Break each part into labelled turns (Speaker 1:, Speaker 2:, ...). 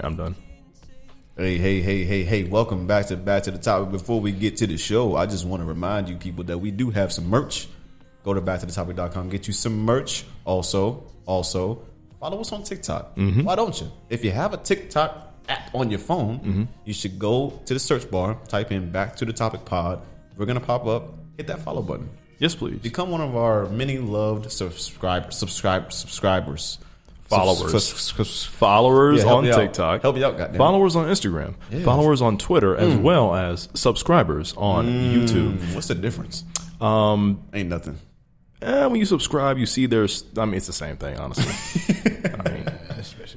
Speaker 1: I'm done.
Speaker 2: Hey, hey, hey, hey, hey! Welcome back to back to the topic. Before we get to the show, I just want to remind you people that we do have some merch. Go to backtothetopic.com, get you some merch. Also, also follow us on TikTok.
Speaker 1: Mm-hmm.
Speaker 2: Why don't you? If you have a TikTok app on your phone,
Speaker 1: Mm-hmm.
Speaker 2: you should go to the search bar, type in "Back to the Topic Pod." We're gonna pop up. Hit that follow button.
Speaker 1: Yes, please.
Speaker 2: Become one of our many loved subscribe subscribe subscribers
Speaker 1: Followers.
Speaker 2: Sus- sus- sus-
Speaker 1: Followers
Speaker 2: Yeah, help
Speaker 1: on
Speaker 2: me out.
Speaker 1: TikTok.
Speaker 2: Help me out, Mm. goddamn.
Speaker 1: Followers on Instagram. Followers on Twitter, as well as subscribers on
Speaker 2: Mm.
Speaker 1: YouTube.
Speaker 2: Hmm. What's the difference? Um, ain't nothing.
Speaker 1: Eh, when you subscribe, you see there's. I mean, it's the same thing, honestly. I mean,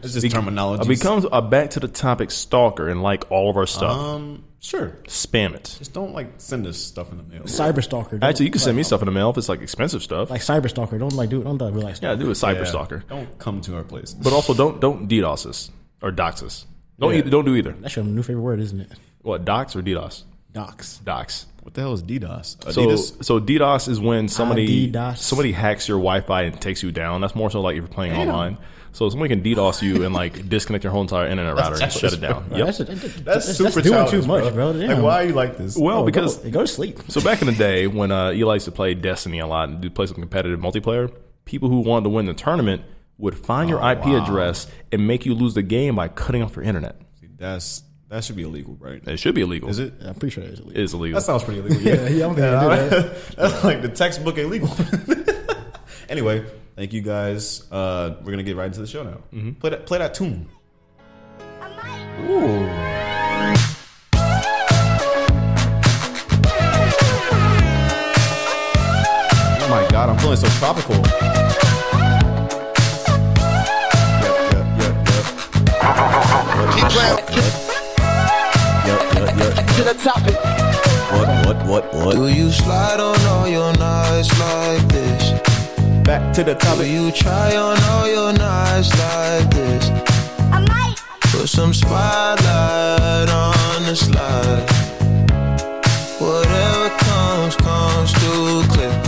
Speaker 2: It's just terminology.
Speaker 1: I become a back to the topic stalker and like all of our stuff.
Speaker 2: um, sure.
Speaker 1: Spam it.
Speaker 2: Just don't like send us stuff in the mail.
Speaker 3: Cyberstalker.
Speaker 1: Actually, you can
Speaker 3: Like-
Speaker 1: send me stuff in the mail if it's like expensive stuff.
Speaker 3: like cyberstalker. Don't like do. Don't like realize.
Speaker 1: yeah, do a cyber stalker.
Speaker 2: Don't come to our place.
Speaker 1: But also, don't don't DDoS us or dox us. Don't
Speaker 2: Yeah.
Speaker 1: either, don't do either.
Speaker 3: That's your new favorite word, isn't it?
Speaker 1: What dox or DDoS?
Speaker 3: Docs.
Speaker 1: Dox.
Speaker 2: what the hell is DDoS?
Speaker 1: So
Speaker 2: Adidas.
Speaker 1: so DDoS is when somebody
Speaker 3: DDoS.
Speaker 1: somebody hacks your Wi-Fi and takes you down. That's more so like if you're playing online. So somebody can DDoS you and like disconnect your whole entire internet router and shut it down. Yep.
Speaker 3: That's, that's,
Speaker 2: that's,
Speaker 3: that's-
Speaker 2: super
Speaker 3: that's doing
Speaker 2: childish,
Speaker 3: too much, bro.
Speaker 2: Like,
Speaker 3: Damn.
Speaker 2: why are you like this?
Speaker 1: Well,
Speaker 3: Oh,
Speaker 1: because
Speaker 3: go, go to sleep.
Speaker 1: So back in the day, when uh, Eli used to play Destiny a lot and do play some competitive multiplayer, people who wanted to win the tournament would find
Speaker 2: Oh,
Speaker 1: your IP address and make you lose the game by cutting off your internet.
Speaker 2: that's that should be illegal, right?
Speaker 1: It should be illegal.
Speaker 2: Is it?
Speaker 3: I'm pretty sure it's illegal.
Speaker 1: It is illegal.
Speaker 2: That sounds pretty illegal. yeah.
Speaker 3: yeah, I'm gonna do that.
Speaker 2: that's like the textbook illegal. anyway, thank you guys. Uh, we're gonna get right into the show now.
Speaker 3: Mm-hmm.
Speaker 2: Play that. Play that tune. Ooh. Oh my god, I'm feeling so tropical. Yep, yep, yep, yep. Yep, yep, yep.
Speaker 4: to the topic.
Speaker 2: What, what, what, what?
Speaker 5: Do you slide on all your nights like this?
Speaker 2: Back to the
Speaker 5: Do
Speaker 2: topic.
Speaker 5: you try on all your nights like this?
Speaker 6: I might.
Speaker 5: Put some spotlight on the slide. Whatever comes, comes too clear.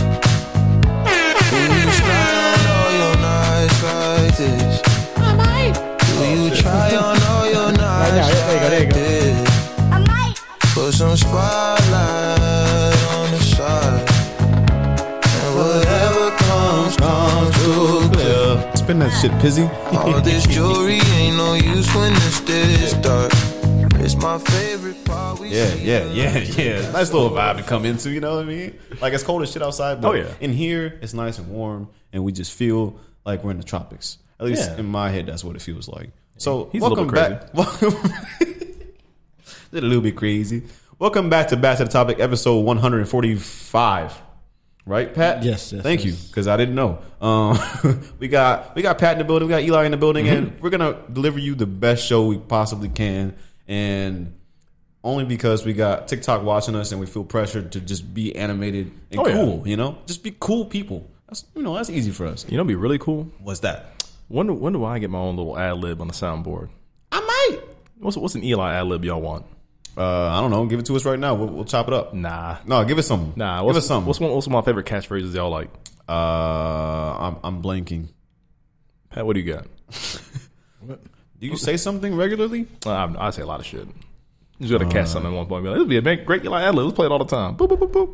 Speaker 5: Do you slide on all your nights like this?
Speaker 6: I might.
Speaker 5: Do you try on all your nights
Speaker 3: there you
Speaker 5: like
Speaker 3: go.
Speaker 5: this?
Speaker 6: I might.
Speaker 5: Put some spotlight on the side. And whatever comes, comes too clear.
Speaker 2: Spin that shit, Pizzy.
Speaker 5: All this jewelry ain't no use when it's this dark. It's my favorite part. We
Speaker 2: Yeah,
Speaker 5: see
Speaker 2: yeah,
Speaker 5: the
Speaker 2: yeah,
Speaker 5: light.
Speaker 2: yeah. Nice little vibe to come into, you know what I mean? Like it's cold as shit outside, but
Speaker 1: Oh, yeah.
Speaker 2: in here it's nice and warm and we just feel like we're in the tropics. At least
Speaker 3: Yeah.
Speaker 2: in my head that's what it feels like. So
Speaker 1: He's a little
Speaker 2: welcome
Speaker 1: bit
Speaker 2: back. Welcome Did a little bit crazy. Welcome back to Back to the Topic episode 145. Right, Pat?
Speaker 3: Yes, yes,
Speaker 2: Thank
Speaker 3: yes.
Speaker 2: you, because I didn't know. Um, we got we got Pat in the building, we got Eli in the building,
Speaker 1: Mm-hmm.
Speaker 2: and we're gonna deliver you the best show we possibly can. And only because we got TikTok watching us and we feel pressured to just be animated and
Speaker 1: Oh, yeah.
Speaker 2: cool, you know? Just be cool people. That's you know, that's easy for us.
Speaker 1: You know, what'd be really cool.
Speaker 2: What's that?
Speaker 1: When do, when do I get my own little ad lib on the soundboard?
Speaker 2: I might.
Speaker 1: What's what's an Eli ad lib y'all want?
Speaker 2: Uh, I don't know. Give it to us right now. We'll, we'll chop it up.
Speaker 1: Nah,
Speaker 2: No, give us some.
Speaker 1: nah.
Speaker 2: give
Speaker 1: What's,
Speaker 2: us some.
Speaker 1: What's one? What's one of my favorite catchphrases y'all like?
Speaker 2: uh, I'm, I'm blanking.
Speaker 1: Pat, what do you got?
Speaker 2: Do you say something regularly?
Speaker 1: Uh, I, I say a lot of shit. Uh, You just gotta catch something at one point. and Be like, this would be a big- great Eli ad lib. Let's play it all the time. Boop boop boop boop.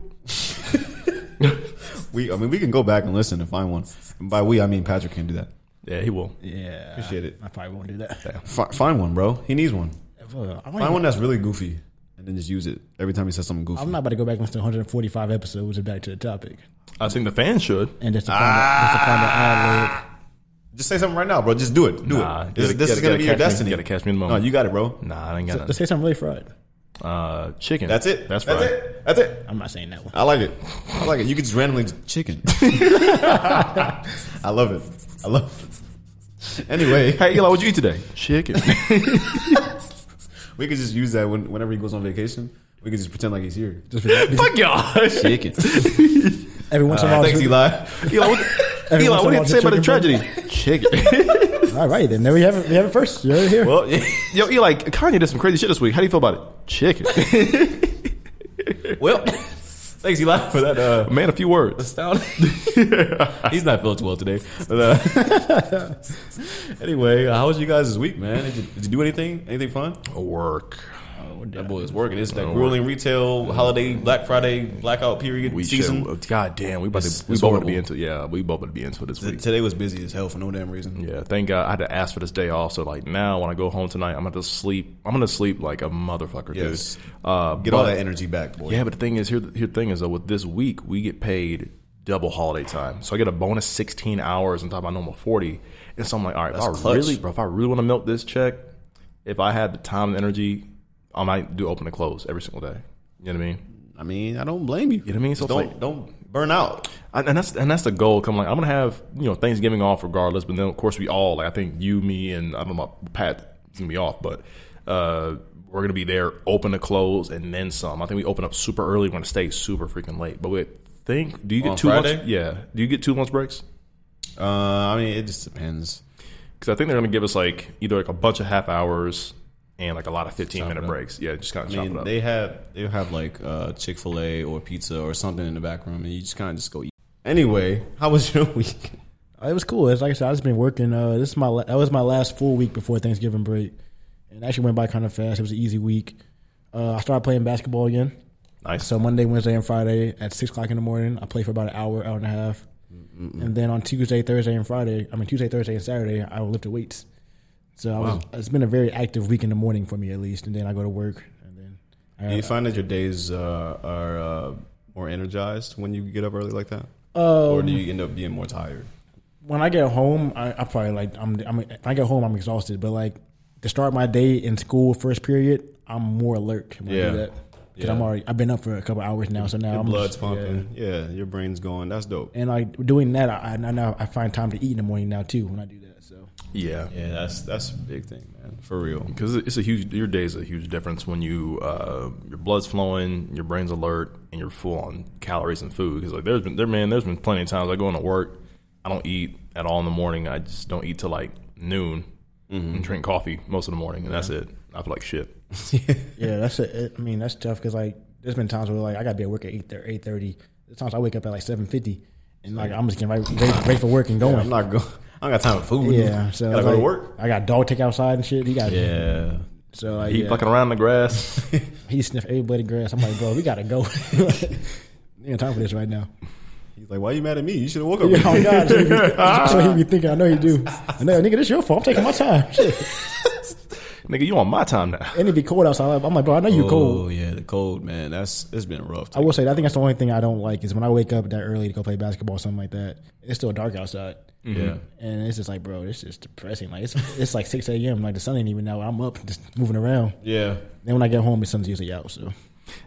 Speaker 2: We, I mean, we can go back and listen and find one. And by we, I mean Patrick can do that.
Speaker 1: Yeah, he will.
Speaker 3: Yeah,
Speaker 2: Appreciate it.
Speaker 3: I probably won't do that.
Speaker 2: F- find one, bro. He needs one.
Speaker 3: Well, I
Speaker 2: Find
Speaker 3: might,
Speaker 2: one that's really goofy, and then just use it every time he says something goofy.
Speaker 3: I'm not about to go back and listen to 145 episodes and back to the topic,
Speaker 1: I think the fans should.
Speaker 3: and just to find out, just to find
Speaker 1: Ah.
Speaker 3: out ad lib.
Speaker 2: Just say something right now, bro. Just do it. Do
Speaker 1: Nah,
Speaker 2: it. This,
Speaker 1: gotta-
Speaker 2: this is
Speaker 1: gotta-
Speaker 2: gonna
Speaker 1: gotta
Speaker 2: be your
Speaker 1: catch me-
Speaker 2: destiny.
Speaker 1: gotta catch me in the
Speaker 2: No,
Speaker 1: moment.
Speaker 2: you got it, bro.
Speaker 1: Nah, I ain't got
Speaker 3: Let's
Speaker 1: nothing.
Speaker 3: say something really fried.
Speaker 1: Uh, chicken.
Speaker 2: That's it.
Speaker 1: That's,
Speaker 2: That's
Speaker 1: right.
Speaker 2: it. That's it.
Speaker 3: I'm not saying that one.
Speaker 2: I like it. I like it. You could just randomly just chicken. I love it. I love it. Anyway,
Speaker 1: Hey, Eli, what'd you eat today? Chicken.
Speaker 2: we could just use that when, whenever he goes on vacation. We could just pretend like he's here. Just
Speaker 1: Fuck y'all.
Speaker 2: chicken.
Speaker 3: Every once in a while,
Speaker 2: Thanks,
Speaker 3: it's-
Speaker 2: Eli.
Speaker 1: Eli, what,
Speaker 3: Every
Speaker 1: Eli,
Speaker 3: once
Speaker 1: what
Speaker 3: in a
Speaker 1: did you say
Speaker 3: while,
Speaker 1: about the
Speaker 3: it's a
Speaker 1: tragedy? Chicken. Oh,
Speaker 3: all right, then there we have it. We have it first. You're here.
Speaker 2: Well, yeah.
Speaker 1: Yo, Eli, Kanye did some crazy shit this week. How do you feel about it? Chicken.
Speaker 2: well, thanks Thanks, Eli, for that. Uh,
Speaker 1: Man, a few words.
Speaker 2: astounding. He's not feeling too well today. But, uh, anyway, uh, how was you guys this week, man? Did you, did you do anything? Anything fun?
Speaker 1: Work.
Speaker 2: That boy is working. It's that grueling retail holiday Black Friday blackout period
Speaker 1: We
Speaker 2: season.
Speaker 1: should. oh, God damn, we about
Speaker 2: It's-
Speaker 1: to, we
Speaker 2: it's
Speaker 1: both about to be
Speaker 2: horrible.
Speaker 1: into. Yeah, we both about to be into this week.
Speaker 2: Today was busy as hell for no damn reason.
Speaker 1: Yeah, thank God I had to ask for this day off. So like now, when I go home tonight, I'm gonna sleep. I'm gonna sleep like a motherfucker,
Speaker 2: Yes.
Speaker 1: dude. Uh,
Speaker 2: Get all that energy back, boy.
Speaker 1: Yeah, but the thing is, here, here the thing is though, with this week we get paid double holiday time, so I get a bonus 16 hours on top of my normal 40. And so I'm like, all right, if I
Speaker 2: That's clutch.
Speaker 1: really, bro, if I really want to milk this check, if I had the time and energy, I might do open and close every single day. You know what I mean?
Speaker 2: I mean, I don't blame you. You
Speaker 1: know what I mean? So
Speaker 2: Just
Speaker 1: it's
Speaker 2: don't
Speaker 1: like-
Speaker 2: don't burn out.
Speaker 1: And and that's and that's the goal. Come like I'm gonna have you know Thanksgiving off regardless, but then of course we all like I think you, me, and I don't know Pat is gonna be off, but uh, we're gonna be there open to close and then some. I think we open up super early. We're gonna stay super freaking late. But we think do you get
Speaker 2: On
Speaker 1: two lunch?
Speaker 2: Friday?
Speaker 1: Yeah, do you get two lunch breaks?
Speaker 2: Uh, I mean, it just depends.
Speaker 1: Because I think they're gonna give us like either like a bunch of half hours and like a lot of 15 minute breaks. Yeah, just kind of
Speaker 2: I
Speaker 1: chop
Speaker 2: mean,
Speaker 1: it up.
Speaker 2: they have they have like uh, Chick Fil A or pizza or something in the back room, and you just kind of just go eat. Anyway, how was your week?
Speaker 3: It was cool. It's like I said, I just been working. Uh, this is my la- that was my last full week before Thanksgiving break, and it actually went by kind of fast. It was an easy week. Uh, I started playing basketball again.
Speaker 1: nice.
Speaker 3: So Monday, Wednesday, and Friday at six o'clock in the morning, I play for about an hour, hour and a half, and then on Tuesday, Thursday, and Friday, I mean Tuesday, Thursday, and Saturday, I will lift the weights. So I was, it's been a very active week in the morning for me at least, and then I go to work, and then
Speaker 2: Do you find that your days uh, are uh, more energized when you get up early like that, or do you end up being more tired?
Speaker 3: when I get home, I, I probably like I'm, I'm. If I get home, I'm exhausted. But like to start my day in school, first period, I'm more alert. When I
Speaker 2: Yeah.
Speaker 3: do that. Because
Speaker 2: Yeah.
Speaker 3: I'm already. I've been up for a couple hours now, so now
Speaker 2: Your
Speaker 3: I'm
Speaker 2: blood's
Speaker 3: just-
Speaker 2: pumping. Yeah. your brain's going. That's dope.
Speaker 3: And like doing that, I, I now I find time to eat in the morning now too. When I do that, so
Speaker 1: yeah.
Speaker 2: Yeah, that's that's a big thing, man. For real.
Speaker 1: Because it's a huge your day is a huge difference when you uh, your blood's flowing, your brain's alert, and you're full on calories and food. Because like there's been there man, there's been plenty of times I go into work, I don't eat at all in the morning. I just don't eat till like noon and drink coffee most of the morning, and that's it. I feel like shit.
Speaker 3: yeah, that's it. It- I mean, that's tough because like there's been times where like I gotta be at work at eight thirty. Eight thirty. There's times I wake up at like seven fifty, and like I'm just getting ready, ready, ready for work and
Speaker 2: I'm
Speaker 3: going.
Speaker 2: not going. I don't got time for food.
Speaker 3: Yeah, so
Speaker 2: gotta go to
Speaker 3: like,
Speaker 2: work.
Speaker 3: I got dog take outside and shit. He got
Speaker 2: Yeah.
Speaker 3: so like,
Speaker 1: He
Speaker 3: yeah.
Speaker 1: fucking around in the grass.
Speaker 3: He sniffed every blade of grass. I'm like, bro, we gotta go. we ain't time for this right now.
Speaker 2: He's like, "Why you mad at me? You should have woke up."
Speaker 3: Yeah, oh God, Ah. so he, be, so he be thinking. I know you do. I know, nigga, this your fault. I'm taking my time. Shit.
Speaker 1: Nigga, you on my time now.
Speaker 3: And it be cold outside. I'm like, bro, I know you
Speaker 2: Oh
Speaker 3: cold.
Speaker 2: yeah, the cold man. That's it's been rough.
Speaker 3: I will say, that I think that's the only thing I don't like is when I wake up that early to go play basketball or something like that. It's still dark outside,
Speaker 2: Yeah.
Speaker 3: and it's just like, bro, this is depressing. Like it's it's like 6 a.m. Like the sun ain't even out. I'm up, just moving around.
Speaker 2: Yeah.
Speaker 3: Then when I get home, the sun's usually out. So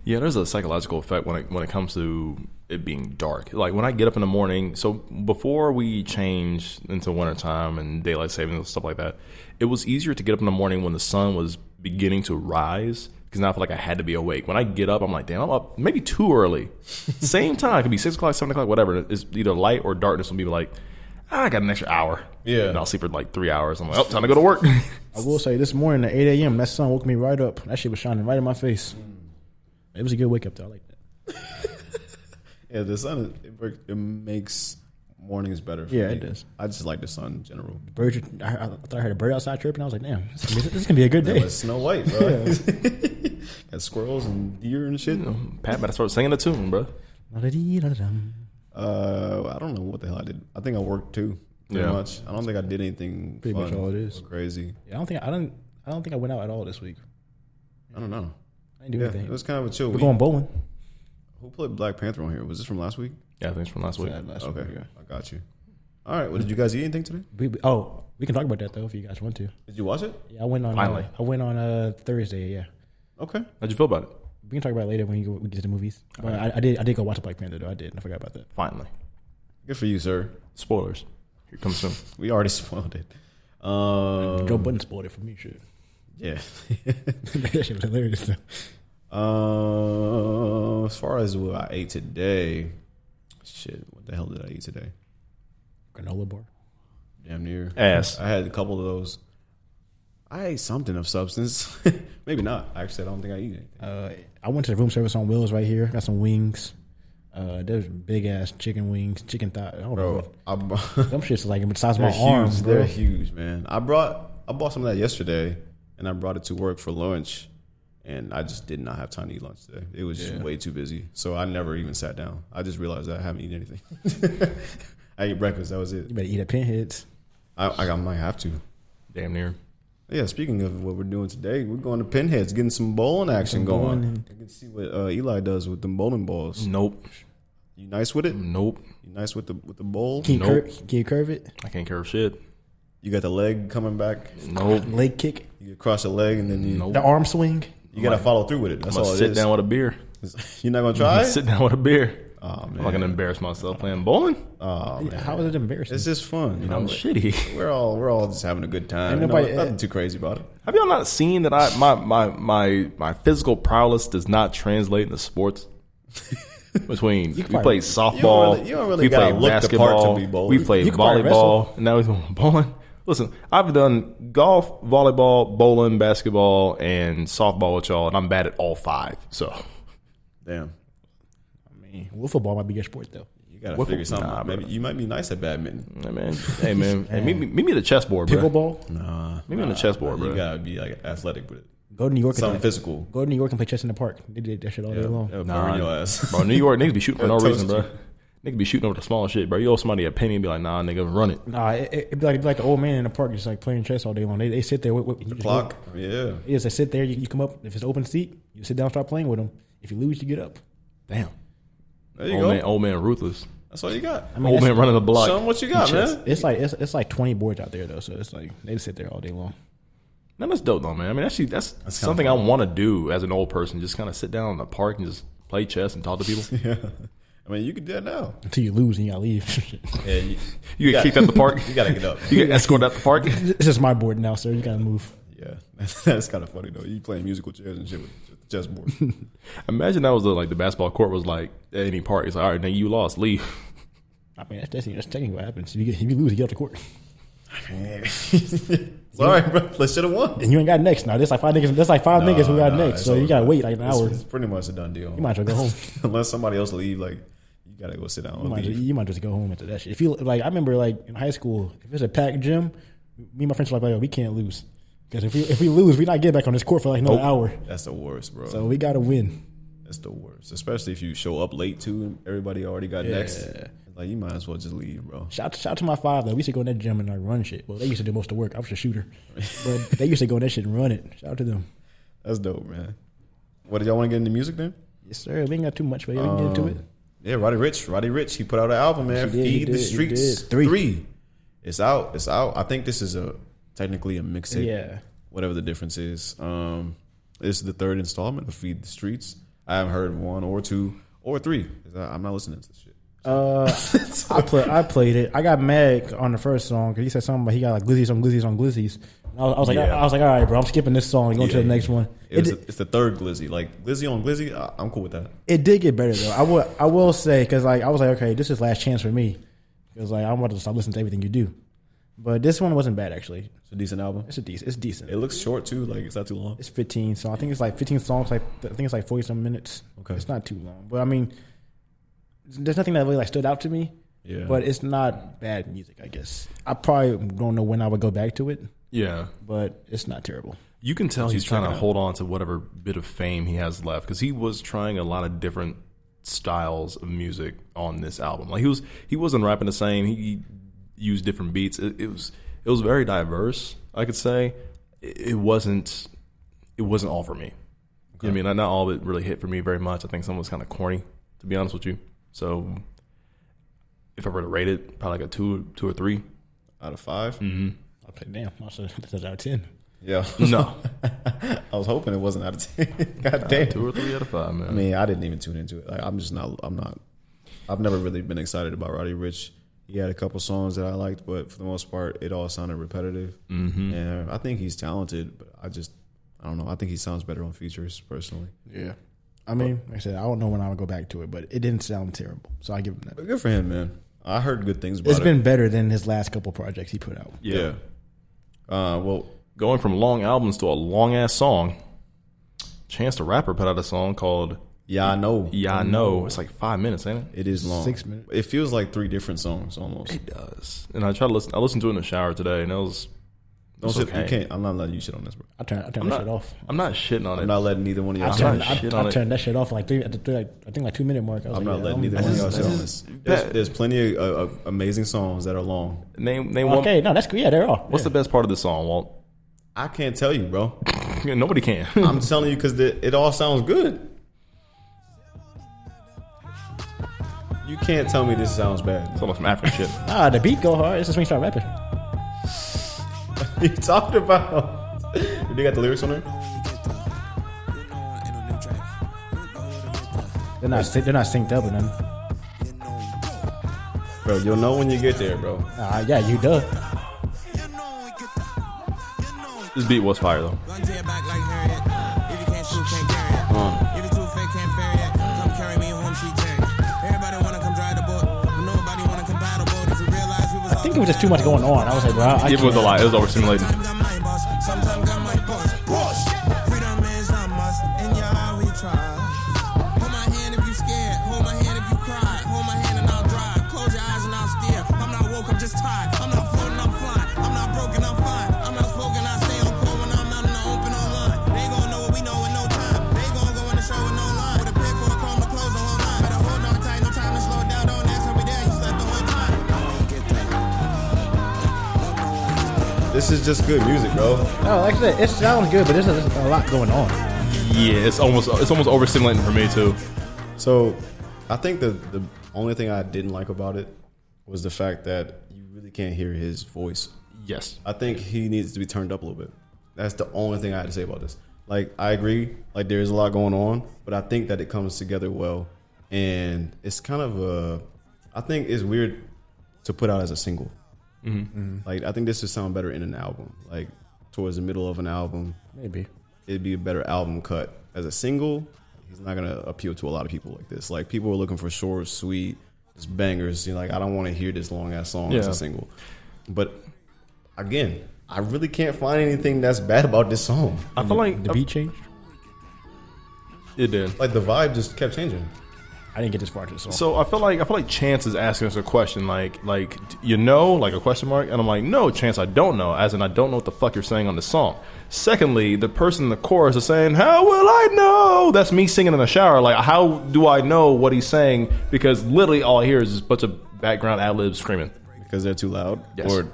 Speaker 1: Yeah, there's a psychological effect when it when it comes to it being dark. Like when I get up in the morning, so before we changed into wintertime and daylight savings and stuff like that, it was easier to get up in the morning when the sun was beginning to rise because now I feel like I had to be awake. When I get up, I'm like, damn, I'm up maybe too early. Same time, it could be six o'clock, seven o'clock, whatever. It's either light or darkness will be like, "Ah, I got an extra hour.
Speaker 2: Yeah.
Speaker 1: And I'll sleep for like three hours. I'm like, oh, time to go to work.
Speaker 3: I will say this morning at 8 a.m. That sun woke me right up. That shit was shining right in my face. It was a good wake up though. I like that.
Speaker 2: Yeah. The sun it, work, it makes mornings better. For
Speaker 3: Yeah,
Speaker 2: me.
Speaker 3: it does.
Speaker 2: I just like the sun in general.
Speaker 3: Birds. are- I, I thought I heard a bird outside chirping. I was like, damn, this is gonna be, this is gonna be a good day.
Speaker 2: But Snow White, bro. Got squirrels and deer and shit.
Speaker 1: Pat better start singing the tune, bro.
Speaker 3: Da-da-dee-da-da-dum.
Speaker 2: Uh, I don't know what the hell I did. I think I worked too. Pretty
Speaker 1: Yeah.
Speaker 2: much. I don't think I did anything.
Speaker 3: Pretty much
Speaker 2: fun
Speaker 3: all it is.
Speaker 2: or Crazy.
Speaker 3: Yeah, I don't think I don't. I don't think I went out at all this week.
Speaker 2: I don't know.
Speaker 3: I didn't do
Speaker 2: Yeah,
Speaker 3: anything.
Speaker 2: it was kind of a chill
Speaker 3: We're
Speaker 2: week.
Speaker 3: going bowling.
Speaker 2: Who put Black Panther on here? Was this from last week?
Speaker 1: Yeah, I think it's from last week.
Speaker 2: okay, I got you. All right. Well, did you guys eat anything today?
Speaker 3: We, we- oh, we can talk about that though if you guys want to.
Speaker 2: Did you watch it?
Speaker 3: Yeah, I went on.
Speaker 1: Finally.
Speaker 3: I went on uh, Thursday. Yeah,
Speaker 2: Okay.
Speaker 1: How'd you feel about it?
Speaker 3: we can talk about it later when you go, we get to the movies. But I, I did. I did go watch Black Panther though. I did. I forgot about that.
Speaker 1: Finally.
Speaker 2: Good for you, sir.
Speaker 1: Spoilers. Here comes soon.
Speaker 2: We already spoiled it. Um,
Speaker 3: Joe Budden spoiled it for me. Shit,
Speaker 2: yeah.
Speaker 3: that shit was hilarious. Though.
Speaker 2: uh, as far as what I ate today, shit. What the hell did I eat today?
Speaker 3: Granola bar.
Speaker 2: Damn near
Speaker 1: Ass.
Speaker 2: I had a couple of those. I ate something of substance. Maybe not. Actually, I don't think I eat it.
Speaker 3: Uh, I went to the room service on wheels right here. Got some wings. Uh, there's big ass chicken wings, chicken thigh. I don't know.
Speaker 2: bro. I bu-
Speaker 3: Them shit's like the size of
Speaker 2: they're
Speaker 3: my arm,
Speaker 2: huge.
Speaker 3: bro.
Speaker 2: They're huge, man. I brought I bought some of that yesterday, and I brought it to work for lunch, and I just did not have time to eat lunch today. It was just way too busy, so I never even sat down. I just realized that I haven't eaten anything. I ate breakfast. That was it.
Speaker 3: You better eat at pinheads.
Speaker 2: I, I might have to.
Speaker 1: Damn near.
Speaker 2: Yeah, speaking of what we're doing today, we're going to Pinheads, getting some bowling action going.
Speaker 3: bowling.
Speaker 2: I can see what uh, Eli does with them bowling balls.
Speaker 1: Nope.
Speaker 2: You nice with it? You
Speaker 1: Nope.
Speaker 2: nice with the with the bowl?
Speaker 3: Can you,
Speaker 1: Nope.
Speaker 3: curve, can you curve it?
Speaker 1: I can't curve shit.
Speaker 2: You got the leg coming back.
Speaker 1: Nope.
Speaker 3: Leg kick,
Speaker 2: You cross the leg and then you
Speaker 1: Nope.
Speaker 3: the arm swing.
Speaker 2: you gotta follow through with it.
Speaker 1: I'm
Speaker 2: That's
Speaker 1: gonna
Speaker 2: all it
Speaker 1: sit
Speaker 2: is.
Speaker 1: down with a beer.
Speaker 2: You're not gonna try?
Speaker 1: Sit down with a beer.
Speaker 2: Oh
Speaker 1: I'm not
Speaker 2: man,
Speaker 1: gonna embarrass myself playing bowling.
Speaker 2: oh man,
Speaker 3: How is it embarrassing?
Speaker 2: it's just fun. You know,
Speaker 1: I'm shitty.
Speaker 2: we're all we're all just having a good time.
Speaker 3: Ain't
Speaker 2: You know,
Speaker 3: nobody-
Speaker 2: nothing too crazy about it.
Speaker 1: Have y'all not seen that I my my my, my physical prowess does not translate into sports? Between we
Speaker 3: probably-
Speaker 1: played
Speaker 2: you don't
Speaker 1: softball,
Speaker 2: really- you don't really
Speaker 1: we
Speaker 2: gotta
Speaker 1: played
Speaker 2: look the part to
Speaker 1: basketball,
Speaker 2: be bowling.
Speaker 1: we played
Speaker 3: You can probably
Speaker 1: volleyball, and now we're doing bowling. Listen, I've done golf, volleyball, bowling, basketball, and softball with y'all, and I'm bad at all five. So
Speaker 2: Damn,
Speaker 3: well, football might be your sport though.
Speaker 2: you gotta
Speaker 1: What-
Speaker 2: figure something.
Speaker 1: nah,
Speaker 2: out.
Speaker 1: bro.
Speaker 2: Maybe you might be nice at badminton.
Speaker 1: Hey man, hey man, hey, meet, me, meet me at the chessboard, bro.
Speaker 3: Pickleball.
Speaker 2: Nah,
Speaker 1: Meet me on the chessboard,
Speaker 2: you
Speaker 1: Mm. bro.
Speaker 2: gotta be like athletic with it.
Speaker 3: Go to New York.
Speaker 2: Something
Speaker 3: And play,
Speaker 2: physical.
Speaker 3: go to New York and play chess in the park. They did that shit all day long.
Speaker 2: It'll
Speaker 1: Nah,
Speaker 2: burn your ass.
Speaker 1: bro. New York niggas be shooting for no
Speaker 2: Toast
Speaker 1: reason,
Speaker 2: you.
Speaker 1: bro. Niggas be shooting over the smallest shit, bro. You owe somebody a penny and be like, nah, nigga, run it.
Speaker 3: Nah, it, it, would be like it'd be like the old man in the park just like playing chess all day long. They, they sit there. With, with, the
Speaker 2: Clock. Yeah.
Speaker 3: Yes, they sit there. You, you come up if it's open seat. You sit down, start playing with them. If you lose, you get up.
Speaker 1: Damn,
Speaker 2: There you
Speaker 1: old
Speaker 2: go.
Speaker 1: Oh, man, old man, ruthless.
Speaker 2: That's all you got.
Speaker 3: I mean,
Speaker 1: old
Speaker 3: it's,
Speaker 1: man running the block.
Speaker 2: Show 'em what you got, man.
Speaker 3: it's like it's, it's like twenty boards out there though, so it's like they just sit there all day long.
Speaker 1: No, that's dope though, man. I mean, actually, that's, something I want to do as an old person. Just kind of sit down in the park and just play chess and talk to people.
Speaker 2: Yeah. I mean, you can do that now.
Speaker 3: Until you lose and you gotta leave.
Speaker 2: Yeah, you,
Speaker 1: You get
Speaker 2: got-
Speaker 1: kicked out the park.
Speaker 2: you gotta get up.
Speaker 1: You get escorted out the park.
Speaker 3: it's just my board now, sir. You gotta move.
Speaker 2: Yeah, that's kind of funny though. You playing musical chairs and shit with the chessboard.
Speaker 1: Imagine that was the, like the basketball court was like at any park. It's like, all right, nigga, you lost, leave.
Speaker 3: I mean, that's, that's, that's technically what happens. If you, get, if you lose, you get off the court,
Speaker 2: Sorry, bro. Let's should have won.
Speaker 3: and you ain't got next. Now there's like five niggas. That's like five niggas who got
Speaker 2: Nah,
Speaker 3: next.
Speaker 2: it's
Speaker 3: So you
Speaker 2: over.
Speaker 3: gotta wait like an
Speaker 2: It's,
Speaker 3: hour.
Speaker 2: it's pretty much a done deal.
Speaker 3: you might as well go home.
Speaker 2: Unless somebody else leave, like you gotta go sit down.
Speaker 3: You
Speaker 2: And
Speaker 3: might,
Speaker 2: leave.
Speaker 3: just, you might just go home after that shit. If you like, I remember like in high school, if it's a packed gym, me and my friends were like, "Yo, we can't lose because if we if we lose, we not get back on this court for like another hour.
Speaker 2: That's the worst, bro.
Speaker 3: So we gotta win."
Speaker 2: That's the worst, especially if you show up late too. and Everybody already got next. Like you might as well just leave, bro.
Speaker 3: Shout shout to my five though. We used to go in that gym and like run shit. Well, they used to do most of the work. I was a shooter, but they used to go in that shit and run it. Shout out to them.
Speaker 2: That's dope, man. What did y'all want to get into music then?
Speaker 3: Yes, sir. We ain't got too much, but yeah, we can get into it.
Speaker 2: Yeah, Roddy Rich. Roddy Rich. He put out an album, man.
Speaker 3: He did, he
Speaker 2: Feed
Speaker 3: did,
Speaker 2: the
Speaker 3: he
Speaker 2: Streets
Speaker 3: did. Three.
Speaker 2: three. It's out. It's out. I think this is a technically a mixtape.
Speaker 3: Yeah.
Speaker 2: Whatever the difference is. Um, this is the third installment of Feed the Streets. I haven't heard one or two or three. 'cause I, am not listening to this shit.
Speaker 3: I play, I played it. I got mad on the first song because he said something about he got like glizzies on glizzies on glizzies. And I was, I was like,
Speaker 1: Yeah.
Speaker 3: I was like, all right, bro, I'm skipping this song and going to
Speaker 2: Yeah.
Speaker 3: the next one.
Speaker 2: It was it's the third Glizzy. Like Glizzy on Glizzy. I, I'm cool with that.
Speaker 3: it did get better though. I will I will say because like I was like, okay, this is last chance for me because like I'm about to stop listening to everything you do. But this one wasn't bad actually.
Speaker 2: It's a decent album.
Speaker 3: It's a decent. It's
Speaker 2: It
Speaker 3: decent.
Speaker 2: looks short too. Like it's not too long.
Speaker 3: It's 15, so I think it's like 15 songs. Like I think it's like 40 some minutes.
Speaker 2: Okay.
Speaker 3: it's not too long, but I mean, there's nothing that really like stood out to me.
Speaker 2: Yeah.
Speaker 3: but it's not bad music. I guess I probably don't know when I would go back to it,
Speaker 1: Yeah,
Speaker 3: but it's not terrible.
Speaker 1: You can tell he's trying
Speaker 2: checking
Speaker 1: to
Speaker 2: out.
Speaker 1: hold on to whatever bit of fame he has left because he was trying a lot of different styles of music on this album. Like he was, he wasn't rapping the same. He, he used different beats. It, it was, it was very diverse. I could say it, it wasn't, it wasn't all for me. You know what I mean, not, not all of it really hit for me very much. I think some was kind of corny, to be honest with you. So, if I were to rate it, probably like a two, two or three.
Speaker 2: Out of 5
Speaker 3: I was like, damn, I should this is out of 10.
Speaker 2: Yeah.
Speaker 1: No,
Speaker 2: I was hoping it wasn't out of ten. God damn.
Speaker 1: two or three out of five, man.
Speaker 2: I mean, I didn't even tune into it. Like, I'm just not. I'm not. I've never really been excited about Roddy Rich. He had a couple songs that I liked, but for the most part, it all sounded repetitive. Mm-hmm. And I think he's talented, but I just, I don't know. I think he sounds better on features, personally.
Speaker 1: yeah.
Speaker 3: I mean, like I said, I don't know when I would go back to it, but it didn't sound terrible. So I give him that.
Speaker 2: But good for him, man. I heard good things about
Speaker 3: It's
Speaker 2: it.
Speaker 3: been better than his last couple projects he put out.
Speaker 2: yeah. Uh, well,
Speaker 1: going from long albums to a long ass song, Chance the Rapper put out a song called
Speaker 2: Yeah, I know.
Speaker 1: Yeah, I know. It's like five minutes, ain't it?
Speaker 2: It is long.
Speaker 3: Six minutes.
Speaker 2: It feels like three different songs almost.
Speaker 1: It does. And I try to listen. I listened to it in the shower today, and it was.
Speaker 2: Don't
Speaker 1: it's
Speaker 2: sit,
Speaker 1: okay.
Speaker 2: You can't. I'm not letting you shit on this, bro.
Speaker 3: I turn I turn
Speaker 1: I'm
Speaker 3: that
Speaker 1: not,
Speaker 3: shit off.
Speaker 1: I'm not shitting on it.
Speaker 2: I'm not letting neither one of y'all.
Speaker 3: I
Speaker 1: not
Speaker 3: turned, I,
Speaker 1: shit on
Speaker 3: I
Speaker 1: it.
Speaker 3: turned that shit off like three at the three, like, I think like two minute mark. I was like,
Speaker 2: I'm not
Speaker 3: yeah,
Speaker 2: letting
Speaker 3: I'm-
Speaker 2: neither one of y'all
Speaker 1: this
Speaker 2: sit
Speaker 1: is-
Speaker 2: on
Speaker 1: this
Speaker 2: this.
Speaker 1: is
Speaker 2: There's,
Speaker 1: bad.
Speaker 2: there's plenty of uh, uh, amazing songs that are long.
Speaker 1: Name name one.
Speaker 3: Okay, no, that's cool. Yeah, they're off.
Speaker 1: What's the best part of this song, Walt?
Speaker 2: I can't tell you, bro.
Speaker 1: Nobody can.
Speaker 2: I'm telling you because it all sounds good. You can't tell me this sounds bad.
Speaker 1: Some of some African shit.
Speaker 3: Ah, the beat go hard. It's just when you start rapping.
Speaker 2: What you talking about? Did they got the lyrics on there?
Speaker 3: They're not syn- they're not synced up or nothing.
Speaker 2: Bro, you'll know when you get there, bro.
Speaker 3: Ah, yeah, you duh.
Speaker 1: This beat was fire though.
Speaker 4: Run to your back like Harriet. If you can't shoot, can't carry it. If you too fake, can't ferry it. Come carry me home, she carry. Everybody wanna come drive the boat, but nobody wanna compatible. If you realize we was
Speaker 3: I think it was just too much going on. I was like, bro, I, I
Speaker 1: It was a
Speaker 3: can't.
Speaker 1: lot. It was overstimulating.
Speaker 4: Sometimes I'm my boss, sometimes I'm my boss. Push. Freedom is a must, and y'all we try. Hold my hand if you scared. Hold my hand if you cry. Hold my hand and I'll drive. Close your eyes and I'll steer. I'm not woke, I'm just tired. I'm not floating, I'm flying. I'm not broken, I'm fine. I'm not spoken, I stay on call when I'm out in the open online. They gon' know what we know in no time. They gon' go in the show with no line. With a pick for a comb to close the whole line. Better hold on tight, no time to slow down. Don't ask how we there, you slept the whole time. Get that.
Speaker 2: This is just good music, bro.
Speaker 3: No, like I said, it sounds good, but there's a, there's a lot going on.
Speaker 1: Yeah, it's almost it's almost overstimulating for me too.
Speaker 2: So, I think the the only thing I didn't like about it was the fact that you really can't hear his voice.
Speaker 1: Yes.
Speaker 2: I think he needs to be turned up a little bit. That's the only thing I had to say about this. Like, I agree. Like, there is a lot going on, but I think that it comes together well, and it's kind of a. I think it's weird to put out as a single. Like, I think this would sound better in an album. Like, towards the middle of an album,
Speaker 3: Maybe.
Speaker 2: it'd be a better album cut as a single. He's not gonna appeal to a lot of people like this. Like people are looking for short, sweet, just bangers. You're like, I don't want to hear this long ass song as
Speaker 1: Yeah.
Speaker 2: a single. But again, I really can't find anything that's bad about this song.
Speaker 1: I feel like
Speaker 3: The beat change.
Speaker 1: it did.
Speaker 2: Like the vibe just kept changing.
Speaker 3: I didn't get this far to the song.
Speaker 1: So I feel like I feel like Chance is asking us a question like like "Do you know like a question mark and I'm like no Chance I don't know as in I don't know what the fuck you're saying on the song. Secondly, the person in the chorus is saying how will I know? That's me singing in the shower. Like how do I know what he's saying because literally all I hear is a bunch of background ad libs screaming.
Speaker 2: because they're too loud.
Speaker 1: Yes.
Speaker 2: Or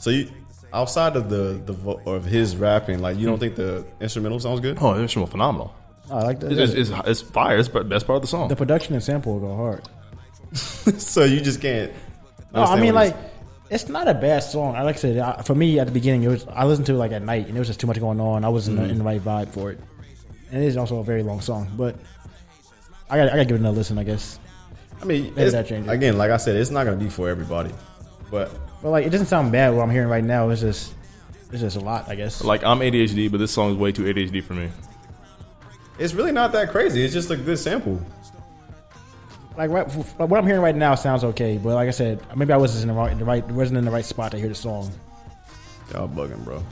Speaker 2: so you outside of the the vo- of his rapping, like you don't think the instrumental sounds good?
Speaker 1: Oh, it's phenomenal.
Speaker 3: Oh, I like the,
Speaker 1: It's, it's, it's, it's fire. It's the best part of the song.
Speaker 3: the production and sample go hard.
Speaker 2: so you just can't.
Speaker 3: Oh. No, I
Speaker 2: understand
Speaker 3: mean
Speaker 2: what
Speaker 3: like it's not a bad song. I like I said I, for me at the beginning it was I listened to it like at night and there was just too much going on. I wasn't in the right vibe for it, and it is also a very long song. But I got I got to give it another listen, I guess.
Speaker 2: I mean,
Speaker 3: Maybe
Speaker 2: it's-
Speaker 3: that changes.
Speaker 2: again, like I said, it's not going to be for everybody. But
Speaker 3: But like it doesn't sound bad. What I'm hearing right now It's just it's just a lot, I guess.
Speaker 1: Like I'm ADHD, but this song is way too ADHD for me.
Speaker 2: it's really not that crazy. It's just a good sample.
Speaker 3: like right, f- like, what I'm hearing right now sounds okay, but like I said, maybe I wasn't in the right, the right wasn't in the right spot to hear the song.
Speaker 2: Y'all bugging, bro.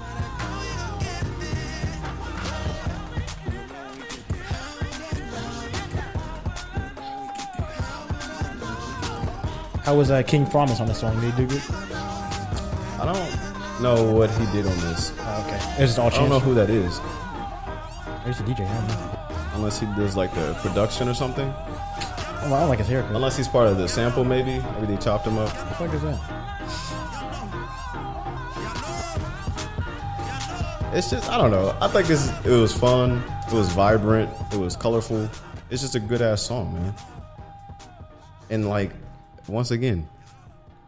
Speaker 3: How was uh, King Promise on the song? Did he do good?
Speaker 2: I don't know what he did on this.
Speaker 3: Oh, okay, it's just all
Speaker 2: I don't
Speaker 3: chance.
Speaker 2: know who that is,
Speaker 3: Where's the DJ? I don't know.
Speaker 2: unless he does like the production or something.
Speaker 3: I don't, I don't like his haircut.
Speaker 2: Unless he's part of the sample, maybe. Maybe they chopped him up.
Speaker 3: What the fuck is that?
Speaker 2: It's just I don't know. I think this it was fun. It was vibrant. It was colorful. It's just a good ass song, man. And like, once again,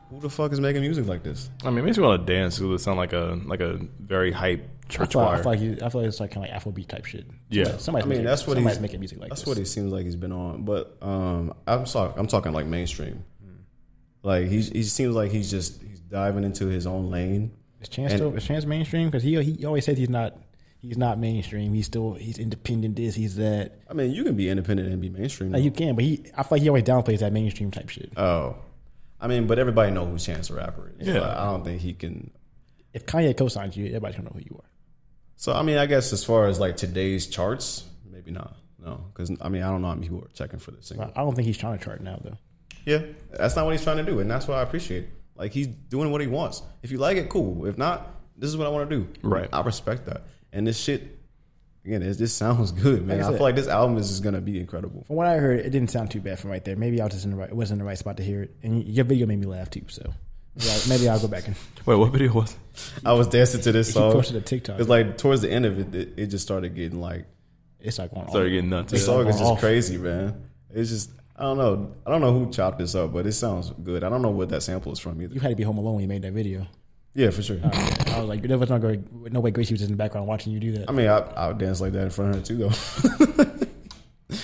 Speaker 2: who the fuck is making music like this?
Speaker 1: I mean, it makes me want to dance because it sounds like a like a very hype church
Speaker 3: Well, I
Speaker 1: choir.
Speaker 3: feel like you, I feel like it's like kind of like Afrobeat type shit.
Speaker 1: Yeah.
Speaker 3: Somebody- somebody's
Speaker 2: I mean,
Speaker 3: making,
Speaker 2: that's what
Speaker 3: somebody's
Speaker 2: he's
Speaker 3: making music like.
Speaker 2: That's
Speaker 3: this.
Speaker 2: what he seems like he's been on. But um, I'm sorry, I'm talking like mainstream.
Speaker 3: Hmm.
Speaker 2: Like he's, he seems like he's just he's diving into his own lane.
Speaker 3: Is Chance
Speaker 2: and-
Speaker 3: still is Chance mainstream? Because he he always says he's not he's not mainstream. He's still he's independent. This he's that.
Speaker 2: I mean, you can be independent and be mainstream.
Speaker 3: Like you can, but he I feel like he always downplays that mainstream type shit.
Speaker 2: oh, I mean, but everybody know who Chance the Rapper is.
Speaker 1: Yeah.
Speaker 2: Like, I don't think he can.
Speaker 3: if Kanye co-signs you, everybody's gonna know who you are.
Speaker 2: So I mean, I guess as far as like today's charts, maybe not. No, because I mean I don't know how many people are checking for this single.
Speaker 3: I don't think he's trying to chart now though.
Speaker 2: Yeah, that's not what he's trying to do, and that's what I appreciate. Like he's doing what he wants. If you like it, cool. If not, this is what I want to do.
Speaker 1: Right.
Speaker 2: I respect that. And this shit, again, it just sounds good, man.
Speaker 3: Like I
Speaker 2: I,
Speaker 3: said-
Speaker 2: feel like this album is just gonna be incredible.
Speaker 3: From what I heard, it didn't sound too bad from right there. Maybe I was just in the right, wasn't in the right spot to hear it. And y- your video made me laugh too, so maybe, I, maybe I'll go back and.
Speaker 1: Wait, what video was?
Speaker 2: I was dancing to this song.
Speaker 3: posted a TikTok.
Speaker 2: It's like towards the end of it, it, it just started getting like
Speaker 3: It's like on.
Speaker 1: Started getting nuts.
Speaker 2: the song is just
Speaker 3: off.
Speaker 2: crazy, man. It's just I don't know. I don't know who chopped this up, but it sounds good. I don't know what that sample is from
Speaker 3: You
Speaker 2: either.
Speaker 3: had to be home alone when you made that video.
Speaker 2: Yeah, for sure.
Speaker 3: I was like, there was no, go- no way Gracie was just in the background watching you do that.
Speaker 2: I mean, I, I would dance like that in front of her too, though. yeah,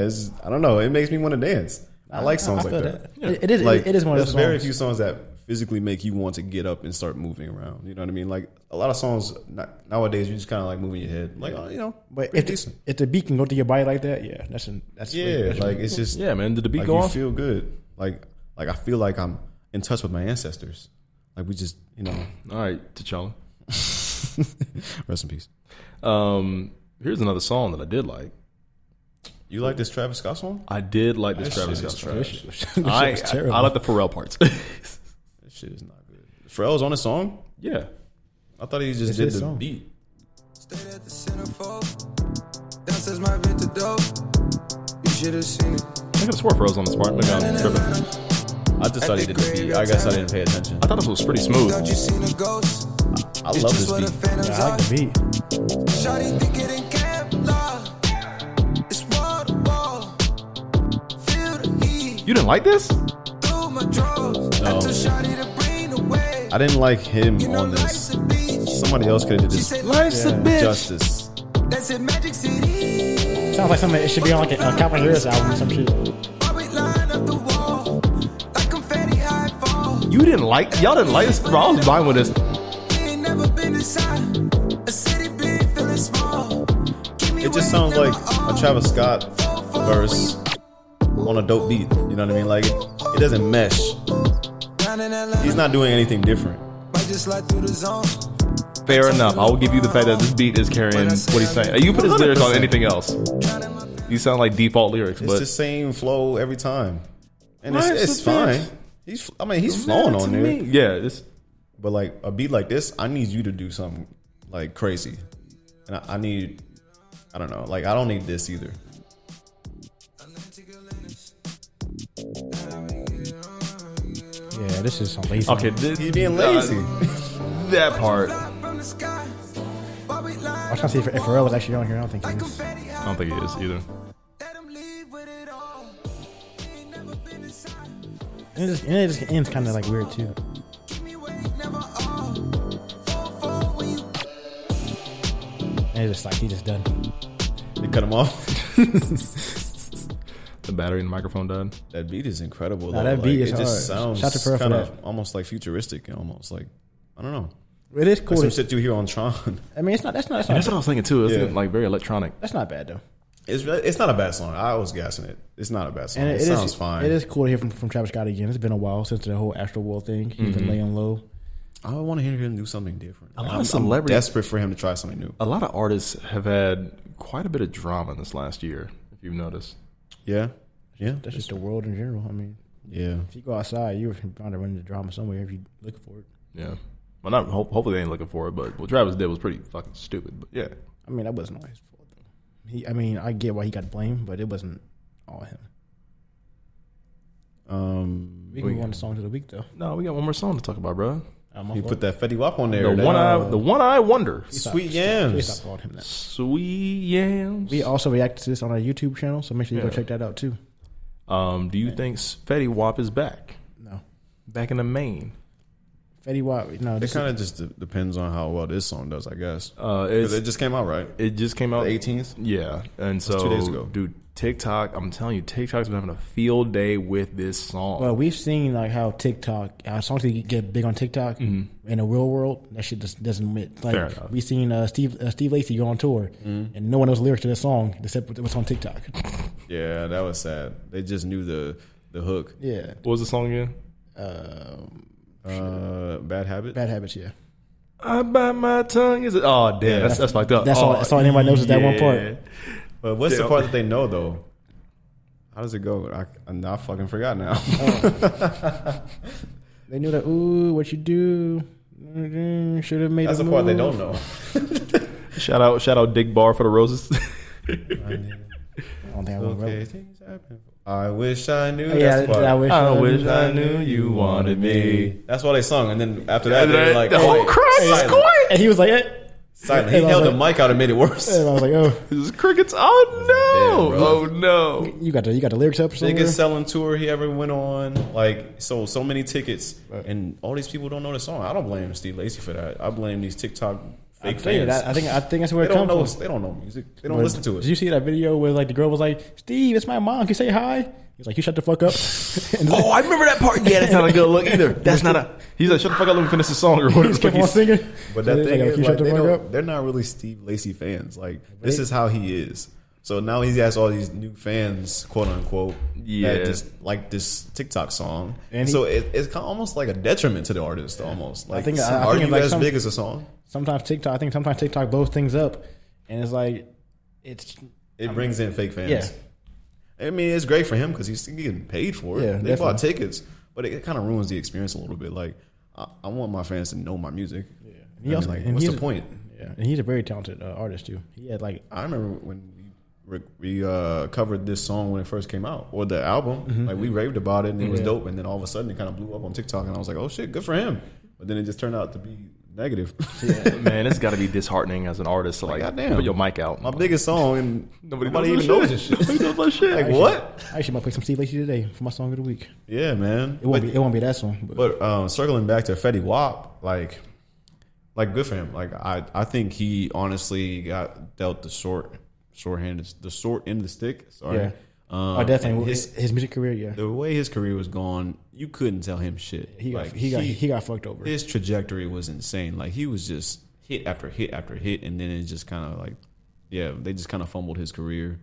Speaker 2: it's I don't know. It makes me want to dance. I like songs
Speaker 3: feel
Speaker 2: like that.
Speaker 3: It- it is.
Speaker 2: Like
Speaker 3: it is one of
Speaker 2: there's
Speaker 3: those
Speaker 2: very
Speaker 3: songs.
Speaker 2: few songs that physically make you want to get up and start moving around. You know what I mean? Like a lot of songs not, nowadays, you just kind of like moving your head, like oh, you know,
Speaker 3: But
Speaker 2: pretty
Speaker 3: if the,
Speaker 2: decent.
Speaker 3: if the beat can go through your body like that, yeah, that's an, that's pretty-
Speaker 2: yeah,
Speaker 3: that's
Speaker 2: like it's just
Speaker 1: Yeah, man. Did the beat
Speaker 2: like
Speaker 1: go
Speaker 2: you
Speaker 1: off?
Speaker 2: feel good. Like like I feel like I'm in touch with my ancestors. Like we just you know,
Speaker 1: All right, T'Challa.
Speaker 2: rest in peace.
Speaker 1: Um, here's another song that I did like.
Speaker 2: You like this Travis Scott song?
Speaker 1: I did like this
Speaker 2: That
Speaker 1: Travis
Speaker 2: shit
Speaker 1: Scott
Speaker 2: is
Speaker 1: song.
Speaker 2: trash.
Speaker 3: pretty- that shit
Speaker 1: I,
Speaker 3: was
Speaker 1: I,
Speaker 3: terrible.
Speaker 1: I like the Pharrell parts.
Speaker 2: This shit is not good. Pharrell's on a song.
Speaker 1: yeah.
Speaker 2: I thought he just
Speaker 3: It's
Speaker 2: did
Speaker 3: his
Speaker 2: the
Speaker 3: song.
Speaker 2: beat.
Speaker 5: Stayed at the centerfold. That's as my vintage dope. You should have seen it.
Speaker 1: I could have swore Pharrell's on this part. Maybe I'm tripping.
Speaker 2: I just thought he did the beat. I guess I didn't pay attention.
Speaker 1: I thought this was pretty smooth.
Speaker 5: Thought you seen a ghost.
Speaker 2: I
Speaker 5: It's
Speaker 2: love
Speaker 5: just
Speaker 2: this
Speaker 5: what the
Speaker 2: beat.
Speaker 5: phantoms
Speaker 3: I like the beat.
Speaker 5: are. Shawty think it in Kevlar. It's wall to wall. Feel the heat
Speaker 1: You didn't like this?
Speaker 5: through my drawers. I
Speaker 2: No.
Speaker 5: told Shawty to bring the wave.
Speaker 2: I didn't like him
Speaker 5: You know
Speaker 2: on
Speaker 5: life's
Speaker 2: this.
Speaker 5: a beach.
Speaker 2: Somebody else could have did
Speaker 5: She
Speaker 2: this
Speaker 5: said life's a bitch.
Speaker 2: justice.
Speaker 5: That's in Magic City.
Speaker 3: Sounds like something. It should be on like a, a Calvin Harris album or some shit.
Speaker 5: Why we line up the wall like confetti high fall.
Speaker 1: You didn't like? Y'all didn't like this? Bro, I was vibing with this.
Speaker 5: ain't never been inside a city big feeling small.
Speaker 2: It just sounds like a Travis Scott verse on a dope beat. You know what I mean? Like it, it doesn't mesh. He's not doing anything different.
Speaker 5: just slide through the zone.
Speaker 1: Fair enough. I will give you the fact that this beat is carrying what he's saying. You put his lyrics on anything else. You sound like default lyrics,
Speaker 2: It's
Speaker 1: but
Speaker 2: the same flow every time, and it's,
Speaker 1: Life's
Speaker 2: it's
Speaker 1: a
Speaker 2: fine.
Speaker 1: bitch.
Speaker 2: He's, I mean, he's flowing on
Speaker 1: To
Speaker 2: there.
Speaker 1: me, Yeah, it's
Speaker 2: But like a beat like this, I need you to do something like crazy, and I, I need, I don't know, like I don't need this either.
Speaker 3: Yeah, this is some lazy.
Speaker 1: okay. This,
Speaker 2: He's being lazy.
Speaker 1: that part,
Speaker 5: From the sky. Why we
Speaker 3: I
Speaker 5: line
Speaker 3: was trying to see if, if Pharrell was actually on here. I don't think he
Speaker 5: like
Speaker 3: is.
Speaker 5: confetti
Speaker 1: I
Speaker 5: high
Speaker 1: don't think it is either.
Speaker 5: Let 'em leave with it all. Ain't never been inside.
Speaker 3: And it just, and it just ends kind of like weird too.
Speaker 5: Keep me wait, never all. Fall, fall when you
Speaker 3: And it's just like he just done.
Speaker 2: They cut him off.
Speaker 1: The battery in the microphone died.
Speaker 2: That beat is incredible.
Speaker 3: Nah,
Speaker 2: though.
Speaker 3: that beat
Speaker 2: Like,
Speaker 3: is
Speaker 2: it just
Speaker 3: hard.
Speaker 2: sounds
Speaker 3: Shout to Pharrell for
Speaker 2: kind of
Speaker 3: that.
Speaker 2: almost like futuristic, and almost like I don't know.
Speaker 3: It is
Speaker 2: Like
Speaker 3: cool.
Speaker 2: some shit you hear on Tron.
Speaker 3: I mean, it's not. That's not. That's
Speaker 1: That's
Speaker 3: not,
Speaker 1: what I was thinking too. It's
Speaker 2: Yeah.
Speaker 1: like very electronic.
Speaker 3: that's not bad though.
Speaker 2: It's really- it's not a bad song. I was gassing it. It's not a bad song.
Speaker 3: And
Speaker 2: it,
Speaker 3: it is-
Speaker 2: sounds fine.
Speaker 3: It is cool to hear from, from Travis Scott again. It's been a while since the whole Astro World thing. He's been laying low.
Speaker 2: I want to hear him do something different.
Speaker 1: lot
Speaker 2: I'm,
Speaker 1: of
Speaker 2: I'm
Speaker 1: celebrities-
Speaker 2: desperate for him to try something new.
Speaker 1: A lot of artists have had quite a bit of drama in this last year. If you've noticed,
Speaker 2: Yeah, yeah,
Speaker 3: That's just the world in general. I mean,
Speaker 2: yeah.
Speaker 3: if you go outside, you're bound to run into drama somewhere if you look for it.
Speaker 1: yeah. Well, not ho- hopefully they ain't looking for it, but what Travis did was pretty fucking stupid. But yeah,
Speaker 3: I mean, that wasn't all his fault. Though. He, I mean, I get why he got blamed, but it wasn't all him.
Speaker 2: Um,
Speaker 3: We can move on to songs of the week though.
Speaker 1: no, we got one more song to talk about, bro.
Speaker 3: Um,
Speaker 2: you put that Fetty Wap on there.
Speaker 1: The
Speaker 2: that-
Speaker 1: one eye, the one eye wonder.
Speaker 2: Sweet
Speaker 3: Please
Speaker 2: yams.
Speaker 3: stop calling him that.
Speaker 1: Sweet yams.
Speaker 3: We also reacted to this on our YouTube channel, so make sure you
Speaker 1: Yeah.
Speaker 3: go check that out too.
Speaker 1: Um, do you think Fetty Wap is back?
Speaker 3: No,
Speaker 1: Back in the main?
Speaker 3: Fetty Wap. No,
Speaker 2: It
Speaker 3: this
Speaker 2: kind of just de- depends on how well this song does, I guess.
Speaker 1: Uh,
Speaker 2: 'Cause
Speaker 1: it's,
Speaker 2: it just came out, right?
Speaker 1: it just came out
Speaker 2: The 18th?
Speaker 1: Yeah, and so
Speaker 2: two days ago.
Speaker 1: dude, TikTok. I'm telling you, TikTok's been having a field day with this song.
Speaker 3: Well, we've seen like how TikTok, how songs that get big on TikTok
Speaker 2: Mm-hmm.
Speaker 3: in the real world, that shit just doesn't fit.
Speaker 1: Fair
Speaker 3: Like
Speaker 1: enough.
Speaker 3: we've seen uh, Steve uh, Steve Lacy go on tour, and no one knows the lyrics to that song except what- what's on TikTok.
Speaker 2: Yeah, that was sad. They just knew the the hook.
Speaker 3: yeah,
Speaker 1: what was the song again?
Speaker 3: um,
Speaker 2: Uh, Bad habit.
Speaker 3: bad habits. Yeah,
Speaker 1: I bite my tongue. Is it? Oh damn, that's, that's fucked up.
Speaker 3: That's
Speaker 1: oh,
Speaker 3: all- that's all anybody knows is that one part.
Speaker 2: But what's the
Speaker 1: Damn.
Speaker 2: part that they know though? How does it go? I, I, I fucking forgot now.
Speaker 3: They knew that. Ooh, what you do? Mm, Should have made.
Speaker 2: That's
Speaker 3: a
Speaker 2: the part they
Speaker 3: move.
Speaker 2: don't know.
Speaker 1: Shout out, shout out, Dick Bar for the roses.
Speaker 3: I don't think I wrote
Speaker 2: Okay,
Speaker 3: it.
Speaker 2: things happen. I wish I knew.
Speaker 3: Yeah,
Speaker 2: that's the part.
Speaker 3: I wish I wish
Speaker 1: knew. I knew you wanted me.
Speaker 2: That's why they sung, and then after that, they were like,
Speaker 1: the whole
Speaker 2: oh,
Speaker 1: crowd is
Speaker 2: silent,
Speaker 1: quiet.
Speaker 3: And he was like, eh.
Speaker 2: silent. He
Speaker 3: And I was
Speaker 2: held the
Speaker 3: like-
Speaker 2: mic out and made it worse.
Speaker 3: and I was like, oh,
Speaker 1: This is crickets. Oh
Speaker 2: Damn,
Speaker 1: no!
Speaker 2: bro.
Speaker 1: Oh no!
Speaker 3: you got the you got the lyrics up or something.
Speaker 2: Biggest selling tour he ever went on, like sold so many tickets, and all these people don't know the song. I don't blame Steve Lacey for that. I blame these TikTok
Speaker 3: I
Speaker 2: fake
Speaker 3: think
Speaker 2: fans.
Speaker 3: that- I think I think that's where
Speaker 2: they
Speaker 3: it
Speaker 2: don't
Speaker 3: comes
Speaker 2: know.
Speaker 3: from.
Speaker 2: They don't know music. They don't
Speaker 3: But
Speaker 2: listen to
Speaker 3: Did
Speaker 2: it.
Speaker 3: you see that video where like the girl was like, "Steve, it's my mom. Can you say hi?" He's like, "You shut the fuck up." and
Speaker 1: Oh, I remember that part. Yeah, that's not a good look either. That's not a. He's like, shut the fuck up. Let me finish the song or whatever.
Speaker 3: just kept on
Speaker 1: He's-
Speaker 3: singing.
Speaker 2: But
Speaker 3: So
Speaker 2: that
Speaker 3: it's
Speaker 2: thing
Speaker 3: like,
Speaker 2: is,
Speaker 3: "You
Speaker 2: like,
Speaker 3: shut
Speaker 2: they
Speaker 3: the fuck up.
Speaker 2: don't, they're not really Steve Lacey fans. Like this is how he is. So now he has all these new fans, quote unquote,
Speaker 1: Yeah.
Speaker 2: that just like this TikTok song.
Speaker 3: And
Speaker 2: And
Speaker 3: he-
Speaker 2: so it, it's kind of almost like a detriment to the artist, almost. Like,
Speaker 3: think- I- I
Speaker 2: are
Speaker 3: think
Speaker 2: you
Speaker 3: it's like
Speaker 2: as
Speaker 3: some-
Speaker 2: big as a song?
Speaker 3: Sometimes TikTok, I think sometimes TikTok blows things up, and it's like, it's
Speaker 2: It brings in fake fans.
Speaker 3: yeah.
Speaker 2: I mean, it's great for him because he's getting paid for it.
Speaker 3: Yeah,
Speaker 2: they bought tickets, but it, kind of ruins the experience a little bit. Like, I, I want my fans to know my music. Yeah.
Speaker 3: He also-
Speaker 2: like,
Speaker 3: and
Speaker 2: what's
Speaker 3: he's
Speaker 2: the
Speaker 3: a-
Speaker 2: point?
Speaker 3: Yeah, and he's a very talented uh, artist too. He had like
Speaker 2: I remember when we, we uh, covered this song when it first came out, or the album. Like we raved about it, and it was
Speaker 3: Mm-hmm. Yeah.
Speaker 2: dope. And then all of a sudden, it kind of blew up on TikTok, and I was like, "Oh shit, good for him!" But then it just turned out to be negative.
Speaker 1: Man, it's got to be disheartening as an artist to like
Speaker 2: goddamn.
Speaker 1: put your mic out.
Speaker 2: My biggest song, and nobody, even
Speaker 1: that
Speaker 2: knows this shit.
Speaker 1: Nobody knows my shit.
Speaker 2: like what?
Speaker 3: I actually might play some Steve Lacey today for my song of the week.
Speaker 2: Yeah, man.
Speaker 3: It won't
Speaker 2: But-
Speaker 3: be it won't be that song, but
Speaker 2: But um, circling back to Fetty Wap, like, like good for him. Like I, I think he honestly got dealt the short, shorthand, the short end of the stick. Sorry.
Speaker 3: Yeah.
Speaker 2: Um,
Speaker 3: I definitely
Speaker 2: and
Speaker 3: his,
Speaker 2: his,
Speaker 3: his music career. Yeah,
Speaker 2: the way his career was going, you couldn't tell him shit.
Speaker 3: he got
Speaker 2: Like,
Speaker 3: he got he, got fucked over.
Speaker 2: his trajectory was insane. Like he was just hit after hit after hit, and then it just kind of like, yeah, they just kind of fumbled his career.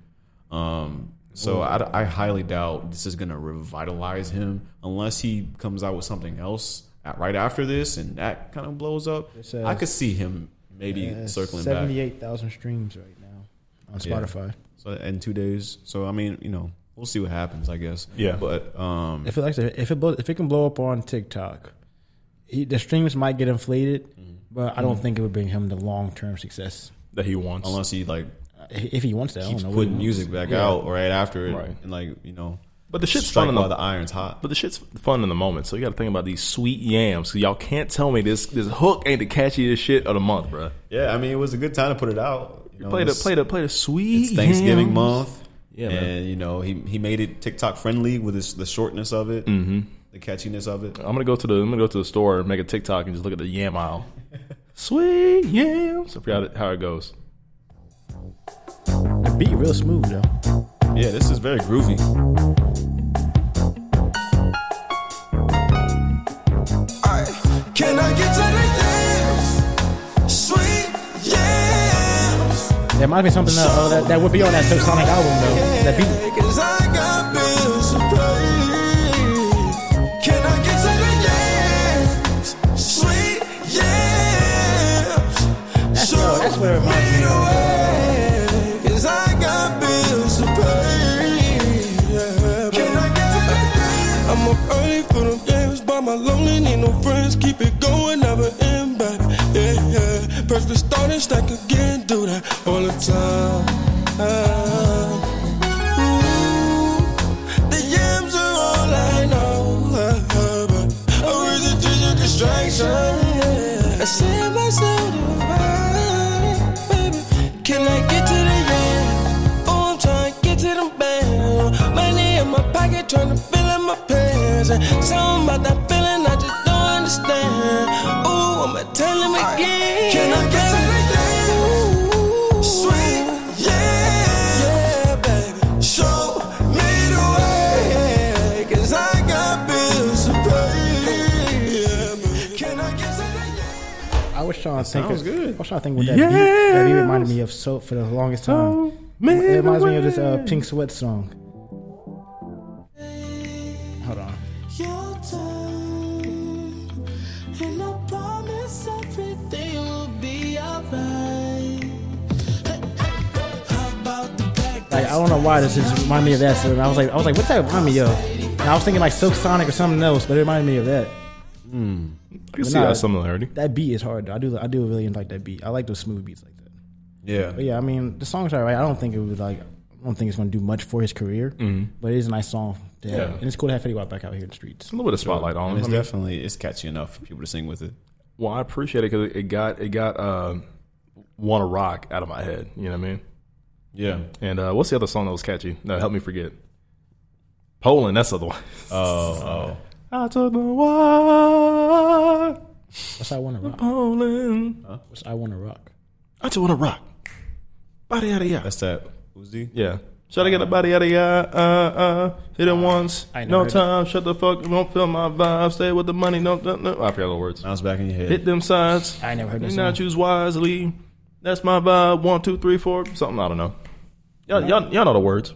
Speaker 2: Um, so I, I highly doubt this is gonna revitalize him unless he comes out with something else at, right after this, and that kind of blows up.
Speaker 3: says-
Speaker 2: I could see him maybe circling back.
Speaker 3: seventy eight thousand streams right now on Spotify.
Speaker 2: So in two days. So I mean, you know, we'll see what happens. I guess.
Speaker 1: Yeah.
Speaker 2: But um,
Speaker 3: If it like I said, if it blow, if it can blow up on TikTok, he, the streams might get inflated,
Speaker 2: Mm-hmm.
Speaker 3: but I don't think it would bring him the long term success
Speaker 1: That he wants.
Speaker 2: unless he like
Speaker 3: Uh, if he wants that. I don't
Speaker 2: keeps
Speaker 3: know. what
Speaker 2: putting
Speaker 3: he
Speaker 2: music
Speaker 3: wants.
Speaker 2: back
Speaker 3: Yeah.
Speaker 2: out right after it,
Speaker 1: Right.
Speaker 2: and like you know.
Speaker 1: But the shit's
Speaker 2: strike
Speaker 1: fun in
Speaker 2: while
Speaker 1: the-
Speaker 2: the iron's hot.
Speaker 1: But the shit's fun in the moment, so you got to think about these sweet yams. So y'all can't tell me this this hook ain't the catchiest shit of the month, bruh.
Speaker 2: Yeah, I mean, it was a good time to put it out. You know,
Speaker 1: Play the
Speaker 2: Oh, it's-
Speaker 1: play the play the sweet.
Speaker 2: It's Thanksgiving
Speaker 1: yams.
Speaker 2: month.
Speaker 1: Yeah,
Speaker 2: and
Speaker 1: man.
Speaker 2: you know he he made it TikTok friendly with his, the shortness of it, the catchiness of it.
Speaker 1: I'm gonna go to the I'm gonna go to the store and make a TikTok and just look at the yam aisle. sweet yams. I forgot it- how it goes.
Speaker 3: The beat real smooth though.
Speaker 2: Yeah, this is very groovy.
Speaker 4: Alright, Can I get to the yams? Sweet yams.
Speaker 3: That reminds me of something that, uh, that that would be on that Sonic album though. That beat.
Speaker 4: Cause I got bills to pay. Can I get to the yams? Sweet yams. That's,
Speaker 3: that's what it reminds me of.
Speaker 4: Cause I got bills to pay. Can I get to the yams? I'm up early for them games by my lonely, need no friends. Keep it going, never end back. Yeah, yeah. Press restart and stack again, do that all the time. Ooh, the yams are all I know. uh, But I was a digital distraction. I set myself to ride, baby. Can I get to the yams? Oh, I'm trying to get to them bands. Money in my pocket, trying to fill in my pants. And Something about that feeling I just don't understand. Ooh, I'ma tell him again. Can I get to the dance? Sweet, yeah. Yeah, baby. Show me the way. Cause I got bills to pay. Can I get to the dance?
Speaker 3: I was trying to think.
Speaker 2: sounds
Speaker 3: of,
Speaker 2: good.
Speaker 3: I was trying to think what that, beat, that beat reminded me of so for the longest
Speaker 1: Oh,
Speaker 3: time. Uh, It reminds me of this uh, Pink Sweat song. Hold on.
Speaker 4: your time, and I promise everything will be alright. How about the back
Speaker 3: Like I don't know why this just reminded me of that. So and I was like, I was like, what's that remind me of? And I was thinking like Silk Sonic or something else, but it reminded me of that.
Speaker 1: I can
Speaker 3: But
Speaker 1: see
Speaker 3: nah,
Speaker 1: that similarity.
Speaker 3: That beat is hard. Though. I do I do really like that beat. I like those smooth beats like that.
Speaker 2: Yeah.
Speaker 3: But yeah, I mean the song's alright. I don't think it was like I don't think it's going to do much for his career, but it is a nice song. To have.
Speaker 1: Mm-hmm. Yeah.
Speaker 3: and it's cool to have Fetty Wap back out here in the streets.
Speaker 1: A little bit of spotlight on it.
Speaker 2: It's
Speaker 1: I mean,
Speaker 2: definitely it's catchy enough for people to sing with it.
Speaker 1: well, I appreciate it because it got it got uh, "Wanna Rock" out of my head. You know what I mean?
Speaker 2: Yeah.
Speaker 1: And uh, what's the other song that was catchy? That helped me forget. Poland. That's the other one.
Speaker 2: Oh,
Speaker 1: I took the why
Speaker 3: What's I want to rock?
Speaker 1: Poland.
Speaker 3: What's I want to rock?
Speaker 1: I just wanna rock. Body out of ya.
Speaker 2: that's that. Uzi.
Speaker 1: Yeah. Should I get a body out of ya? Uh uh. Hit it once.
Speaker 3: I ain't
Speaker 1: No
Speaker 3: never heard
Speaker 1: time. Shut the fuck. Don't feel my vibe. Stay with the money. No, no, no. I forgot the words.
Speaker 2: Bounce back in your head.
Speaker 1: Hit them signs.
Speaker 3: Uh, I ain't never heard
Speaker 1: Do
Speaker 3: that
Speaker 1: not
Speaker 3: song.
Speaker 1: choose wisely. That's my vibe. One, two, three, four. Something I don't know. Y'all, y'all, y'all know the words.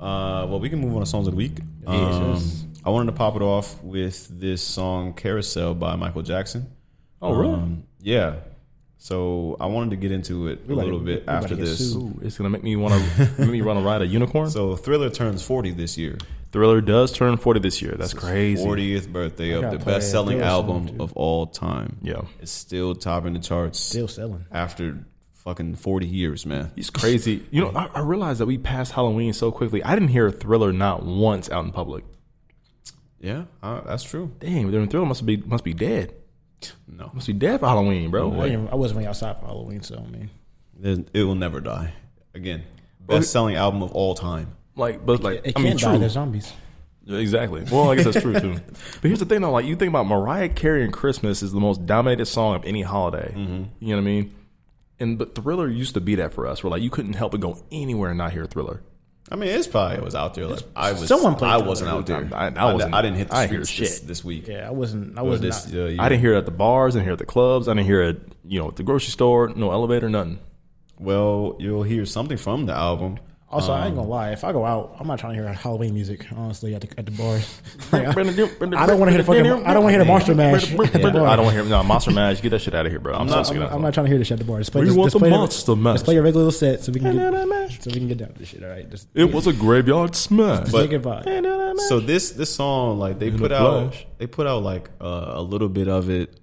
Speaker 2: Uh, well, we can move on to songs of the week. Um, I wanted to pop it off with this song "Carousel" by Michael Jackson.
Speaker 1: Oh really?
Speaker 2: Um, yeah. So I wanted to get into it a
Speaker 3: about to-
Speaker 2: little
Speaker 3: we
Speaker 2: bit
Speaker 3: about
Speaker 2: after
Speaker 3: to get
Speaker 2: this.
Speaker 3: sued.
Speaker 1: Ooh, it's gonna make me want to make me want to ride a unicorn.
Speaker 2: So Thriller turns 40 this year.
Speaker 1: Thriller does turn forty this year. That's crazy.
Speaker 2: 40th birthday
Speaker 3: gotta
Speaker 2: of the
Speaker 3: play
Speaker 2: best selling
Speaker 3: Thriller song,
Speaker 2: album of all time.
Speaker 1: Yeah.
Speaker 2: It's still topping the charts
Speaker 3: Still selling.
Speaker 2: after fucking 40 years, man.
Speaker 1: It's crazy. You know, I, I realized that we passed Halloween so quickly. I didn't hear Thriller not once out in public.
Speaker 2: Yeah, uh, that's true.
Speaker 1: Dang, then Thriller must be must be dead.
Speaker 2: No,
Speaker 1: Must be dead for Halloween, bro.
Speaker 3: I, didn't- I wasn't really outside for Halloween, so I mean,
Speaker 2: There's- it will never die. Again, best selling album of all time.
Speaker 1: Like, but like,
Speaker 3: it
Speaker 1: I
Speaker 3: can't
Speaker 1: mean,
Speaker 3: die.
Speaker 1: true.
Speaker 3: They're zombies.
Speaker 1: Yeah, Exactly. Well, I guess that's true too. But here's the thing though, like you think about Mariah Carey and Christmas is the most dominated song of any holiday. You know what I mean? And but Thriller used to be that for us. Where like you couldn't help but go anywhere and not hear Thriller.
Speaker 2: I mean, it's probably it was out there. Like I was,
Speaker 3: Someone played
Speaker 2: I
Speaker 3: Thriller.
Speaker 2: wasn't out there.
Speaker 1: I- I wasn't-
Speaker 2: I, didn't hit the
Speaker 1: I hear
Speaker 2: streets this,
Speaker 1: shit.
Speaker 2: this week.
Speaker 3: Yeah, I wasn't. I
Speaker 2: Or
Speaker 3: was
Speaker 2: this,
Speaker 3: not.
Speaker 2: uh, year.
Speaker 1: I didn't hear it at the bars, I didn't hear it at the clubs, I didn't hear it, you know, at the grocery store, no elevator, nothing.
Speaker 2: Well, you'll hear something from the album.
Speaker 3: Also,
Speaker 1: um,
Speaker 3: I ain't gonna lie. If I go out, I'm not trying to hear Halloween music. Honestly, at the at the bar, Like, I, I don't want to hear the fucking. I don't want to hear the Monster Mash. at the
Speaker 1: I
Speaker 3: bar.
Speaker 1: don't want to hear no Monster Mash. Get that shit out of here, bro. I'm,
Speaker 3: I'm
Speaker 1: not.
Speaker 3: not-
Speaker 1: sick of that
Speaker 3: I'm
Speaker 1: song.
Speaker 3: not trying to hear this shit at the bar. Just play,
Speaker 1: We
Speaker 3: just,
Speaker 1: want
Speaker 3: just
Speaker 1: the
Speaker 3: play
Speaker 1: Monster Mash.
Speaker 3: Just play your regular little set so we can
Speaker 1: Mash.
Speaker 3: get so we can get down to this shit. All right, just
Speaker 1: It was a graveyard smash.
Speaker 2: But-
Speaker 3: take it vibe.
Speaker 2: So this this song, like they put
Speaker 1: the
Speaker 2: out,
Speaker 1: flesh.
Speaker 2: they put out like uh, a little bit of it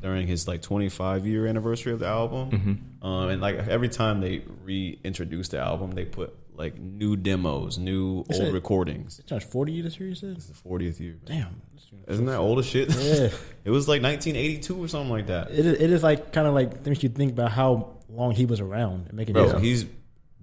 Speaker 2: during his like 25 year anniversary of the album.
Speaker 3: Mm-hmm.
Speaker 2: Um, and like every time they reintroduce the album, they put like new demos, new old
Speaker 3: it.
Speaker 2: recordings.
Speaker 3: Josh, forty you this year? You said?
Speaker 2: It's the 40th year. man.
Speaker 3: Damn,
Speaker 2: Isn't that old as shit?
Speaker 3: Yeah.
Speaker 2: it was like 1982 or something like that.
Speaker 3: it is, it is like kind of like makes you think about how long he was around and making.
Speaker 2: Bro,
Speaker 3: music.
Speaker 2: he's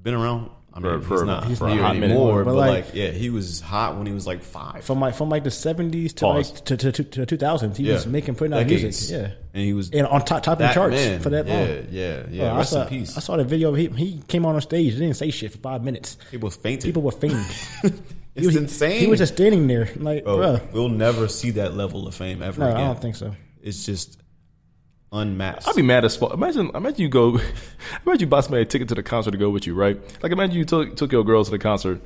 Speaker 2: been around. I mean,
Speaker 1: For-
Speaker 2: he's
Speaker 1: for-
Speaker 2: not
Speaker 1: for a
Speaker 2: here
Speaker 1: hot minute.
Speaker 2: anymore,
Speaker 3: But,
Speaker 2: but,
Speaker 3: like-
Speaker 2: like, yeah, he was hot when he was like five.
Speaker 3: from like from like the seventies to
Speaker 1: Pause.
Speaker 3: like to to, to, to two thousands. He
Speaker 2: yeah.
Speaker 3: was making putting out
Speaker 2: Decades.
Speaker 3: music. Yeah.
Speaker 2: and he was
Speaker 3: and on top top of the
Speaker 2: that
Speaker 3: charts
Speaker 2: man.
Speaker 3: for that
Speaker 2: yeah,
Speaker 3: long.
Speaker 2: Yeah, yeah,
Speaker 3: Bro, I
Speaker 2: Rest
Speaker 3: saw,
Speaker 2: in peace.
Speaker 3: I saw the video. Of him. He came on stage. He didn't say shit for five minutes.
Speaker 2: People fainted.
Speaker 3: People were fainting.
Speaker 2: it's insane.
Speaker 3: He was just standing there, like,
Speaker 2: Bro,
Speaker 3: bro.
Speaker 2: We'll never see that level of fame ever
Speaker 3: No,
Speaker 2: again.
Speaker 3: I don't think so.
Speaker 2: It's just unmatched.
Speaker 1: I'd be mad as fuck. Imagine, imagine you go, imagine you buy somebody a ticket to the concert to go with you, right? Like imagine you took took your girl to the concert,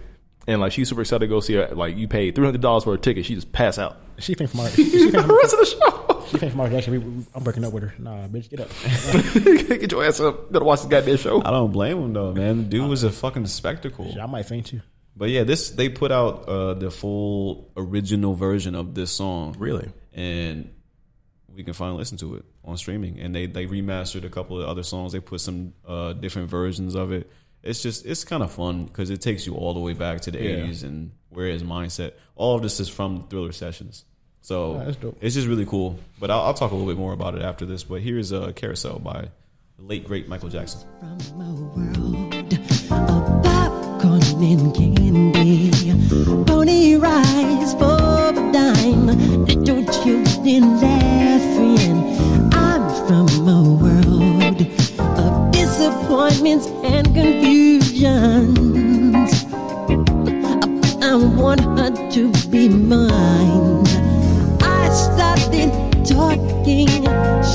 Speaker 1: and like she's super excited to go see her. Like you paid three hundred dollars for a ticket, she just pass out.
Speaker 3: She faint from our. She
Speaker 1: the
Speaker 3: faint from,
Speaker 1: rest of the show,
Speaker 3: she faint from our reaction. We, we, I'm breaking up with her. Nah, bitch, get up.
Speaker 1: get your ass up. Better watch this goddamn show.
Speaker 2: I don't blame him though, man. The dude was a fucking spectacle.
Speaker 3: I might faint too.
Speaker 2: But yeah, this they put out uh, the full original version of this song.
Speaker 1: Really?
Speaker 2: and we can finally listen to it on streaming. And they they remastered a couple of other songs. They put some uh, different versions of it. It's just it's kind of fun because it takes you all the way back to the '80s and where his mindset. All of this is from Thriller sessions, so
Speaker 3: that's dope.
Speaker 2: it's just really cool. But I'll, I'll talk a little bit more about it after this. But here's a uh, Carousel by the late great Michael Jackson.
Speaker 7: from a world of popcorn and candy. Pony rides for a dime. Little children laughing. I'm from a world of disappointments and confusions. I want her to be mine. I started talking.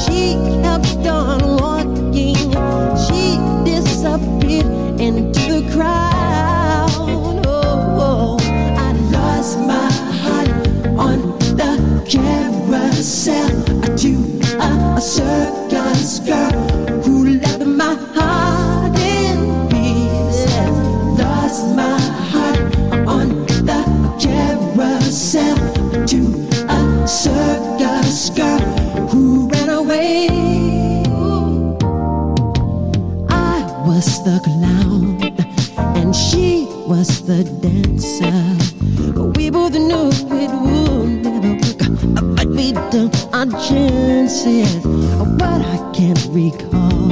Speaker 7: She kept on walking. She disappeared into the crowd. Oh, I lost my heart on the carousel. I do a, a circus girl who left my heart in pieces. The clown, and she was the dancer. But we both knew it would never work, but we took our chances. What I can't recall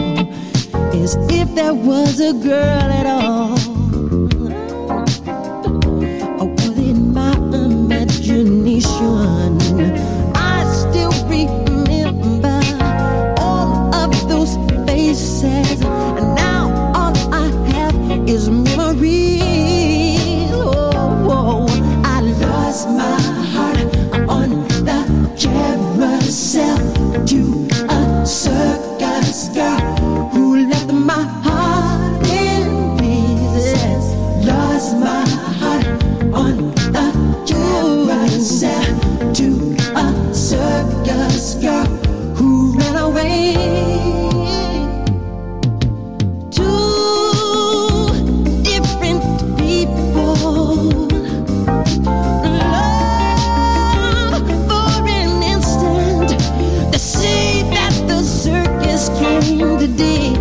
Speaker 7: is if there was a girl at all. Or within my imagination, I still remember all of those faces, and now all I have is memories. Oh, I lost my heart on the carousel to a circus girl who left my heart in pieces. Lost my heart on the carousel to a circus girl who ran away. Two different people. Love for an instant. They say that the circus came today.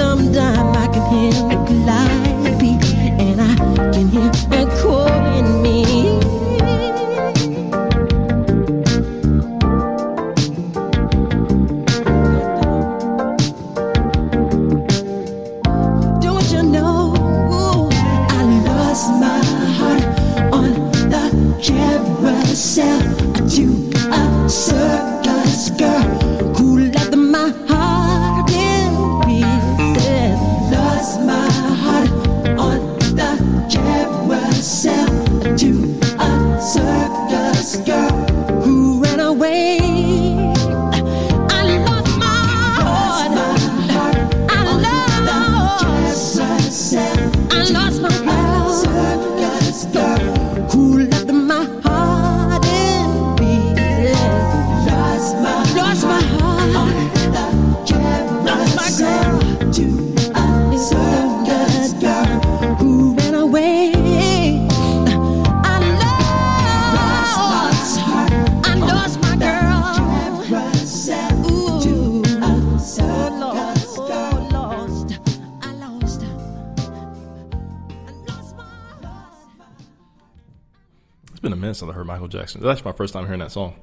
Speaker 7: Sometime I can hear a calliope, and I can hear it calling me. Don't you know I lost my heart on the carousel to a circus girl who left my heart in pieces? Lost my heart on the carousel to a circus girl who ran away. I lost my heart. I lost my heart. I lost my love. Who left my heart in pieces? Lost my lost my heart. Lost my girl to a circus girl who ran away. I lost I lost my girl. Ooh, lost, oh, lost, I lost. I lost my.
Speaker 1: It's been a minute since I heard Michael Jackson. That's my first time hearing that song.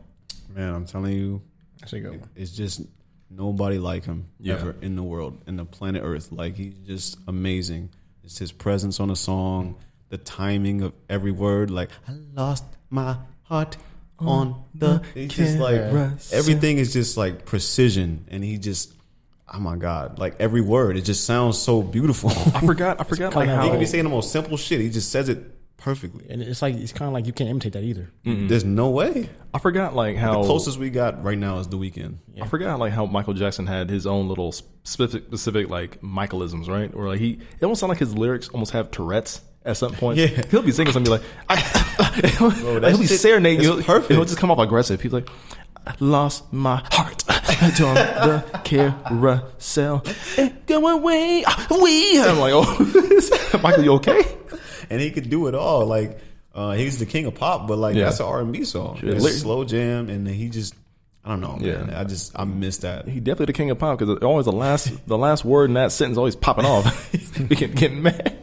Speaker 2: Man, I'm telling you,
Speaker 3: That's a good one.
Speaker 2: it's just nobody like him
Speaker 1: Yeah.
Speaker 2: ever in the world, in the planet Earth. Like he's just amazing. It's his presence on a song, the timing of every word. Like I lost my heart on the. It's just like everything is just like precision, and he just. Oh my God! Like every word, it just sounds so beautiful.
Speaker 1: I forgot. I forgot like
Speaker 3: kinda
Speaker 2: he
Speaker 1: how
Speaker 2: could be saying the most simple shit. He just says it perfectly.
Speaker 3: And it's like it's kind of like you can't imitate that either.
Speaker 1: Mm-hmm.
Speaker 2: There's no way.
Speaker 1: I forgot like
Speaker 2: The
Speaker 1: how
Speaker 2: closest we got right now is the weekend.
Speaker 1: I forgot like how Michael Jackson had his own little specific, specific like Michaelisms, right? Or like he, it almost sound like his lyrics almost have Tourette's at some point.
Speaker 2: Yeah.
Speaker 1: he'll be singing something be like, I,
Speaker 2: that
Speaker 1: he'll be
Speaker 2: shit
Speaker 1: serenading.
Speaker 2: is
Speaker 1: you. He'll-
Speaker 2: perfect.
Speaker 1: He'll just come off aggressive. He's like, I lost my heart on the carousel, It go away, we. I'm like, oh, Michael, you okay?
Speaker 2: and he could do it all. Like uh, he's the king of pop, but like
Speaker 1: Yeah.
Speaker 2: that's an R and B song.
Speaker 1: Sure.
Speaker 2: It's a slow jam, and he just I don't know. Yeah,
Speaker 1: Yeah.
Speaker 2: I just I miss that.
Speaker 1: He definitely the king of pop because always the last, the last word in that sentence always popping off. we can get mad.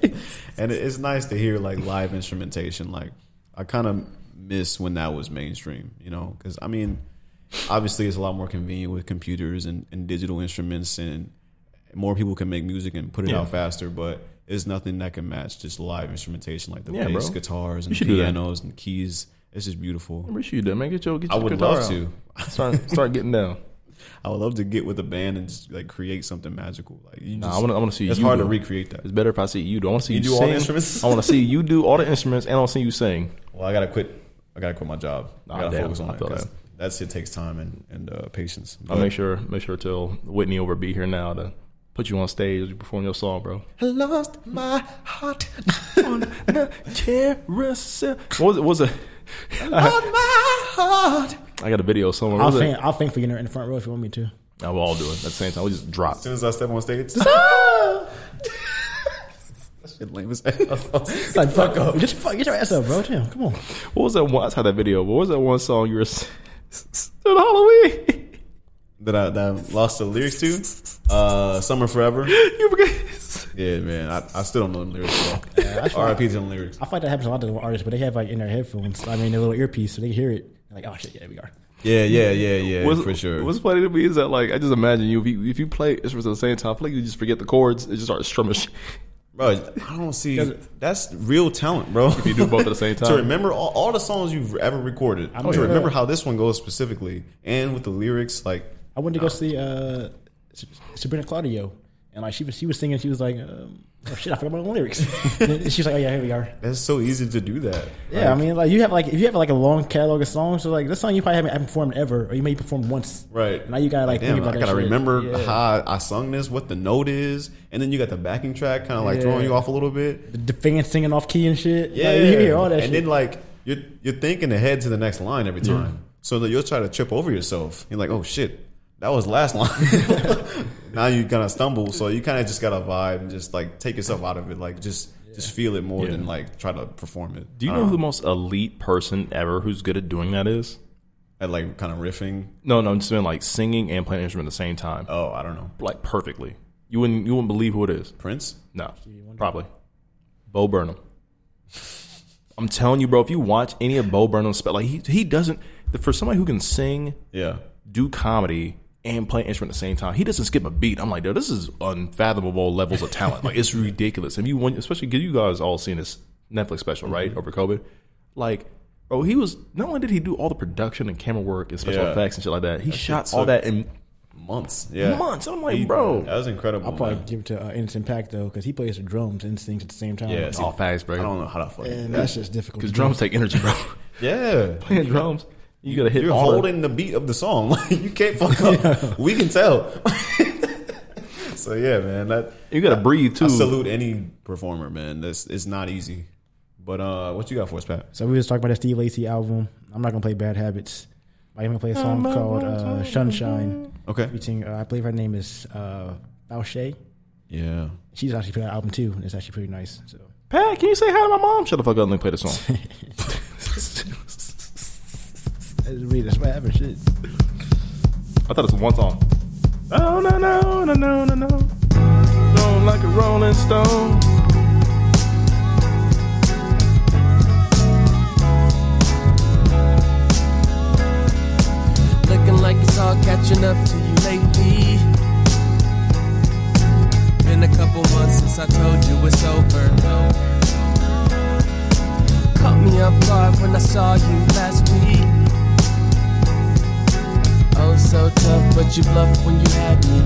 Speaker 2: And it- it's nice to hear like live instrumentation. Like I kind of miss when that was mainstream, you know? Because I mean, obviously it's a lot more convenient with computers and, and digital instruments, and more people can make music and put it
Speaker 1: Yeah.
Speaker 2: out faster. But it's nothing that can match just live instrumentation, like the
Speaker 1: Yeah,
Speaker 2: bass
Speaker 1: bro.
Speaker 2: guitars and
Speaker 1: should do that.
Speaker 2: pianos and keys. It's just beautiful.
Speaker 1: I wish you did, man. Get your get
Speaker 2: I
Speaker 1: your
Speaker 2: would
Speaker 1: guitar
Speaker 2: love
Speaker 1: out.
Speaker 2: to.
Speaker 1: Start start getting down.
Speaker 2: I would love to get with a band and just like create something magical. Like you just,
Speaker 1: Nah, I want to. I want to see.
Speaker 2: It's
Speaker 1: you
Speaker 2: hard
Speaker 1: do
Speaker 2: to
Speaker 1: it.
Speaker 2: recreate that.
Speaker 1: It's better if I see you do. I want to see you,
Speaker 2: do all the
Speaker 1: sing.
Speaker 2: instruments?
Speaker 1: I want to see you do all the instruments, and I want to see you sing.
Speaker 2: Well, I gotta quit. I gotta quit my job.
Speaker 1: Nah,
Speaker 2: I gotta
Speaker 1: damn,
Speaker 2: focus on
Speaker 1: I
Speaker 2: that.
Speaker 1: feel
Speaker 2: 'cause
Speaker 1: that.
Speaker 2: That shit takes time and and uh, patience.
Speaker 1: I'll
Speaker 2: But-
Speaker 1: make sure make sure till Whitney over be here now to put you on stage as you perform your song, bro. I lost my heart on the carousel. What was it? What was it? I got a video somewhere. What
Speaker 3: I'll
Speaker 1: was it?
Speaker 3: thank, I'll thank for getting her in the front row if you want me to.
Speaker 1: I will all do it at the same time. We just drop.
Speaker 2: As soon as I step on stage, shit lame as hell.
Speaker 3: It's like fuck up. Just fuck, get your ass up, bro. Damn, come on.
Speaker 1: What was that one? I saw that video. What was that one song you were s- s- on Halloween?
Speaker 2: that I that I lost the lyrics to. Uh, Summer Forever.
Speaker 1: You forget.
Speaker 2: Yeah, man. I, I still don't know the lyrics. Bro. R.I.P. to the lyrics.
Speaker 3: I feel like that happens a lot to artists, but they have like in their headphones. I mean, their little earpiece, so they hear it. Like, oh shit, yeah, we are.
Speaker 2: Yeah, yeah, yeah, yeah. for sure.
Speaker 1: What's funny to me is that like I just imagine you if you, if you play instruments at the same time, I feel like you just forget the chords and just start strumming. shit.
Speaker 2: bro, I don't see. That's real talent, bro. If
Speaker 1: You do both at the same time.
Speaker 2: to remember all, all the songs you've ever recorded.
Speaker 3: I'm
Speaker 2: to
Speaker 3: sure.
Speaker 2: remember how this one goes specifically and with the lyrics, like
Speaker 3: I went to go see uh, S- Sabrina Claudio, and like she was, she was singing. She was like, um, oh shit, I forgot my own lyrics. and she's like, oh yeah, here we are.
Speaker 2: that's so easy to do that.
Speaker 3: Yeah, I mean, like you have like if you have like a long catalog of songs, so like this song you probably haven't, haven't performed ever, or you may perform once.
Speaker 2: Right.
Speaker 3: now you gotta like
Speaker 2: Damn,
Speaker 3: think about
Speaker 2: I
Speaker 3: that
Speaker 2: gotta
Speaker 3: shit.
Speaker 2: remember
Speaker 3: Yeah.
Speaker 2: how I sung this, what the note is, and then you got the backing track kind of like
Speaker 3: Yeah.
Speaker 2: throwing you off a little bit.
Speaker 3: the fans singing off key and shit.
Speaker 2: Yeah,
Speaker 3: Yeah, like, you hear all that
Speaker 2: and
Speaker 3: shit.
Speaker 2: then like you're you're thinking ahead to the next line every time, so that you'll try to trip over yourself. You're like, oh shit, that was last line. now you kind of stumble, so you kind of just gotta vibe and just like take yourself out of it, like just just feel it more
Speaker 1: Yeah.
Speaker 2: than like try to perform it.
Speaker 1: Do you know who the most elite person ever who's good at doing that is?
Speaker 2: At like kind of riffing.
Speaker 1: No, no, I'm just mean like singing and playing an instrument at the same time,
Speaker 2: Oh, I don't know,
Speaker 1: like perfectly. You wouldn't you wouldn't believe who it is.
Speaker 2: Prince.
Speaker 1: No, probably Bo Burnham. I'm telling you, bro. If you watch any of Bo Burnham's spell, like he he doesn't for somebody who can sing,
Speaker 2: Yeah,
Speaker 1: do comedy, and play an instrument at the same time, he doesn't skip a beat. I'm like, dude, this is unfathomable levels of talent. like it's ridiculous. And you want, especially because you guys all seen this Netflix special,
Speaker 2: Mm-hmm.
Speaker 1: right? Over COVID, like. Bro, he was not only did he do all the production and camera work and special
Speaker 2: Yeah.
Speaker 1: effects and shit like that, he shot all
Speaker 2: took-
Speaker 1: that in
Speaker 2: months. Yeah,
Speaker 1: months. I'm like, bro,
Speaker 2: that was incredible.
Speaker 3: I'll probably
Speaker 2: man.
Speaker 3: give it to uh, Innocent Pack though, because he plays the drums and sings at the same time.
Speaker 2: Yeah, see,
Speaker 1: all facts, bro.
Speaker 2: I don't know how to fucking.
Speaker 3: and that's just difficult.
Speaker 1: Because
Speaker 3: to do.
Speaker 1: drums take energy, bro.
Speaker 2: Yeah,
Speaker 1: Playing drums, you gotta hit
Speaker 2: You're
Speaker 1: all the-
Speaker 2: holding the beat of the song. Like you can't fuck up. We can tell. so yeah, man. That
Speaker 1: You gotta breathe too.
Speaker 2: I salute any performer, man. That's it's not easy. But uh, what you got for us, Pat?
Speaker 3: So we was talking about that Steve Lacy album. I'm not gonna play Bad Habits. I'm gonna play a song called uh, Sunshine.
Speaker 2: Okay.
Speaker 3: Featuring, uh, I believe her name is uh, Fauché.
Speaker 2: Yeah.
Speaker 3: She's actually put out an album too, and it's actually pretty nice. So
Speaker 1: Pat, can you say hi to my mom? Shut the fuck up and let me play the song.
Speaker 3: that's really that's what happened. Shit.
Speaker 1: I thought it was one song. Oh no no no no no no. Don't like a rolling stone.
Speaker 8: Looking like it's all catching up to you lately. Been a couple months since I told you it's over. Caught me off guard when I saw you last week. Oh, so tough, but you bluffed when you had me.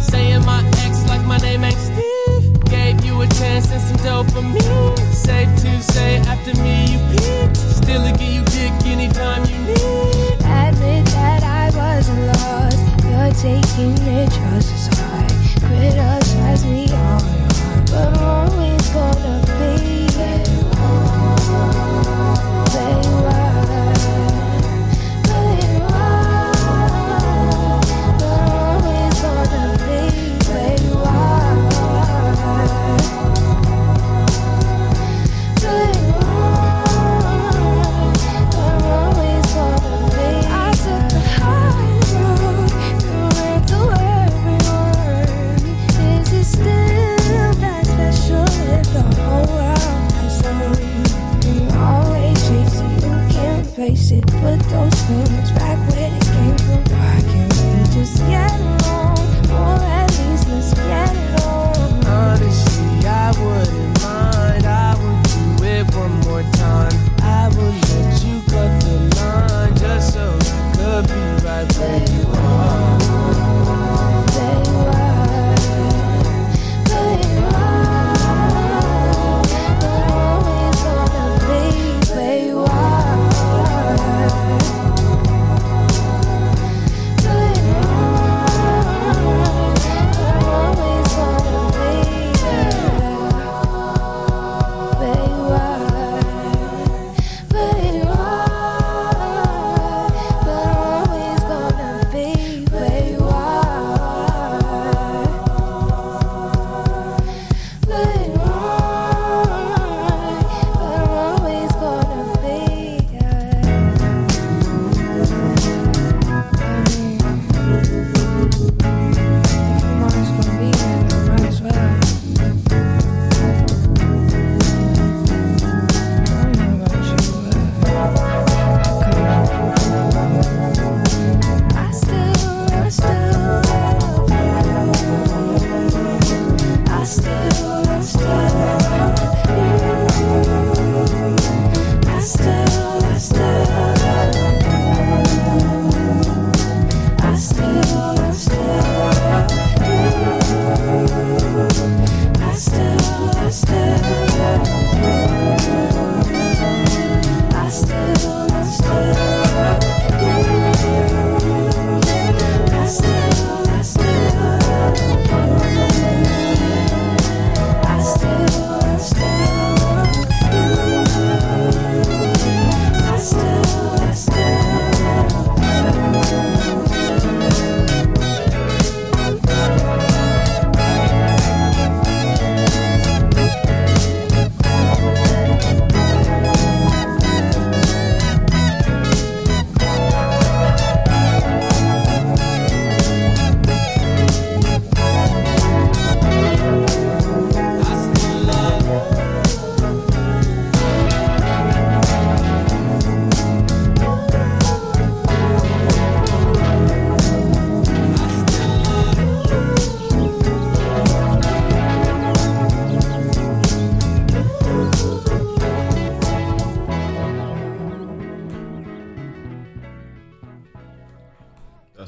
Speaker 8: Saying my ex like my name ain't Steve. Gave you a chance and some dopamine. Safe to say after me you peeped. Still give you dick anytime you need.
Speaker 4: Admit that I wasn't lost. You're taking it just as hard. Criticize me all you want, but I'm always gonna be that you are. That you are. But I'm always gonna be that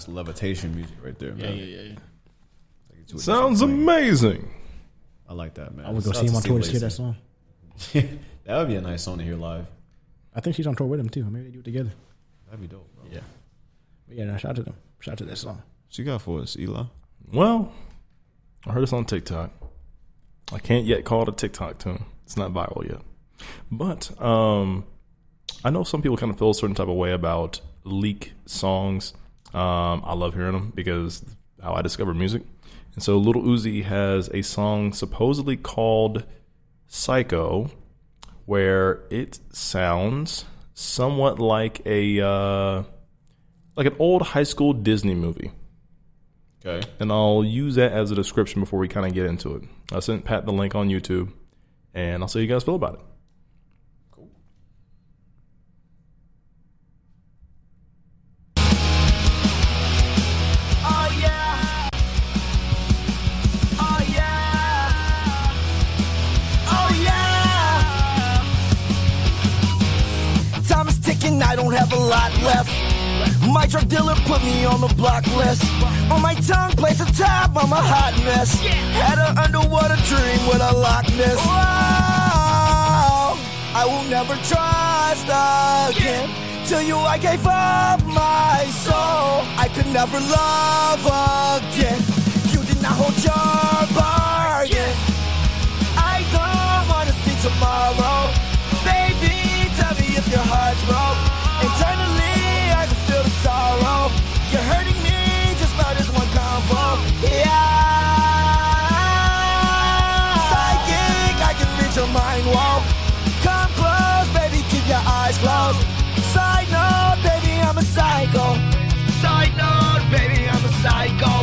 Speaker 2: meditation music right there,
Speaker 9: Yeah,
Speaker 2: man.
Speaker 9: yeah, yeah.
Speaker 2: Take it to a
Speaker 1: Sounds
Speaker 2: different plane.
Speaker 1: amazing.
Speaker 2: I like that, man.
Speaker 3: I would go
Speaker 2: Shout out
Speaker 3: see him
Speaker 2: to
Speaker 3: on
Speaker 2: Steve
Speaker 3: tour to hear that
Speaker 2: Lacy.
Speaker 3: song.
Speaker 2: that would be a nice song to hear live.
Speaker 3: I think she's on tour with him too. Maybe they do it together.
Speaker 2: That'd be dope, bro.
Speaker 3: Yeah. But yeah, no, shout out to them. Shout out to that song.
Speaker 2: What you got for us, Eli?
Speaker 1: Well, I heard this on TikTok. I can't yet call it a TikTok tune. It's not viral yet. But um, I know some people kind of feel a certain type of way about leak songs. Um, I love hearing them because how I discover music. And so Little Uzi has a song supposedly called Psycho, where it sounds somewhat like a uh, like an old high school Disney movie
Speaker 2: Okay.
Speaker 1: and I'll use that as a description before we kind of get into it. I sent Pat the link on YouTube, and I'll see how you guys feel about it.
Speaker 5: Oh yeah. Oh yeah. Oh yeah. Time is ticking, I don't have a lot left. My drug dealer put me on the block list. On my tongue, place a tab, I'm a hot mess. Had an underwater dream with a Loch Ness. Wow, I will never trust again. Till you, I gave up my soul. I could never love again. You did not hold your bargain. I don't wanna see tomorrow. Baby, tell me if your heart's broke. Internally, I can feel the sorrow. You're hurting me just by this one convo. Yeah. Psychic, I can read your mind wall. Come close, baby, keep your eyes closed. Side note, baby, I'm a psycho. Side note, baby, I'm a psycho.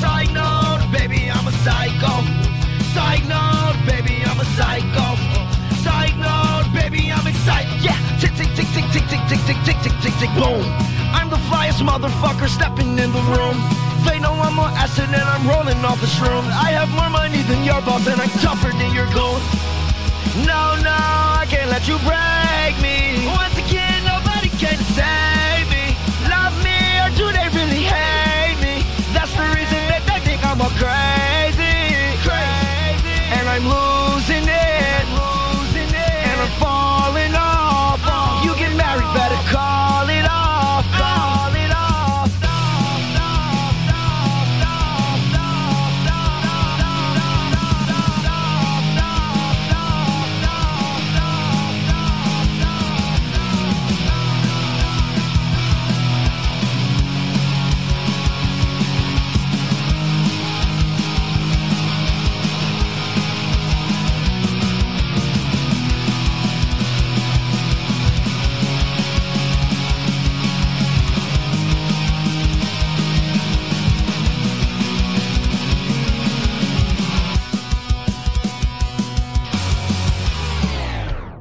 Speaker 5: Side note, baby, I'm a psycho. Side note, baby, I'm a psycho. Side note, baby, I'm excited. Yeah, tick, tick, tick, tick, tick, tick, tick, tick, tick, tick, tick, tick, boom. I'm the flyest motherfucker stepping in the room. They know I'm on acid and I'm rolling off the shrooms. I have more money than your boss and I'm tougher than your goon. No, no, I can't let you break me. Once again, nobody can save me. Love me or do they really hate me? That's the reason that they think I'm all crazy. Crazy. And I'm losing it. Losing it. And I'm falling off. You get married, better call it off. Call it off.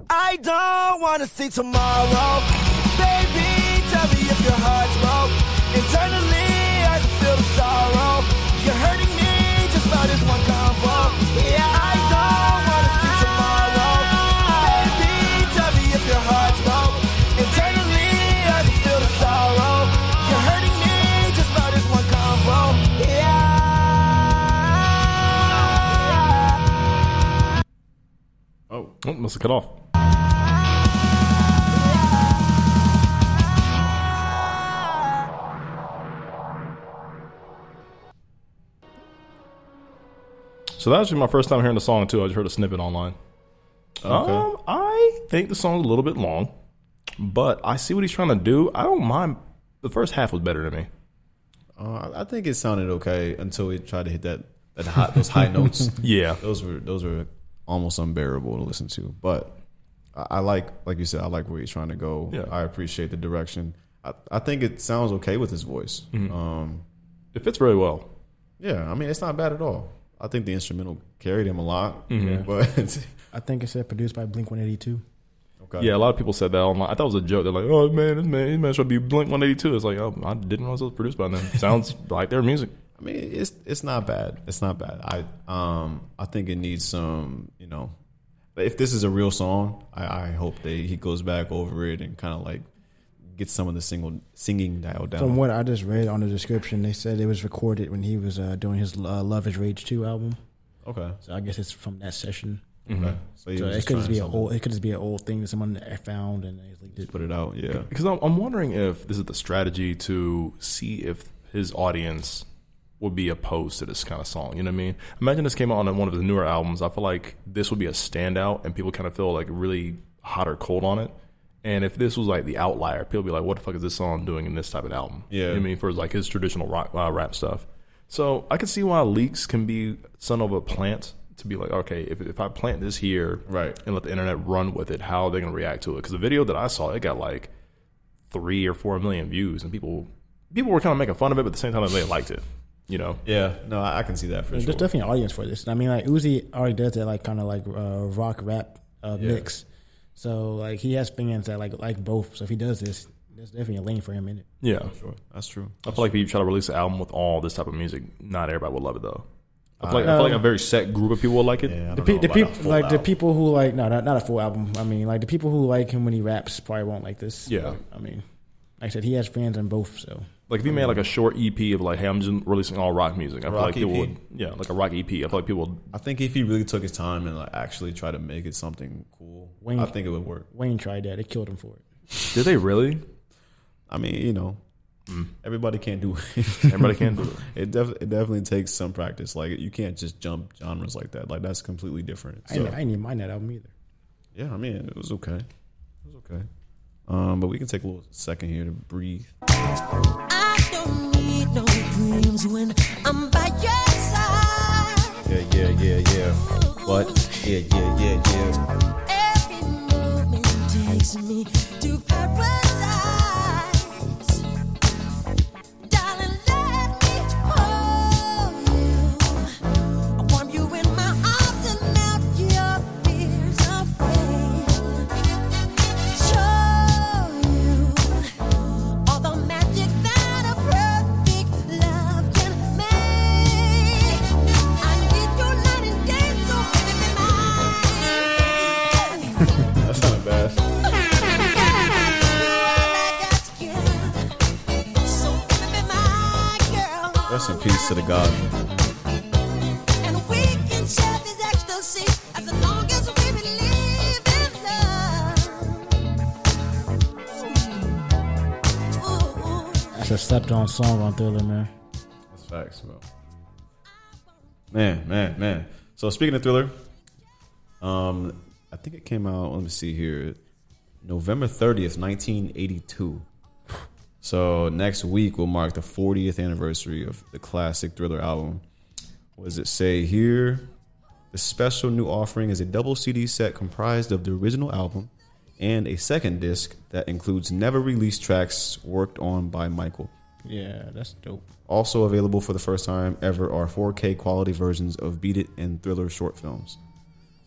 Speaker 5: I don't wanna see tomorrow. Baby, tell me if your heart's broke. Internally, I can feel the sorrow. You're hurting me just by this one convo. Yeah, I don't wanna see tomorrow. Baby, tell me if your heart's broke. Internally, I can feel the sorrow. You're hurting me just by this one convo. Yeah.
Speaker 2: Oh,
Speaker 1: Oh, must have cut off. So that was actually my first time hearing the song too. I just heard a snippet online. Um, I think the song's a little bit long, but I see what he's trying to do. I don't mind. The first half was better to me.
Speaker 2: uh, I I think it sounded okay until we tried to hit that that hot those high notes.
Speaker 1: Yeah,
Speaker 2: Those were those were almost unbearable to listen to. But I, I like like you said, I like where he's trying to go.
Speaker 1: Yeah.
Speaker 2: I appreciate the direction. I, I think it sounds okay with his voice. Um,
Speaker 1: it fits really well.
Speaker 2: yeah, I mean it's not bad at all. I think the instrumental carried him a lot, but
Speaker 3: I think it said produced by Blink 182.
Speaker 2: okay.
Speaker 1: Yeah, a lot of people said that online. I thought it was a joke. They're like, "Oh man, this man, this man should be Blink 182." It's like, oh, I didn't realize it was produced by them. Sounds like their music.
Speaker 2: I mean, it's it's not bad. It's not bad. I um I think it needs some, you know, if this is a real song, I, I hope they he goes back over it and kind of like get some of the single singing dialed down.
Speaker 3: From what I just read on the description, they said it was recorded when he was uh, doing his uh, Love Is Rage two album.
Speaker 2: okay,
Speaker 3: So I guess it's from that session.
Speaker 2: okay. So, you
Speaker 3: So
Speaker 2: was
Speaker 3: it could just
Speaker 2: trying
Speaker 3: be an
Speaker 2: something.
Speaker 3: old. It could just be an old thing that someone found and they leaked it.
Speaker 2: put it out. Yeah,
Speaker 1: Because I'm, I'm wondering if this is the strategy to see if his audience would be opposed to this kind of song. You know what I mean? Imagine this came out on one of the newer albums. I feel like this would be a standout, and people kind of feel like really hot or cold on it. And if this was like the outlier, people be like, "What the fuck is this song doing in this type of album?" You know what
Speaker 2: Yeah.
Speaker 1: I mean, for like his traditional rock, uh, rap stuff. So I can see why leaks can be son of a plant to be like, okay, if, if I plant this here,
Speaker 2: Right.
Speaker 1: and let the internet run with it, how are they gonna react to it? Because the video that I saw, it got like three or four million views, and people people were kind of making fun of it, but at the same time, they liked it. You know,
Speaker 2: yeah. No, I, I can see that for
Speaker 3: There's
Speaker 2: sure.
Speaker 3: definitely an audience for this. I mean, like Uzi already does that, like kind of like uh, rock rap uh, mix. So like he has fans that like like both. So if he does this, there's definitely a lane for him in it.
Speaker 1: yeah.
Speaker 2: That's true.
Speaker 1: I feel like if you try to release an album with all this type of music, not everybody would love it though. I feel like, I feel like a very set group of people will like it.
Speaker 2: Uh, Yeah,
Speaker 3: The,
Speaker 2: I don't
Speaker 3: pe- the
Speaker 2: know about a
Speaker 3: people
Speaker 2: full
Speaker 3: like the
Speaker 2: album.
Speaker 3: people who like no not, not a full album. I mean like the people who like him when he raps probably won't like this.
Speaker 1: Yeah.
Speaker 3: I mean, like I said, he has fans on both. So
Speaker 1: Like if you made like a short EP of like, hey, I'm just releasing all Mm. rock E music. I feel
Speaker 2: Rock
Speaker 1: like people
Speaker 2: EP.
Speaker 1: would, yeah, like a rock EP. I feel like people would
Speaker 2: I think if he really took his time and like actually tried to make it something cool,
Speaker 3: Wayne-
Speaker 2: I think it would work.
Speaker 3: Wayne tried that. It killed him for it.
Speaker 1: Did they really?
Speaker 2: I mean, you know, everybody can't do it.
Speaker 1: Everybody can do it.
Speaker 2: It, def- it definitely takes some practice. Like you can't just jump genres like that. Like that's completely different.
Speaker 3: I, didn't,
Speaker 2: So,
Speaker 3: I didn't even mind that album either.
Speaker 2: yeah, I mean, it was okay. It was okay. Um, but we can take a little second here to breathe.
Speaker 7: I don't need no dreams when I'm by your side.
Speaker 2: Yeah, yeah, yeah, yeah. But yeah, yeah, yeah, yeah.
Speaker 7: Every moment takes me to paradise. Darling, let me hold you. I want you in my arms and melt your fears away. Show you all the magic that a perfect love can make. I need you night and day, so baby, be mine.
Speaker 2: That's not bad. Rest in peace to the God.
Speaker 7: And we can share this ecstasy as long as we believe in love. Ooh. Ooh.
Speaker 3: That's a slept on song on Thriller, man.
Speaker 2: That's facts, bro. Man, man, man. So speaking of Thriller, um, I think it came out. Let me see here, November thirtieth, nineteen eighty-two. So next week will mark the fortieth anniversary of the classic Thriller album. What does it say here? The special new offering is a double CD set comprised of the original album and a second disc that includes never released tracks worked on by Michael.
Speaker 3: Yeah, that's dope.
Speaker 2: Also available for the first time ever are 4K quality versions of Beat It and Thriller short films.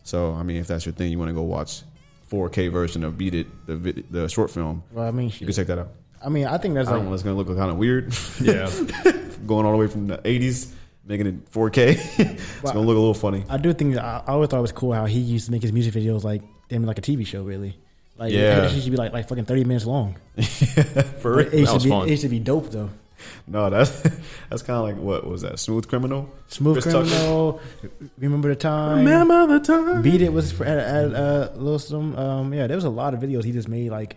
Speaker 2: So, I mean, if that's your thing, you want to go watch 4K version of Beat It, the vid- the short film.
Speaker 3: Well, I mean,
Speaker 2: You can
Speaker 3: shit.
Speaker 2: check that out.
Speaker 3: I mean, I think that's
Speaker 2: I don't know.
Speaker 3: like
Speaker 2: It's gonna look kind of weird,
Speaker 1: Yeah,
Speaker 2: going all the way from the 80s, making it 4K. it's gonna look a little funny.
Speaker 3: I do think I I always thought it was cool how he used to make his music videos like damn like a TV show really. Like
Speaker 2: Yeah.
Speaker 3: it should be like like fucking thirty minutes long.
Speaker 2: For
Speaker 3: It
Speaker 2: real.
Speaker 3: should
Speaker 1: was
Speaker 3: be
Speaker 1: fun.
Speaker 3: it should be dope though.
Speaker 2: No, that's that's kind of like what was that? Smooth Criminal.
Speaker 3: Smooth
Speaker 2: Chris Tucker?
Speaker 3: criminal. Remember the time. Remember the time. Beat it was for, at, at uh, Lil Slim. Um, yeah, there was a lot of videos he just made. Like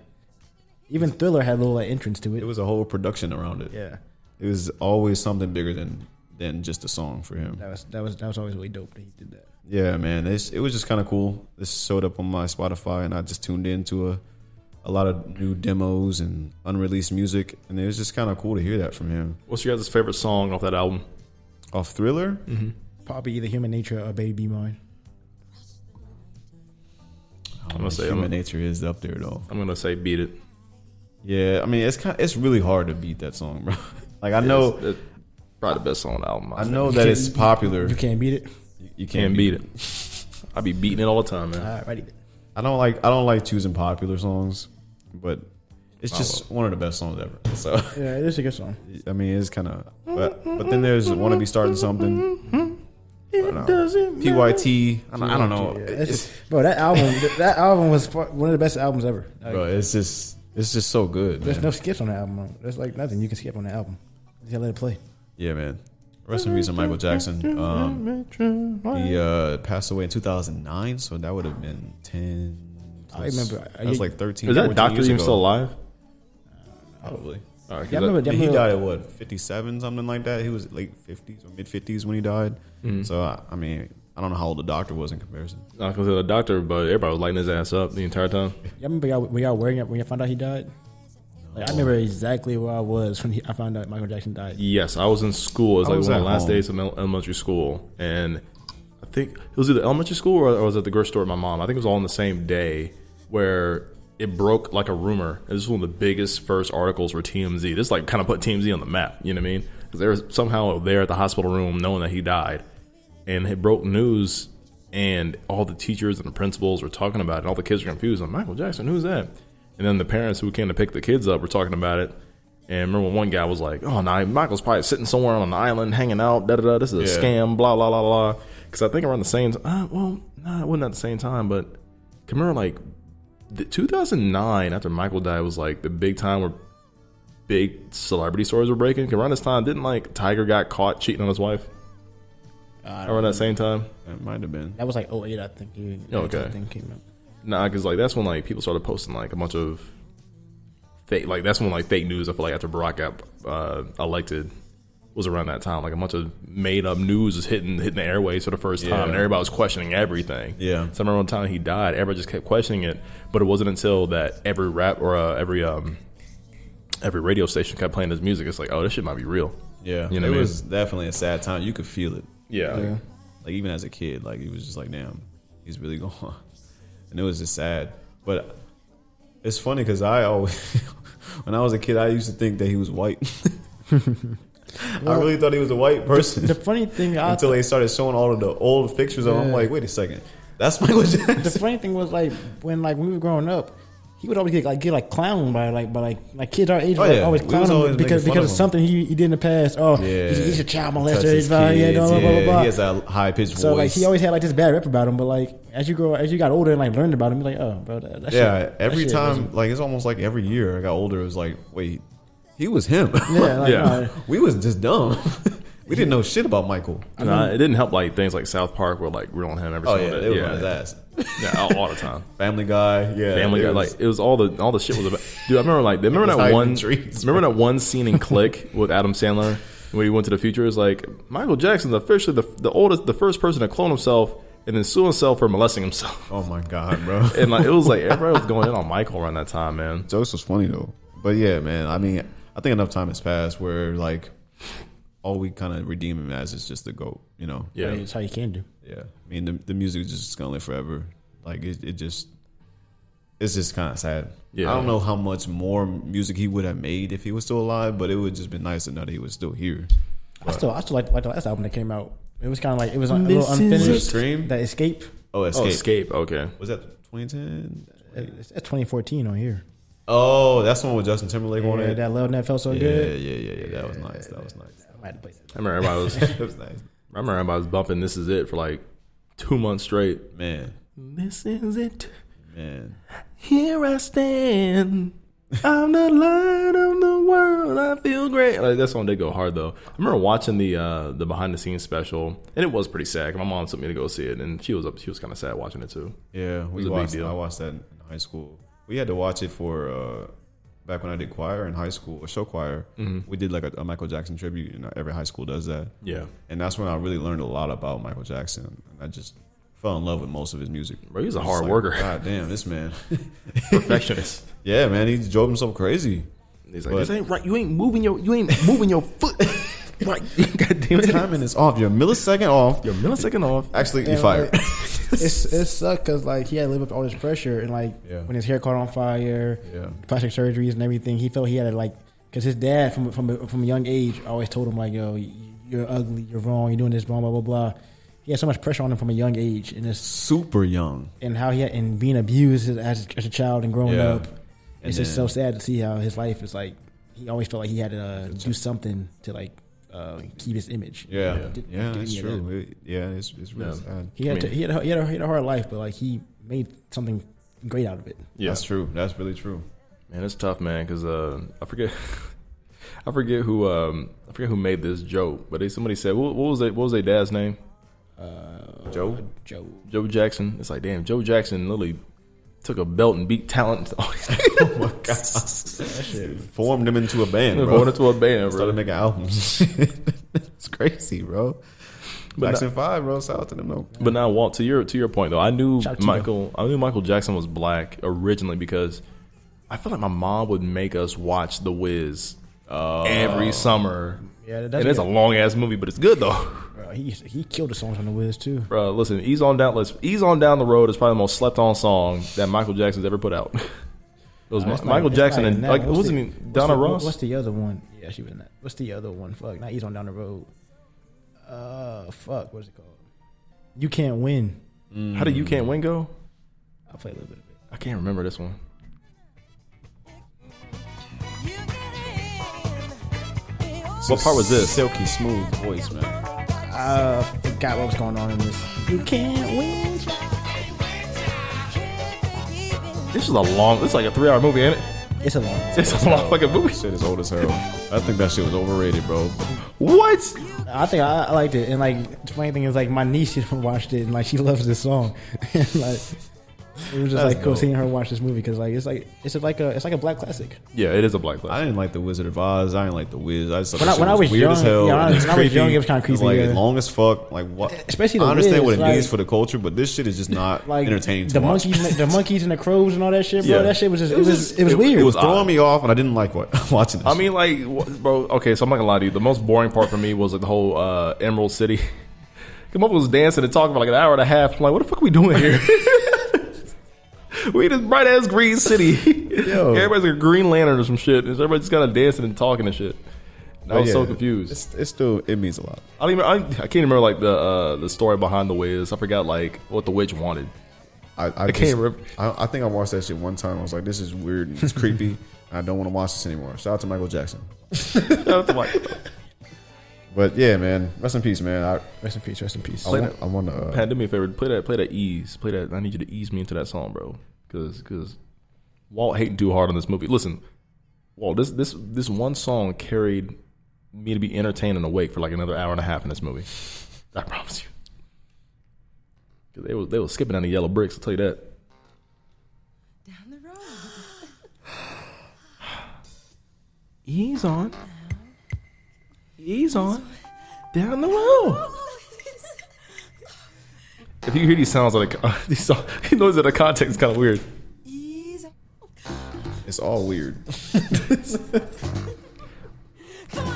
Speaker 3: even Thriller had a little like, entrance to it.
Speaker 2: It was a whole production around it.
Speaker 3: yeah,
Speaker 2: It was always something bigger than than just a song for him.
Speaker 3: that was that was that was always really dope that he did that.
Speaker 2: Yeah, man, it's, it was just kind of cool. This showed up on my Spotify, and I just tuned into a a lot of new demos and unreleased music, and it was just kind of cool to hear that from him.
Speaker 1: What's your guys' favorite song off that album?
Speaker 2: Off Thriller,
Speaker 3: Probably either Human Nature or Baby Be Mine.
Speaker 2: I'm
Speaker 1: gonna say-
Speaker 2: Human
Speaker 1: I'm-
Speaker 2: Nature is up there though.
Speaker 1: I'm gonna say "Beat It."
Speaker 2: Yeah, I mean, it's kind it's really hard to beat that song, bro. Like I know,
Speaker 1: It's- it's probably the best song on the album.
Speaker 2: I know that it's popular.
Speaker 3: You can't beat it.
Speaker 2: You
Speaker 1: Can't beat it. I be beating it all the time, man.
Speaker 3: All right,
Speaker 2: I don't like I don't like choosing popular songs, but it's just one of the best songs ever. So.
Speaker 3: yeah, it is a good song.
Speaker 2: I mean, it's kind of. But, but then there's want to be starting something.
Speaker 3: uh,
Speaker 2: It doesn't. Pyt. I don't, I don't know.
Speaker 3: Yeah,
Speaker 2: It's,
Speaker 3: it's- bro, that album, that album was fu- one of the best albums ever. Like,
Speaker 2: bro, it's just It's just so good,
Speaker 3: There's
Speaker 2: man.
Speaker 3: no skips on the album. bro. There's like nothing you can skip on the album. You gotta let it play.
Speaker 2: yeah, man. Rest in peace, to Michael Jackson. Um, He uh, passed away in 2009, so that would have been 10.
Speaker 3: I remember-
Speaker 2: That was like 13.
Speaker 1: Is that
Speaker 2: 14
Speaker 1: doctor
Speaker 2: years
Speaker 1: even
Speaker 2: ago.
Speaker 1: still alive?
Speaker 2: Probably.
Speaker 1: All right,
Speaker 3: Yeah, I
Speaker 1: 'cause that-
Speaker 3: remember.
Speaker 2: Yeah,
Speaker 3: I
Speaker 2: he
Speaker 3: remember-
Speaker 2: died at what 57, something like that. He was late 50s or mid 50s when he died.
Speaker 1: Mm.
Speaker 2: So I, I mean, I don't know how old the doctor was in comparison.
Speaker 1: I was gonna say the doctor, but everybody was lighting his ass up the entire time.
Speaker 3: Y'all remember y'all, when y'all wearing it when y'all found out he died? Like, I remember exactly where I was when he, I found out Michael Jackson died.
Speaker 1: Yes, I was in school. It was
Speaker 2: I
Speaker 1: like
Speaker 2: was
Speaker 1: one of
Speaker 2: at
Speaker 1: the last
Speaker 2: home.
Speaker 1: days of ele- elementary school, and I think it was either elementary school or I was at the grocery store with my mom. I think it was all on the same day where it broke like a rumor. This was one of the biggest first articles for TMZ. This like kind of put TMZ on the map. You know what I mean? Because they were somehow there at the hospital room, knowing that he died, and it broke news. And all the teachers and the principals were talking about it. And all the kids were confused. on Michael Jackson, who's that? And then the parents who came to pick the kids up were talking about it. And remember when one guy was like, "Oh, nah, Michael's probably sitting somewhere on an island, hanging out. Da da da. This is a
Speaker 2: Yeah.
Speaker 1: scam. Blah blah blah blah." Because I think around the same, t- uh, well, nah, it wasn't at the same time, but can remember like the 2009 after Michael died was like the big time where big celebrity stories were breaking. 'Cause Around this time, didn't like Tiger got caught cheating on his wife? around that same time.
Speaker 2: It might have been.
Speaker 3: That was like 08, I think. He,
Speaker 2: Oh,
Speaker 1: Okay.
Speaker 3: Thing came out.
Speaker 1: Nah, because like that's when like people started posting like a bunch of fake like that's when like fake news. I feel like after Barack got uh, elected was around that time. Like a bunch of made up news was hitting hitting the airways for the first time,
Speaker 2: Yeah.
Speaker 1: and everybody was questioning everything.
Speaker 2: Yeah.
Speaker 1: So I remember one time he died, everybody just kept questioning it. But it wasn't until that every rap or uh, every um every radio station kept playing his music. It's like, oh, this shit might be real.
Speaker 2: Yeah,
Speaker 1: You know
Speaker 2: it
Speaker 1: what I
Speaker 2: was definitely a sad time. You could feel it.
Speaker 1: Yeah.
Speaker 3: Yeah.
Speaker 2: Like even as a kid, like it was just like, damn, he's really gone, and it was just sad. But it's funny because I always, when I was a kid, I used to think that he was white. I really thought he was a white person.
Speaker 3: The funny thing I
Speaker 2: until they started showing all of the old pictures of him. I'm
Speaker 3: Yeah.
Speaker 2: like, wait a second, that's Michael
Speaker 3: the
Speaker 2: Jackson.
Speaker 3: funny thing was like when like when we were growing up, he would always get like get like clowned by like by like like kids our age
Speaker 2: Oh,
Speaker 3: would
Speaker 2: yeah.
Speaker 3: always
Speaker 2: We
Speaker 3: clown
Speaker 2: was
Speaker 3: him
Speaker 2: always making
Speaker 3: because
Speaker 2: fun
Speaker 3: because of
Speaker 2: of him.
Speaker 3: something he, he did in the past. Oh,
Speaker 2: Yeah.
Speaker 3: he's, he's a child
Speaker 2: He touched
Speaker 3: molester. He's
Speaker 2: his
Speaker 3: violent, yeah,
Speaker 2: kids,
Speaker 3: blah, blah, blah,
Speaker 2: yeah.
Speaker 3: blah, blah.
Speaker 2: He has that high pitched voice.
Speaker 3: So like he always had like this bad rep about him, but like as you grow as you got older and like learned about him, you're like, oh, bro, that, that
Speaker 2: yeah,
Speaker 3: shit- that
Speaker 2: every
Speaker 3: shit
Speaker 2: time,
Speaker 3: wasn't-
Speaker 2: like it's almost like every year I got older, it was like, wait, he was him.
Speaker 3: yeah, like,
Speaker 1: Yeah.
Speaker 3: uh,
Speaker 2: we was just dumb. we didn't know shit about Michael.
Speaker 1: Nah, it didn't help like things like South Park were like reeling him every
Speaker 2: Oh yeah,
Speaker 1: single
Speaker 2: they
Speaker 1: day.
Speaker 2: was on his ass.
Speaker 1: yeah, all, all the time.
Speaker 2: Family Guy, yeah,
Speaker 1: Family
Speaker 2: it
Speaker 1: Guy,
Speaker 2: was-
Speaker 1: like it was all the all the shit was about. Dude, I remember like remember
Speaker 2: was
Speaker 1: that
Speaker 2: hiding
Speaker 1: one
Speaker 2: in trees.
Speaker 1: remember that one scene in Click with Adam Sandler where he went to the future. It's like Michael Jackson's officially the the oldest, the first person to clone himself and then sue himself for molesting himself.
Speaker 2: oh my god, bro.
Speaker 1: And like it was like everybody was going in on Michael around that time, man.
Speaker 2: Jokes was funny though. But yeah, man, I mean, I think enough time has passed where like all we kind of redeem him as is just the goat, you know?
Speaker 1: Yeah,
Speaker 3: that's how you can do.
Speaker 2: Yeah, I mean the the music is just gonna live forever. Like it, it just, it's just kind of sad.
Speaker 1: Yeah.
Speaker 2: I don't know how much more music he would have made if he was still alive, but it would just been nice to know that he was still here.
Speaker 3: I still I still like like the last album that came out. It was kind of like it was a little unfinished.
Speaker 2: Scream?
Speaker 3: That escape.
Speaker 2: Oh,
Speaker 1: Oh,
Speaker 2: escape.
Speaker 1: escape. Okay,
Speaker 2: Was that 2010?
Speaker 3: It's, it's 2014 on here.
Speaker 2: Oh, that's the one with Justin Timberlake on
Speaker 3: Yeah,
Speaker 2: it.
Speaker 3: that love that felt so
Speaker 2: yeah, yeah,
Speaker 3: good.
Speaker 2: yeah, yeah. That was nice. That was nice.
Speaker 3: I might have to play that.
Speaker 1: I remember everybody was I
Speaker 2: That was nice.
Speaker 1: remember everybody was bumping. This is it for like two months straight.
Speaker 2: Man,
Speaker 1: This is it.
Speaker 2: man.
Speaker 1: Here I stand. I'm the light of the world. I feel great. Like that song did go hard though. I remember watching the uh, the behind the scenes special, and it was pretty sad. My mom sent me to go see it, and she was up. She was kind of sad watching it too.
Speaker 2: Yeah,
Speaker 1: was
Speaker 2: we
Speaker 1: a big
Speaker 2: watched.
Speaker 1: deal.
Speaker 2: I watched that in high school. We had to watch it for uh, back when I did choir in high school, or show choir. We did like a, a Michael Jackson tribute, and every high school does that.
Speaker 1: Mm-hmm. Yeah,
Speaker 2: and that's when I really learned a lot about Michael Jackson, and I just fell in love with most of his music.
Speaker 1: Bro, he was a
Speaker 2: It's
Speaker 1: hard
Speaker 2: like,
Speaker 1: worker.
Speaker 2: God damn, this man.
Speaker 1: perfectionist.
Speaker 2: yeah, man, he drove himself crazy.
Speaker 1: He's like,
Speaker 2: But-
Speaker 1: this ain't right. You ain't moving your you ain't moving your foot. right, God damn it.
Speaker 2: Timing is off. You're a millisecond off.
Speaker 1: Your millisecond off.
Speaker 2: Actually, you're
Speaker 3: And,
Speaker 2: fired.
Speaker 3: like, it's it sucked because like he had to live up to all this pressure and like
Speaker 2: Yeah.
Speaker 3: when his hair caught on fire,
Speaker 2: Yeah.
Speaker 3: plastic surgeries and everything, he felt he had to like because his dad from from from a young age always told him like yo you're ugly, you're wrong, you're doing this wrong, blah blah blah. He had so much pressure on him from a young age, and it's
Speaker 2: Super young.
Speaker 3: and how he had, and being abused as, as a child and growing
Speaker 2: Yeah.
Speaker 3: up.
Speaker 2: And
Speaker 3: It's just
Speaker 2: then-
Speaker 3: so sad to see how his life is like. He always felt like he had to uh, do something to like uh, keep his image.
Speaker 2: Yeah,
Speaker 3: Did-
Speaker 2: yeah,
Speaker 3: did
Speaker 2: it's
Speaker 3: he-
Speaker 2: true. It- yeah, it's it's really
Speaker 1: Yeah.
Speaker 2: sad.
Speaker 3: He had,
Speaker 1: I mean-
Speaker 3: to, he, had a, he, had a, he had a hard life, but like he made something great out of it.
Speaker 1: Yeah.
Speaker 2: That's true. That's really true.
Speaker 1: Man, it's tough, man, because uh, I forget, I forget who, um, I forget who made this joke, but they, somebody said, what, what was they, what was their dad's name?
Speaker 2: Joe.
Speaker 3: Joe.
Speaker 1: Joe Jackson. It's like, damn, Joe Jackson literally took a belt and beat talent. oh my god!
Speaker 2: Formed them into a band, bro.
Speaker 1: Going into a band, bro.
Speaker 2: Started making albums. it's crazy, bro. Jackson Five, bro. Shout out to them, though.
Speaker 1: But now, Walt, to your to your point though, I knew
Speaker 3: Shout out to
Speaker 1: Michael. I knew Michael Jackson was black originally because I feel like my mom would make us watch The Wiz uh, every summer.
Speaker 3: Oh. Yeah, that does
Speaker 1: and it's a
Speaker 3: get-
Speaker 1: long ass movie, but it's good though.
Speaker 3: Bro, he he killed the songs on the Wiz too.
Speaker 1: Bro, listen, "Ease on Down," let's "Ease on Down the Road" is probably the most slept on song that Michael Jackson's ever put out. It was Mi-
Speaker 3: It's not-
Speaker 1: Michael
Speaker 3: it's
Speaker 1: Jackson
Speaker 3: not even
Speaker 1: and
Speaker 3: that.
Speaker 1: like it
Speaker 3: What's
Speaker 1: wasn't
Speaker 3: the-
Speaker 1: even
Speaker 3: what's
Speaker 1: Donna
Speaker 3: the-
Speaker 1: Ross.
Speaker 3: What's the other one? Yeah, she was in that. What's the other one? Fuck, not he's on down the road. Uh, fuck, what's it called? You can't win.
Speaker 1: How do you can't win go?
Speaker 3: I will play a little bit of it.
Speaker 1: I can't remember this one. What part was this?
Speaker 2: Silky smooth voice, man.
Speaker 3: Uh, forgot what was going on in this. You can't win.
Speaker 1: This is a long. This is like a three hour movie, ain't it?
Speaker 3: It's a long.
Speaker 1: It's a long fucking movie.
Speaker 2: Shit is old as hell. I think that shit was overrated, bro.
Speaker 1: What?
Speaker 3: I think I, I liked it, and like the funny thing is, like my niece just watched it, and like she loves this song, and like it was just like cool seeing her watch this movie because like it's like it's like a it's like a black classic.
Speaker 1: Yeah, it is a black
Speaker 2: I
Speaker 1: class.
Speaker 2: didn't like the Wizard of Oz. I didn't like the Wiz. I just thought
Speaker 3: When
Speaker 2: that
Speaker 3: I-
Speaker 2: shit
Speaker 3: when I was
Speaker 2: weird
Speaker 3: young-
Speaker 2: as hell.
Speaker 3: yeah, when I
Speaker 2: and
Speaker 3: was- when I was
Speaker 2: creepy.
Speaker 3: young, it was kinda
Speaker 2: It was
Speaker 3: creepy,
Speaker 2: Like
Speaker 3: yeah.
Speaker 2: long as fuck. Like what?
Speaker 3: Especially the
Speaker 2: I
Speaker 3: Wiz,
Speaker 2: understand what it
Speaker 3: like-
Speaker 2: needs for the culture, but this shit is just not
Speaker 3: Like
Speaker 2: entertaining. to
Speaker 3: the
Speaker 2: watch.
Speaker 3: monkeys, the monkeys and the crows and all that shit, bro.
Speaker 1: Yeah.
Speaker 3: That shit was just it was just, it was weird.
Speaker 2: It was throwing me off, and I didn't like what watching. This
Speaker 1: I mean, like, wh- bro. Okay, so I'm not gonna lie to you. The most boring part for me was like, the whole uh, Emerald City. Come up was dancing and talking for like an hour and a half. I'm like, what the fuck are we doing here? we in this bright ass green city. Everybody's like a Green Lantern or some shit. Is everybody just kind of dancing and talking and shit? And I
Speaker 2: But
Speaker 1: was so
Speaker 2: yeah,
Speaker 1: confused.
Speaker 2: It's, it's still it means a lot.
Speaker 1: I don't even. I, I can't remember like the uh, the story behind the Wiz. I forgot like what the witch wanted.
Speaker 2: I, I,
Speaker 1: can't
Speaker 2: just,
Speaker 1: remember.
Speaker 2: I, I think I watched that shit one time. I was like, this is weird. And it's creepy. I don't want to watch this anymore. Shout out to Michael Jackson. But yeah, man, rest in peace, man.
Speaker 3: Rest in peace. Rest in peace.
Speaker 2: I, I, want, I want to. Uh,
Speaker 1: Pat, do me a favor. Play that. Play that ease. Play that. I need you to ease me into that song, bro. Because because Walt hating too hard on this movie. Listen, Walt. This this this one song carried me to be entertained and awake for like another hour and a half in this movie. I promise you. 'Cause They were they were skipping on the yellow bricks. I'll tell you that.
Speaker 9: Down the road.
Speaker 1: Ease on. Ease on. Down the road. If you hear these sounds out of con- these sound, noises out of context, it's kind of weird.
Speaker 9: Ease.
Speaker 2: it's all weird.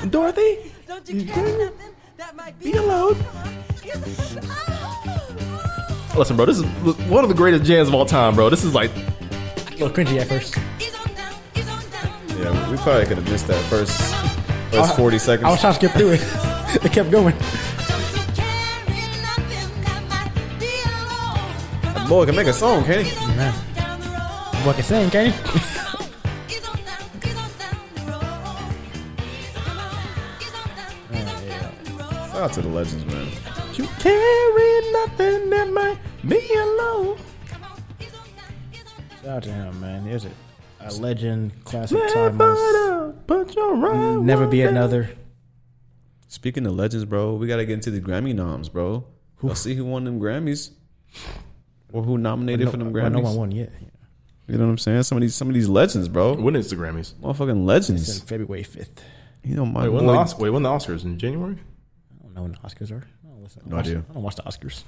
Speaker 1: Dorothy.
Speaker 9: Don't you care nothing? That might be
Speaker 1: Be alone.
Speaker 9: Come on. Yes. Oh.
Speaker 1: Listen, bro, this is one of the greatest jams of all time, bro. This is like,
Speaker 3: a little cringy at first.
Speaker 9: Ease on down, ease on down the
Speaker 2: Yeah, we
Speaker 9: road.
Speaker 2: probably could have missed that first first forty seconds.
Speaker 3: I was trying to skip through it. it kept going.
Speaker 9: Don't you carry nothing? That might be alone. Come on.
Speaker 2: Boy, can make a song, can't he?
Speaker 9: Ease on down, down the road.
Speaker 3: Fucking saying, can you?
Speaker 9: Come on. Ease on down, ease on down the road. Come on. Ease on down, ease on down the road.
Speaker 2: Shout out to the legends, man.
Speaker 1: you carry nothing that might be alone.
Speaker 9: Come on. Ease on down, ease on down.
Speaker 3: Shout out to him, man. There's a, a legend, classic,
Speaker 1: Never
Speaker 3: timeless.
Speaker 1: know, but you're right.
Speaker 3: Never be
Speaker 1: one day.
Speaker 3: another.
Speaker 2: Speaking of legends, bro, we gotta get into the Grammy noms, bro. Let's see who won them Grammys, or who nominated for them
Speaker 3: Well,
Speaker 2: Grammys.
Speaker 3: no one won yet.
Speaker 2: You know what I'm saying? Some of these, some of these legends, bro.
Speaker 1: When is the Grammys?
Speaker 2: Motherfucking
Speaker 3: It's
Speaker 2: legends.
Speaker 3: in February 5th.
Speaker 2: You know my
Speaker 1: Wait, when the,
Speaker 2: boy-
Speaker 1: Os- wait, when the Oscars in January?
Speaker 3: I don't know when the Oscars are. I don't listen. I don't
Speaker 2: No
Speaker 3: watch-
Speaker 2: idea.
Speaker 3: I don't watch the Oscars.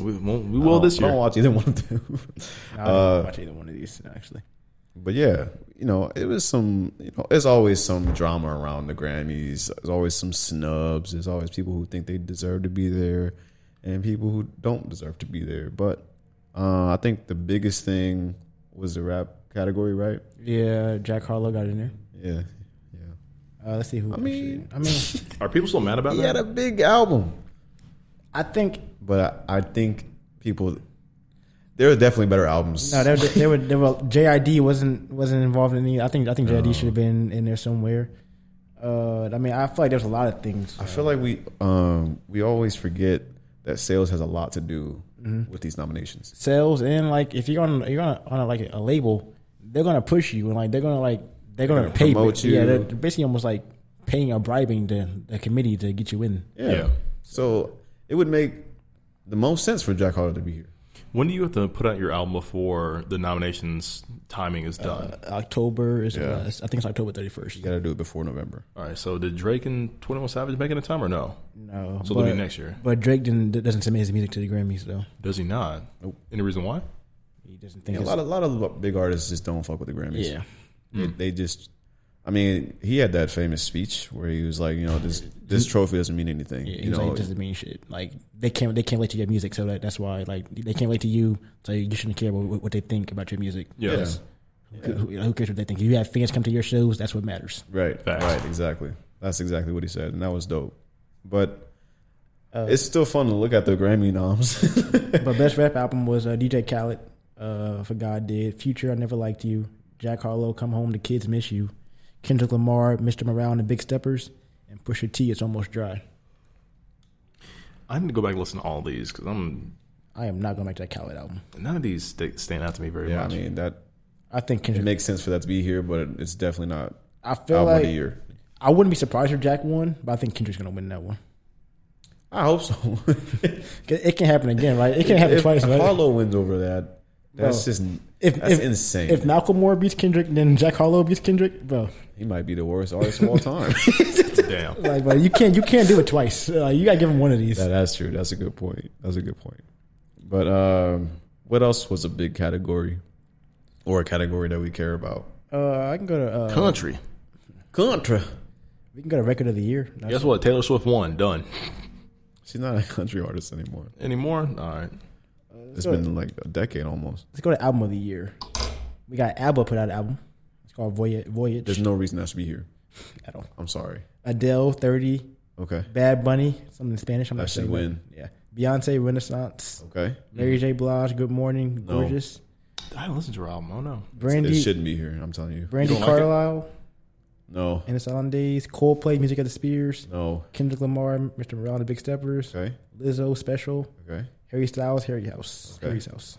Speaker 1: We, won't- we will
Speaker 2: I don't-
Speaker 1: this
Speaker 2: I Oh, don't
Speaker 1: year.
Speaker 2: watch either one of them.
Speaker 3: I
Speaker 2: Uh,
Speaker 3: don't watch either one of these actually.
Speaker 2: But yeah, you know, it was some. You know, there's always some drama around the Grammys. There's always some snubs. There's always people who think they deserve to be there, and people who don't deserve to be there. But uh, I think the biggest thing was the rap category, right?
Speaker 3: Yeah, Jack Harlow got in there.
Speaker 2: Yeah, yeah.
Speaker 3: Uh, let's see who. I
Speaker 2: mean-
Speaker 3: I mean,
Speaker 1: Are people still mad about
Speaker 2: He
Speaker 1: that?
Speaker 2: had a big album,
Speaker 3: I think
Speaker 2: but I, I think people there are definitely better albums.
Speaker 3: no, there, there were there were JID wasn't wasn't involved in any. I think I think JID should have been in there somewhere. Uh, I mean, I feel like there's a lot of things.
Speaker 2: I feel like we um, we always forget that sales has a
Speaker 3: Mm-hmm.
Speaker 2: lot to do with these nominations.
Speaker 3: sales and like if you're on you're on, a, on a, like a label they're gonna push you and like they're gonna like they're gonna, pay
Speaker 2: promote you.
Speaker 3: Yeah, they're basically almost like paying or bribing the, the committee to get you in.
Speaker 2: Yeah. So it would make the most sense for Jack Harlow to be here.
Speaker 1: When do you have to put out your album before the nominations timing is done?
Speaker 3: October is uh, I think it's October thirty first.
Speaker 2: You got to do it before November.
Speaker 1: All right. So did Drake and Twenty One Savage make it in time or no?
Speaker 3: No,
Speaker 1: So it'll be next year.
Speaker 3: But Drake didn't, doesn't submit his music to the Grammys though.
Speaker 1: Does he not?
Speaker 2: Nope.
Speaker 1: Any reason why?
Speaker 3: He doesn't think
Speaker 2: A
Speaker 3: it's,
Speaker 2: lot, of, lot of big artists just don't fuck with the Grammys.
Speaker 3: yeah.
Speaker 2: They, they just, I mean, he had that famous speech where he was like, you know, this this trophy doesn't mean anything.
Speaker 3: Yeah,
Speaker 2: you
Speaker 3: he's
Speaker 2: know,
Speaker 3: like, it doesn't mean shit. Like they can't, they can't relate to your music, so that, that's why, like, they can't relate to you, so you shouldn't care about what- what they think about your music.
Speaker 1: Yes.
Speaker 3: Who, who- who cares what they think? If you have fans come to your shows, that's what matters.
Speaker 2: Right.
Speaker 1: Facts.
Speaker 2: Right. Exactly. That's exactly what he said, and that was dope. But
Speaker 3: Uh,
Speaker 2: it's still fun to look at the Grammy noms.
Speaker 3: But best rap album was uh, DJ Khaled uh, for God Did Future. I Never Liked You. Jack Harlow. Come Home. The Kids Miss You. Kendrick Lamar. Mr. Morale and the Big Steppers. And Pusha T. It's almost dry.
Speaker 1: I need to go back and listen to all these because I'm
Speaker 3: I am not going back to that Khaled album.
Speaker 1: none of these sta- stand out to me very
Speaker 2: yeah, I
Speaker 1: much.
Speaker 2: mean that
Speaker 3: I think Kendrick.
Speaker 2: it makes sense for that to be here, but it's definitely not
Speaker 3: I feel
Speaker 2: album of
Speaker 3: like
Speaker 2: the year.
Speaker 3: I wouldn't be surprised if Jack won, but I think Kendrick's going to win that one.
Speaker 2: I hope so.
Speaker 3: 'Cause It can happen again, right? It can happen
Speaker 2: if
Speaker 3: twice, right?
Speaker 2: Harlow wins over that, that's
Speaker 3: Bro,
Speaker 2: just
Speaker 3: if,
Speaker 2: that's
Speaker 3: if,
Speaker 2: insane.
Speaker 3: If Malcolm Moore beats Kendrick, then Jack Harlow beats Kendrick, bro.
Speaker 2: he might be the worst artist of all time.
Speaker 1: Damn.
Speaker 3: Like, bro, you can't you can't do it twice. Uh, you gotta give him one of these.
Speaker 2: Yeah, that's true. That's a good point. That's a good point. But um, what else was a big category, or a category that we care about?
Speaker 3: Uh, I can go to uh,
Speaker 1: Country.
Speaker 2: Contra.
Speaker 3: we can go to record of the year. That's-
Speaker 1: Guess what? Taylor Swift won. Done.
Speaker 2: She's not a country artist anymore.
Speaker 1: Anymore? All right.
Speaker 2: It's been like a decade almost.
Speaker 3: Let's go to album of the year. We got ABBA put out an album. It's called Voyage. Voyage.
Speaker 2: There's no reason I should be here.
Speaker 3: At all.
Speaker 2: I'm sorry.
Speaker 3: Adele, Thirty,
Speaker 2: Okay.
Speaker 3: Bad Bunny, something in Spanish. I'm
Speaker 2: I
Speaker 3: not sure.
Speaker 2: should
Speaker 3: what.
Speaker 2: win.
Speaker 3: Yeah. Beyonce, Renaissance,
Speaker 2: Okay.
Speaker 3: Mary J. Blige, Good Morning, Gorgeous,
Speaker 1: I didn't listen to her album. Oh no.
Speaker 2: It
Speaker 3: Brandy,
Speaker 2: shouldn't be here. I'm telling you.
Speaker 3: Brandy
Speaker 1: You don't like it?
Speaker 3: Carlisle,
Speaker 2: No.
Speaker 3: In the Silent Days, Coldplay, Music of the Spears,
Speaker 2: No.
Speaker 3: Kendrick Lamar, Mr. Morale, and The Big Steppers,
Speaker 2: Okay.
Speaker 3: Lizzo, Special,
Speaker 2: Okay.
Speaker 3: Harry Styles, Harry House,
Speaker 2: Okay.
Speaker 3: Harry's House.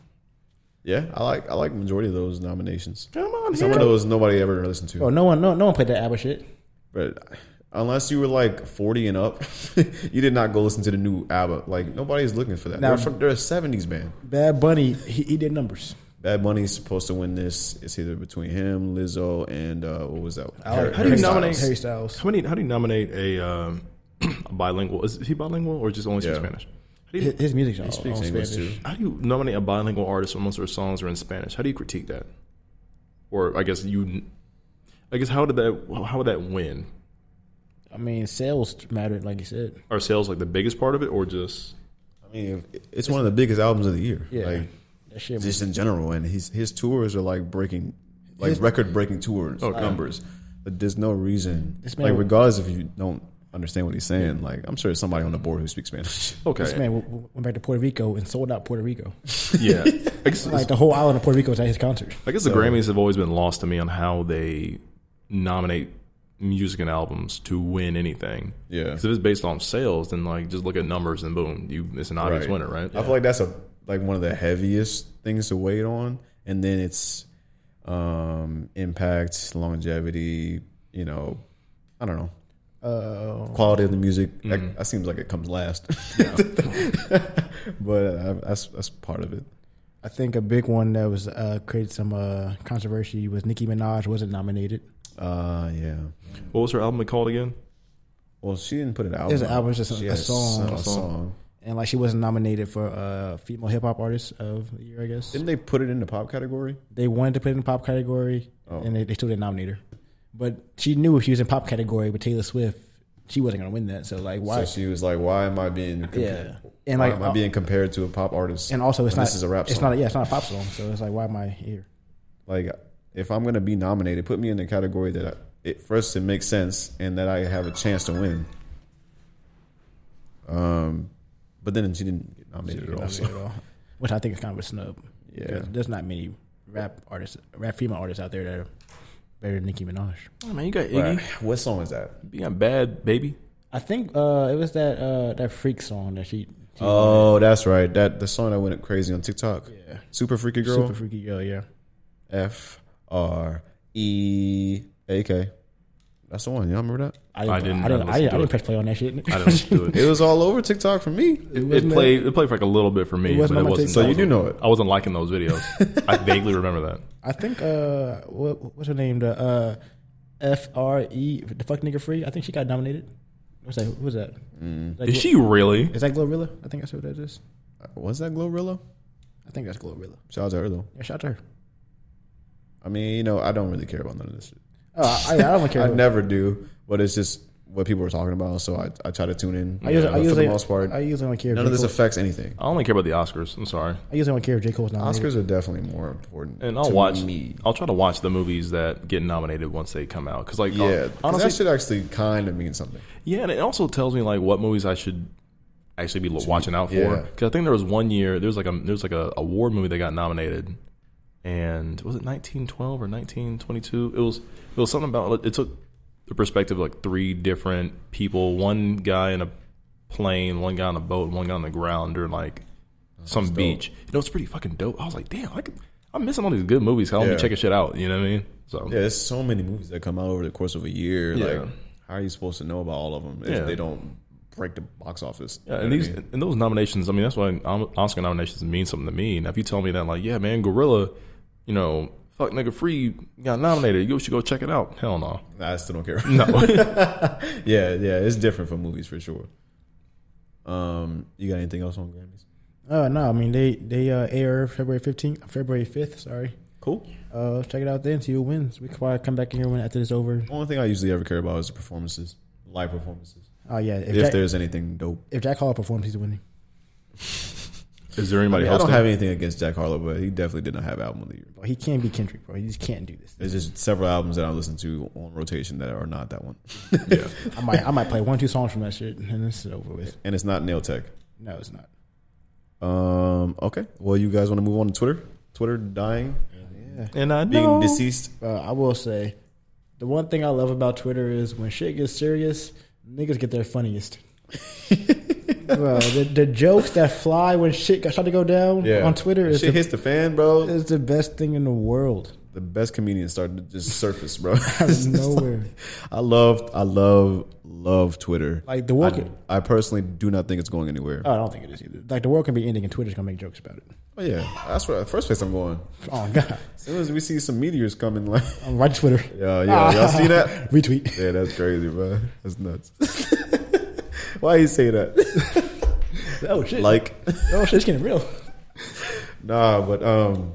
Speaker 2: Yeah, I like I like majority of those nominations.
Speaker 1: Come on.
Speaker 2: Some of those nobody ever listened to.
Speaker 3: Oh, no one, no, no one played that ABBA shit.
Speaker 2: But unless you were like 40 and up, you did not go listen to the new ABBA. Like nobody's looking for that.
Speaker 3: Now-
Speaker 2: they're, from, they're a 70s band.
Speaker 3: Bad Bunny, he, he did numbers.
Speaker 2: Bad Bunny's supposed to win this. It's either between him, Lizzo, and uh, what was that? Harry-
Speaker 1: how do
Speaker 2: Harry
Speaker 1: you
Speaker 2: Styles.
Speaker 1: nominate-
Speaker 3: Harry Styles?
Speaker 1: How many? How do you nominate a, um, a bilingual? Is he bilingual or just only speaks
Speaker 2: Yeah.
Speaker 1: Spanish? How do,
Speaker 3: His,
Speaker 1: you,
Speaker 3: his music's all,
Speaker 2: speaks
Speaker 3: all
Speaker 2: English,
Speaker 3: Spanish.
Speaker 2: too.
Speaker 1: how do you nominate a bilingual artist when most of her songs are in Spanish? How do you critique that? Or I guess you, I guess how did that? How would that win?
Speaker 3: I mean, sales mattered, like you said.
Speaker 1: Are sales like the biggest part of it, or just
Speaker 2: I mean, it's one of the biggest albums of the year.
Speaker 3: Yeah,
Speaker 2: Like
Speaker 3: that shit. Was,
Speaker 2: just in general, and his his tours are like breaking, like record breaking tours numbers. But there's no reason,
Speaker 3: This man
Speaker 2: like
Speaker 3: would-
Speaker 2: regardless if you don't understand what he's saying, like I'm sure there's somebody on the board who speaks Spanish.
Speaker 1: okay?
Speaker 3: this man w- w- went back to Puerto Rico and sold out Puerto Rico.
Speaker 1: Yeah, I guess,
Speaker 3: Like the whole island of Puerto Rico was at his concert.
Speaker 1: I guess the Grammys have always been lost to me on how they nominate music and albums to win anything.
Speaker 2: Yeah.
Speaker 1: 'Cause if it's based on sales, then like just look at numbers and boom, you it's an obvious winner, right?
Speaker 2: I feel like that's a like one of the heaviest things to wait on, and then it's um impact, longevity. You know, I don't know.
Speaker 3: Oh.
Speaker 2: Quality of the music that,
Speaker 1: Mm-hmm.
Speaker 2: that seems like it comes last, but uh, that's that's part of it.
Speaker 3: I think a big one that was uh, created some uh, controversy was Nicki Minaj wasn't nominated.
Speaker 2: Uh, yeah.
Speaker 1: What was her album called again?
Speaker 2: Well, she didn't put it out.
Speaker 3: There's an album, it's just a- a song.
Speaker 2: A
Speaker 3: A
Speaker 2: song.
Speaker 3: And like she wasn't nominated for uh, female hip hop artist of the year, I guess.
Speaker 2: Didn't they put it in the pop category?
Speaker 3: they wanted to put it in pop category,
Speaker 2: Oh.
Speaker 3: and they, they still didn't nominate her. But she knew if she was in pop category with Taylor Swift, she wasn't going to win that. So like, why?
Speaker 2: So she was like, "Why am I being compa-
Speaker 3: Yeah.
Speaker 2: And
Speaker 3: And
Speaker 2: like,
Speaker 3: like- uh,
Speaker 2: am I being compared to a pop artist?
Speaker 3: and also, it's
Speaker 2: when
Speaker 3: not.
Speaker 2: This is a rap.
Speaker 3: It's
Speaker 2: song?
Speaker 3: not. A, yeah, it's not a pop song. So it's like, why am I here?
Speaker 2: like if I'm gonna be nominated, put me in the category that I, it first it makes sense and that I have a chance to win. Um, but then she didn't get nominated at all. so-
Speaker 3: Nominated at all. Which I think is kind of a snub.
Speaker 2: Yeah.
Speaker 3: There's- there's not many rap artists, rap female artists out there that are better than Nicki Minaj.
Speaker 1: Oh, man, you got
Speaker 2: Right.
Speaker 1: Iggy,
Speaker 2: What song is that?
Speaker 1: you got Bad Baby.
Speaker 3: I think uh, it was that uh, that freak song that she. she
Speaker 2: Oh, that's right. That the song that went crazy on TikTok.
Speaker 3: Yeah. Oh,
Speaker 2: Super freaky girl.
Speaker 3: Super freaky girl, yeah.
Speaker 2: F R E A K. That's the one. Y'all remember that?
Speaker 3: I didn't.
Speaker 1: I
Speaker 3: I
Speaker 1: didn't-
Speaker 3: didn't.
Speaker 1: I
Speaker 3: I didn't, I
Speaker 1: listened
Speaker 3: didn't,
Speaker 1: to it.
Speaker 3: press play on that shit.
Speaker 1: I don't do it.
Speaker 2: It was all over TikTok for me.
Speaker 1: It,
Speaker 3: wasn't
Speaker 1: played. It played for like a little bit for me,
Speaker 3: It wasn't
Speaker 1: but
Speaker 3: on
Speaker 1: it
Speaker 3: my
Speaker 1: wasn't.
Speaker 3: TikTok.
Speaker 2: So you do know it.
Speaker 1: I wasn't liking those videos. I vaguely remember that.
Speaker 3: I think uh, what, what's her name? The uh, F R E, the fuck nigga free. I think she got nominated. What's that? Who's that? Like,
Speaker 1: Is she really?
Speaker 3: Is that Glorilla? I think that's what that is.
Speaker 2: Was that Glorilla?
Speaker 3: I think that's Glorilla.
Speaker 2: Shout out to her though.
Speaker 3: Yeah, shout out to her.
Speaker 2: I mean, you know, I don't really care about none of this shit.
Speaker 3: Oh, I, I don't care.
Speaker 2: I never do, but it's just what people are talking about. So I, I try to tune in.
Speaker 3: I usually, I
Speaker 2: for the
Speaker 3: usually,
Speaker 2: most part,
Speaker 3: I usually don't care. if
Speaker 2: none
Speaker 3: J.
Speaker 2: of this
Speaker 3: Cole-
Speaker 2: affects anything.
Speaker 1: I only care about the Oscars. I'm sorry.
Speaker 3: I usually don't care if J Cole's nominated.
Speaker 2: Oscars are definitely more important.
Speaker 1: And I'll
Speaker 2: to
Speaker 1: watch.
Speaker 2: Me.
Speaker 1: I'll try to watch the movies that get nominated once they come out. Because like,
Speaker 2: Yeah, 'cause
Speaker 1: honestly,
Speaker 2: that should actually kind of mean something.
Speaker 1: yeah, and it also tells me like what movies I should actually be lo- watching out for.
Speaker 2: yeah.
Speaker 1: Because I think there was one year there was like a there was like a, a war movie that got nominated, and was it 1912 or 1922? It was it was something about like, it took the perspective of like three different people: one guy in a plane, one guy on a boat, and one guy on the ground during like some beach. You know, it's pretty fucking dope. I was like, damn, I could, I'm missing all these good movies. How I'm
Speaker 2: Yeah.
Speaker 1: checking shit out. You know what I mean? So
Speaker 2: Yeah, there's so many movies that come out over the course of a year.
Speaker 1: Yeah.
Speaker 2: Like, how are you supposed to know about all of them if
Speaker 1: Yeah.
Speaker 2: they don't break the box office?
Speaker 1: Yeah,
Speaker 2: You
Speaker 1: and
Speaker 2: know what
Speaker 1: these
Speaker 2: I mean?
Speaker 1: and those nominations. I mean, that's why um, Oscar nominations mean something to me. Now, if you tell me that, like, yeah, man, Gorilla, you know, fuck nigga, free got nominated. You should go check it out. Hell no.
Speaker 2: I still don't care. No. yeah, yeah, it's different from movies for sure. Um, you got anything else on Grammys?
Speaker 3: Uh, no, I mean they they uh, air February fifteenth, February fifth. Sorry.
Speaker 2: Cool.
Speaker 3: Uh, check it out then. See who wins. We can probably come back in here when after this over.
Speaker 2: Only thing I usually ever care about is the performances, live performances.
Speaker 3: Oh yeah, if,
Speaker 2: If
Speaker 3: Jack,
Speaker 2: there's anything dope,
Speaker 3: if Jack Harlow performs, he's winning.
Speaker 1: Is there anybody
Speaker 2: I
Speaker 1: else?
Speaker 2: don't
Speaker 1: that-
Speaker 2: have anything against Jack Harlow, but he definitely did not have album of the year.
Speaker 3: But he can't be Kendrick, bro. He just can't do this.
Speaker 2: There's just several albums that I listen to on rotation that are not that one,
Speaker 3: I might I might play one two songs from that shit and this is over with.
Speaker 2: and it's not Nail Tech.
Speaker 3: No, it's not.
Speaker 2: Um, okay. Well, you guys want to move on to Twitter? Twitter dying,
Speaker 1: and I
Speaker 2: being
Speaker 1: know.
Speaker 2: deceased.
Speaker 3: Uh, I will say, the one thing I love about Twitter is when shit gets serious, niggas get their funniest. bro, the, the jokes that fly when shit got try to go down on Twitter
Speaker 2: That
Speaker 3: is
Speaker 2: shit
Speaker 3: the,
Speaker 2: hits the fan, bro.
Speaker 3: is the best thing in the world.
Speaker 2: The best comedians started to just surface, bro.
Speaker 3: Out
Speaker 2: It's
Speaker 3: of
Speaker 2: just
Speaker 3: nowhere.
Speaker 2: like- I love, I love, love Twitter.
Speaker 3: Like, the world
Speaker 2: I,
Speaker 3: can-
Speaker 2: I personally do not think it's going anywhere.
Speaker 3: Oh, I don't think it is either. Like the world can be ending and Twitter's gonna make jokes about it.
Speaker 2: oh yeah, that's where first place I'm going.
Speaker 3: Oh god.
Speaker 2: As soon as we see some meteors coming, like
Speaker 3: I'm right to Twitter.
Speaker 2: yeah, yeah, y'all see that?
Speaker 3: Ah. Retweet.
Speaker 2: Yeah, that's crazy, bro. That's nuts. Why you say that?
Speaker 3: Oh shit.
Speaker 2: Like,
Speaker 3: oh shit, it's getting real.
Speaker 2: nah, but um,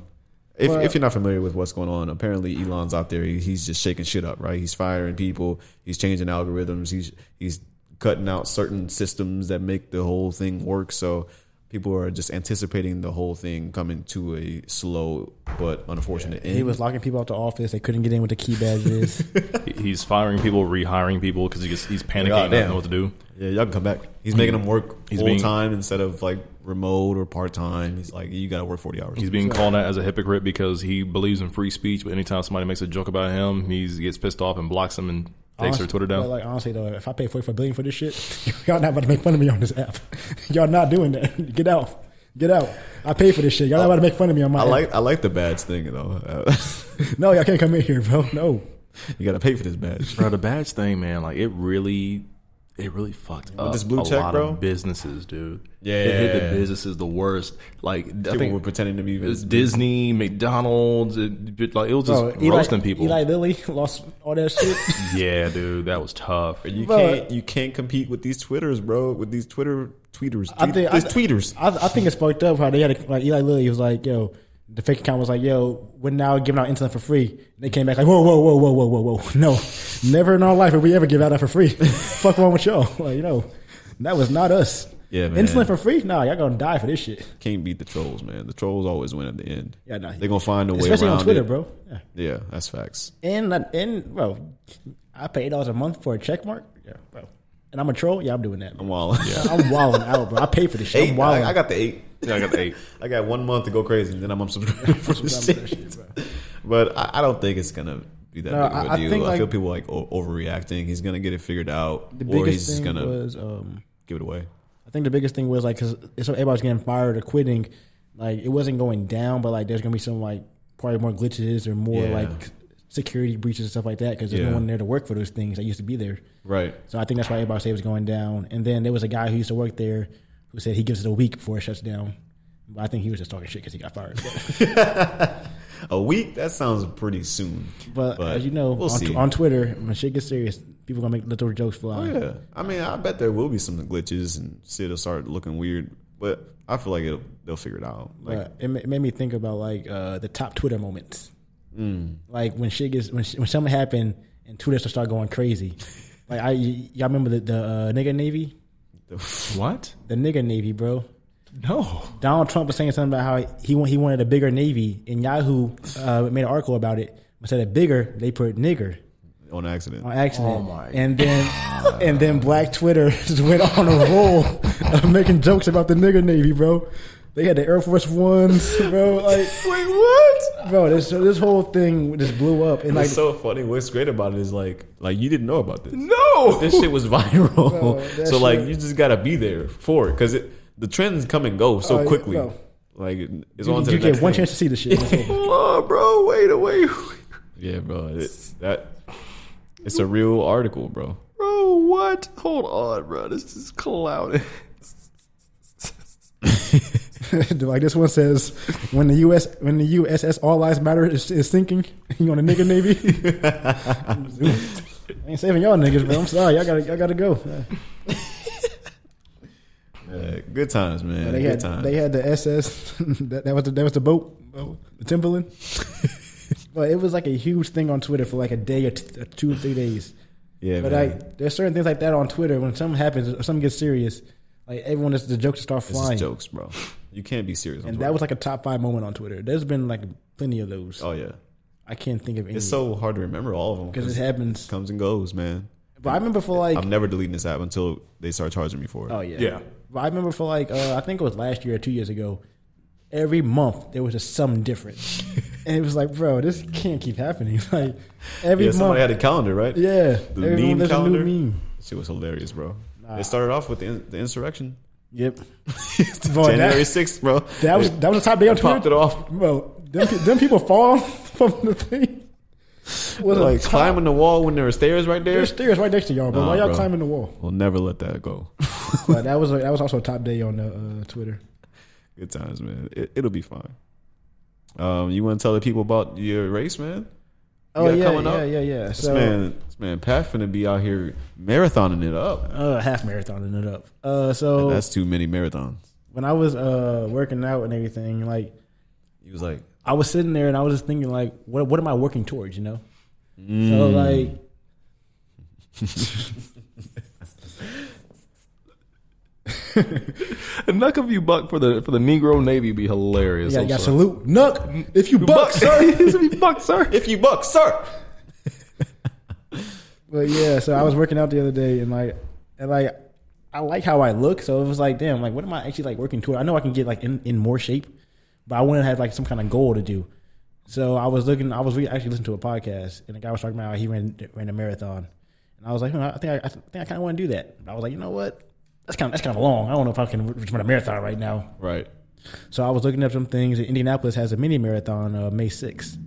Speaker 2: if
Speaker 3: Well-
Speaker 2: if you're not familiar with what's going on, apparently Elon's out there. He, he's just shaking shit up, right? He's firing people. He's changing algorithms. He's he's cutting out certain systems that make the whole thing work. So people are just anticipating the whole thing coming to a slow but unfortunate end.
Speaker 3: He was locking people out the office. They couldn't get in with the key badges.
Speaker 1: He- He's firing people, rehiring people because he gets, he's panicking,
Speaker 2: God
Speaker 1: and doesn't
Speaker 2: damn.
Speaker 1: know what to do.
Speaker 2: Yeah, y'all can come back. He's making them work
Speaker 1: He's
Speaker 2: full
Speaker 1: being-
Speaker 2: time instead of like remote or part time. He's like, you got to work forty hours.
Speaker 1: He's being called out as a hypocrite because he believes in free speech, but anytime somebody makes a joke about him, he gets pissed off and blocks them and takes
Speaker 3: Honest-
Speaker 1: their Twitter down.
Speaker 3: but, Like honestly though, if I pay forty four billion for this shit, y'all not about to make fun of me on this app. y'all not doing that. Get out. Get out. I paid for this shit. Y'all not about to make fun of me on my
Speaker 2: I
Speaker 3: app.
Speaker 2: like I like the badge thing though. Uh,
Speaker 3: No, y'all can't come in here, bro. No.
Speaker 2: you got to pay for this badge.
Speaker 1: Bro, the badge thing, man, like it really, it really fucked up
Speaker 2: this blue
Speaker 1: a
Speaker 2: check,
Speaker 1: lot
Speaker 2: bro?
Speaker 1: of businesses, dude. it hit
Speaker 2: Yeah.
Speaker 1: the businesses the worst. Like I
Speaker 2: People were
Speaker 1: think
Speaker 2: pretending to be
Speaker 1: it was Disney, McDonald's, it, it- like it was just
Speaker 3: Bro,
Speaker 1: roasting people.
Speaker 3: Oh, Eli Lilly lost all that shit.
Speaker 1: yeah, dude, that was tough.
Speaker 2: You
Speaker 3: Bro.
Speaker 2: can't you can't compete with these twitters, bro. With these Twitter tweeters,
Speaker 3: I think I,
Speaker 2: these tweeters.
Speaker 3: I, I think it's fucked up how they had a, like Eli Lilly was like, yo, the fake account was like, yo, we're now giving out insulin for free. And they came back like, whoa, whoa, whoa, whoa, whoa, whoa, whoa. No, never in our life would we ever give out that for free. Fuck wrong with y'all. Like, you know, that was not us.
Speaker 2: Yeah, man.
Speaker 3: Insulin for free? Nah, y'all gonna die for this shit.
Speaker 2: can't beat the trolls, man. The trolls always win at the end.
Speaker 3: Yeah, nah.
Speaker 2: they're gonna find a way
Speaker 3: Especially
Speaker 2: around
Speaker 3: on Twitter,
Speaker 2: it.
Speaker 3: bro. Yeah.
Speaker 2: Yeah, that's facts.
Speaker 3: And, that- and, bro, I pay $8 a month for a check mark. Yeah, bro. And I'm a troll? Yeah, I'm doing that.
Speaker 2: I'm
Speaker 3: Bro.
Speaker 2: wild. Yeah,
Speaker 3: I'm wilding out, bro. I pay for this shit. I'm
Speaker 2: eight,
Speaker 3: wilding.
Speaker 2: I, I got the eight.
Speaker 1: Yeah, I got the eight.
Speaker 2: I got one month to go crazy, and then I'm unsubscribed for this shit. But I, I don't think it's gonna be that
Speaker 3: No,
Speaker 2: big of a
Speaker 3: I- I
Speaker 2: deal.
Speaker 3: think,
Speaker 2: I feel
Speaker 3: like-
Speaker 2: people like o- overreacting. He's gonna get it figured out,
Speaker 3: the
Speaker 2: or
Speaker 3: biggest
Speaker 2: he's just
Speaker 3: thing
Speaker 2: gonna
Speaker 3: was um,
Speaker 2: give it away.
Speaker 3: I think the biggest thing was like because everybody's getting fired or quitting, like it wasn't going down, but like there's gonna be some like probably more glitches or more
Speaker 2: Yeah.
Speaker 3: like security breaches and stuff like that because there's
Speaker 2: Yeah.
Speaker 3: no one there to work for those things that used to be there.
Speaker 2: Right.
Speaker 3: So I think that's why everybody said it was going down. And then there was a guy who used to work there who said he gives it a week before it shuts down. But I think he was just talking shit because he got fired. But,
Speaker 2: A week? That sounds pretty soon.
Speaker 3: but as you know,
Speaker 2: we'll
Speaker 3: on,
Speaker 2: see.
Speaker 3: on Twitter, when shit gets serious, people gonna make little jokes fly.
Speaker 2: Oh, yeah. I mean, I bet there will be some glitches and shit will start looking weird, but I feel like it'll, they'll figure it out. Like,
Speaker 3: But it, ma- it made me think about like uh, the top Twitter moments,
Speaker 1: Mm.
Speaker 3: like when shit gets when, sh- when something happened and Twitter starts start going crazy. Like I, y- y'all remember the, the uh, nigga navy,
Speaker 1: What?
Speaker 3: the nigga navy, bro.
Speaker 1: No.
Speaker 3: Donald Trump was saying something about how he wa- he wanted a bigger navy, and Yahoo uh, made an article about it. Instead of bigger, they put nigger
Speaker 2: on accident.
Speaker 3: on accident.
Speaker 1: Oh my
Speaker 3: and then and then Black Twitter just went on a roll of making jokes about the nigger navy, bro. They had the Air Force Ones, bro. Like,
Speaker 2: Wait, what?
Speaker 3: bro, this this whole thing just blew up, and like,
Speaker 2: It's so funny. What's great about it is like, like you didn't know about this.
Speaker 1: No.
Speaker 2: This shit was viral. so
Speaker 3: that
Speaker 2: like,
Speaker 3: shit-
Speaker 2: you just gotta be there for it because it, the trends come and go so
Speaker 3: Oh, yeah,
Speaker 2: quickly.
Speaker 3: bro.
Speaker 2: Like, it's
Speaker 3: you,
Speaker 2: on to
Speaker 3: you
Speaker 2: the next
Speaker 3: get one
Speaker 2: thing.
Speaker 3: chance to see the shit. That's all.
Speaker 1: Oh, bro, wait, wait,
Speaker 2: Yeah, bro. It, that it's a real article, bro.
Speaker 1: bro, what? Hold on, bro. This is clouded.
Speaker 3: like this one says, when the U.S. when the USS All Lives Matter is, is sinking, you on a nigga navy. I ain't saving y'all niggas, bro. I'm sorry, y'all gotta y'all gotta go.
Speaker 2: Yeah, good times, man.
Speaker 3: they
Speaker 2: good
Speaker 3: had
Speaker 2: times.
Speaker 3: they had the SS that, that was the, that was the boat, the Timberland. but it was like a huge thing on Twitter for like a day or, t- or two or three days.
Speaker 2: yeah,
Speaker 3: But
Speaker 2: man.
Speaker 3: like, there's certain things like that on Twitter when something happens or something gets serious, like everyone is the jokes start
Speaker 2: This is
Speaker 3: flying.
Speaker 2: jokes, bro. You can't be serious. On
Speaker 3: And
Speaker 2: Twitter.
Speaker 3: that was like a top five moment on Twitter. There's been like plenty of those.
Speaker 2: oh yeah.
Speaker 3: I can't think of any
Speaker 2: It's so hard to remember all of them
Speaker 3: because it happens.
Speaker 2: comes and goes, man.
Speaker 3: But I remember for like,
Speaker 2: I'm never deleting this app until they start charging me for it.
Speaker 3: oh yeah,
Speaker 1: Yeah.
Speaker 3: But I remember for like, uh, I think it was last year or two years ago. Every month there was just something different, and it was like, bro, this can't keep happening. Like every
Speaker 2: yeah,
Speaker 3: month,
Speaker 2: somebody had a calendar, right?
Speaker 3: yeah, every
Speaker 2: the meme
Speaker 3: month there's
Speaker 2: calendar.
Speaker 3: a new meme.
Speaker 2: She was hilarious, bro. It started off with the, in- the insurrection,
Speaker 3: Yep, Bro, that-
Speaker 2: January sixth, bro.
Speaker 3: that was that was the top day on
Speaker 2: They popped
Speaker 3: Twitter.
Speaker 2: it off,
Speaker 3: Bro, them, pe- them people fall from the thing. Was
Speaker 2: like
Speaker 3: like
Speaker 2: climbing the wall when there were stairs right there.
Speaker 3: there's stairs right next to y'all, bro. Why y'all
Speaker 2: bro.
Speaker 3: climbing the wall?
Speaker 2: We'll never let that go.
Speaker 3: But that was that was also a top day on uh, Twitter.
Speaker 2: Good times, man. It, it'll be fine. Um, you want to tell the people about your race, man?
Speaker 3: Oh
Speaker 2: got
Speaker 3: yeah,
Speaker 2: coming
Speaker 3: yeah,
Speaker 2: up?
Speaker 3: yeah, yeah.
Speaker 2: This
Speaker 3: So
Speaker 2: man, this man, Pat finna be out here marathoning it up.
Speaker 3: uh, half marathoning it up. Uh, so
Speaker 2: That's too many marathons.
Speaker 3: when I was uh working out and everything, like
Speaker 2: He was like,
Speaker 3: I was sitting there and I was just thinking, like, what what am I working towards? You know,
Speaker 2: Mm.
Speaker 3: so like.
Speaker 1: A knuck of you buck for the for the Negro Navy be hilarious.
Speaker 3: Yeah,
Speaker 1: I'm
Speaker 3: yeah.
Speaker 1: sorry.
Speaker 3: Salute, Nuck. If you
Speaker 1: Buck,
Speaker 3: buck,
Speaker 1: sir. If you buck, sir.
Speaker 2: "If you buck, sir."
Speaker 3: But yeah, so I was working out the other day and like and like I like how I look, so it was like, damn, like what am I actually like working toward? I know I can get like in, in more shape, but I wanted to have like some kind of goal to do. So I was looking, I was re- actually listening to a podcast, and the guy was talking about how he ran ran a marathon, and I was like, hmm, I think I, I think I kind of want to do that. But I was like, you know what? That's kind of that's kind of long. I don't know if I can re- run a marathon right now.
Speaker 2: Right.
Speaker 3: So I was looking up some things. Indianapolis has a mini marathon uh, May 6th.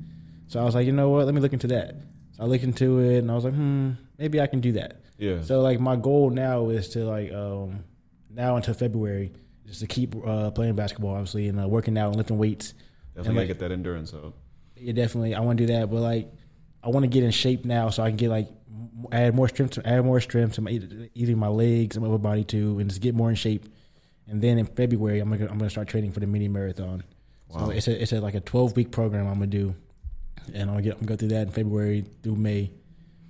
Speaker 3: So I was like, you know what? Let me look into that. So I looked into it and I was like, hmm, maybe I can do that.
Speaker 2: Yeah.
Speaker 3: So like my goal now is to like um now until February just to keep uh, playing basketball, obviously, and uh, working out and lifting weights.
Speaker 2: Definitely
Speaker 3: like-
Speaker 2: gotta get that endurance up.
Speaker 3: Yeah, definitely. I want to do that, but like, I want to get in shape now so I can get like m- add more strength to add more strength to my either my legs and my upper body too, and just get more in shape. And then in February, I'm gonna I'm gonna start training for the mini marathon. So it's a it's a, like a 12 week program I'm gonna do, and I'm gonna get I'm gonna go through that in February through May,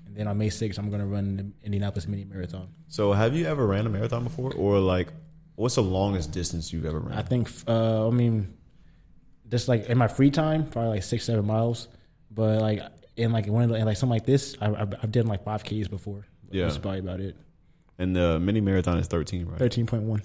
Speaker 3: and then on May 6th I'm gonna run the Indianapolis mini marathon.
Speaker 2: So, have you ever ran a marathon before, or like, what's the longest distance you've ever ran?
Speaker 3: I think uh, I mean just like in my free time, probably like six seven miles. But like in like one of the, and like something like this, I, I've, I've done like five Ks before.
Speaker 2: Yeah.
Speaker 3: that's probably about it.
Speaker 2: and the mini marathon is thirteen, right?
Speaker 3: Thirteen point one,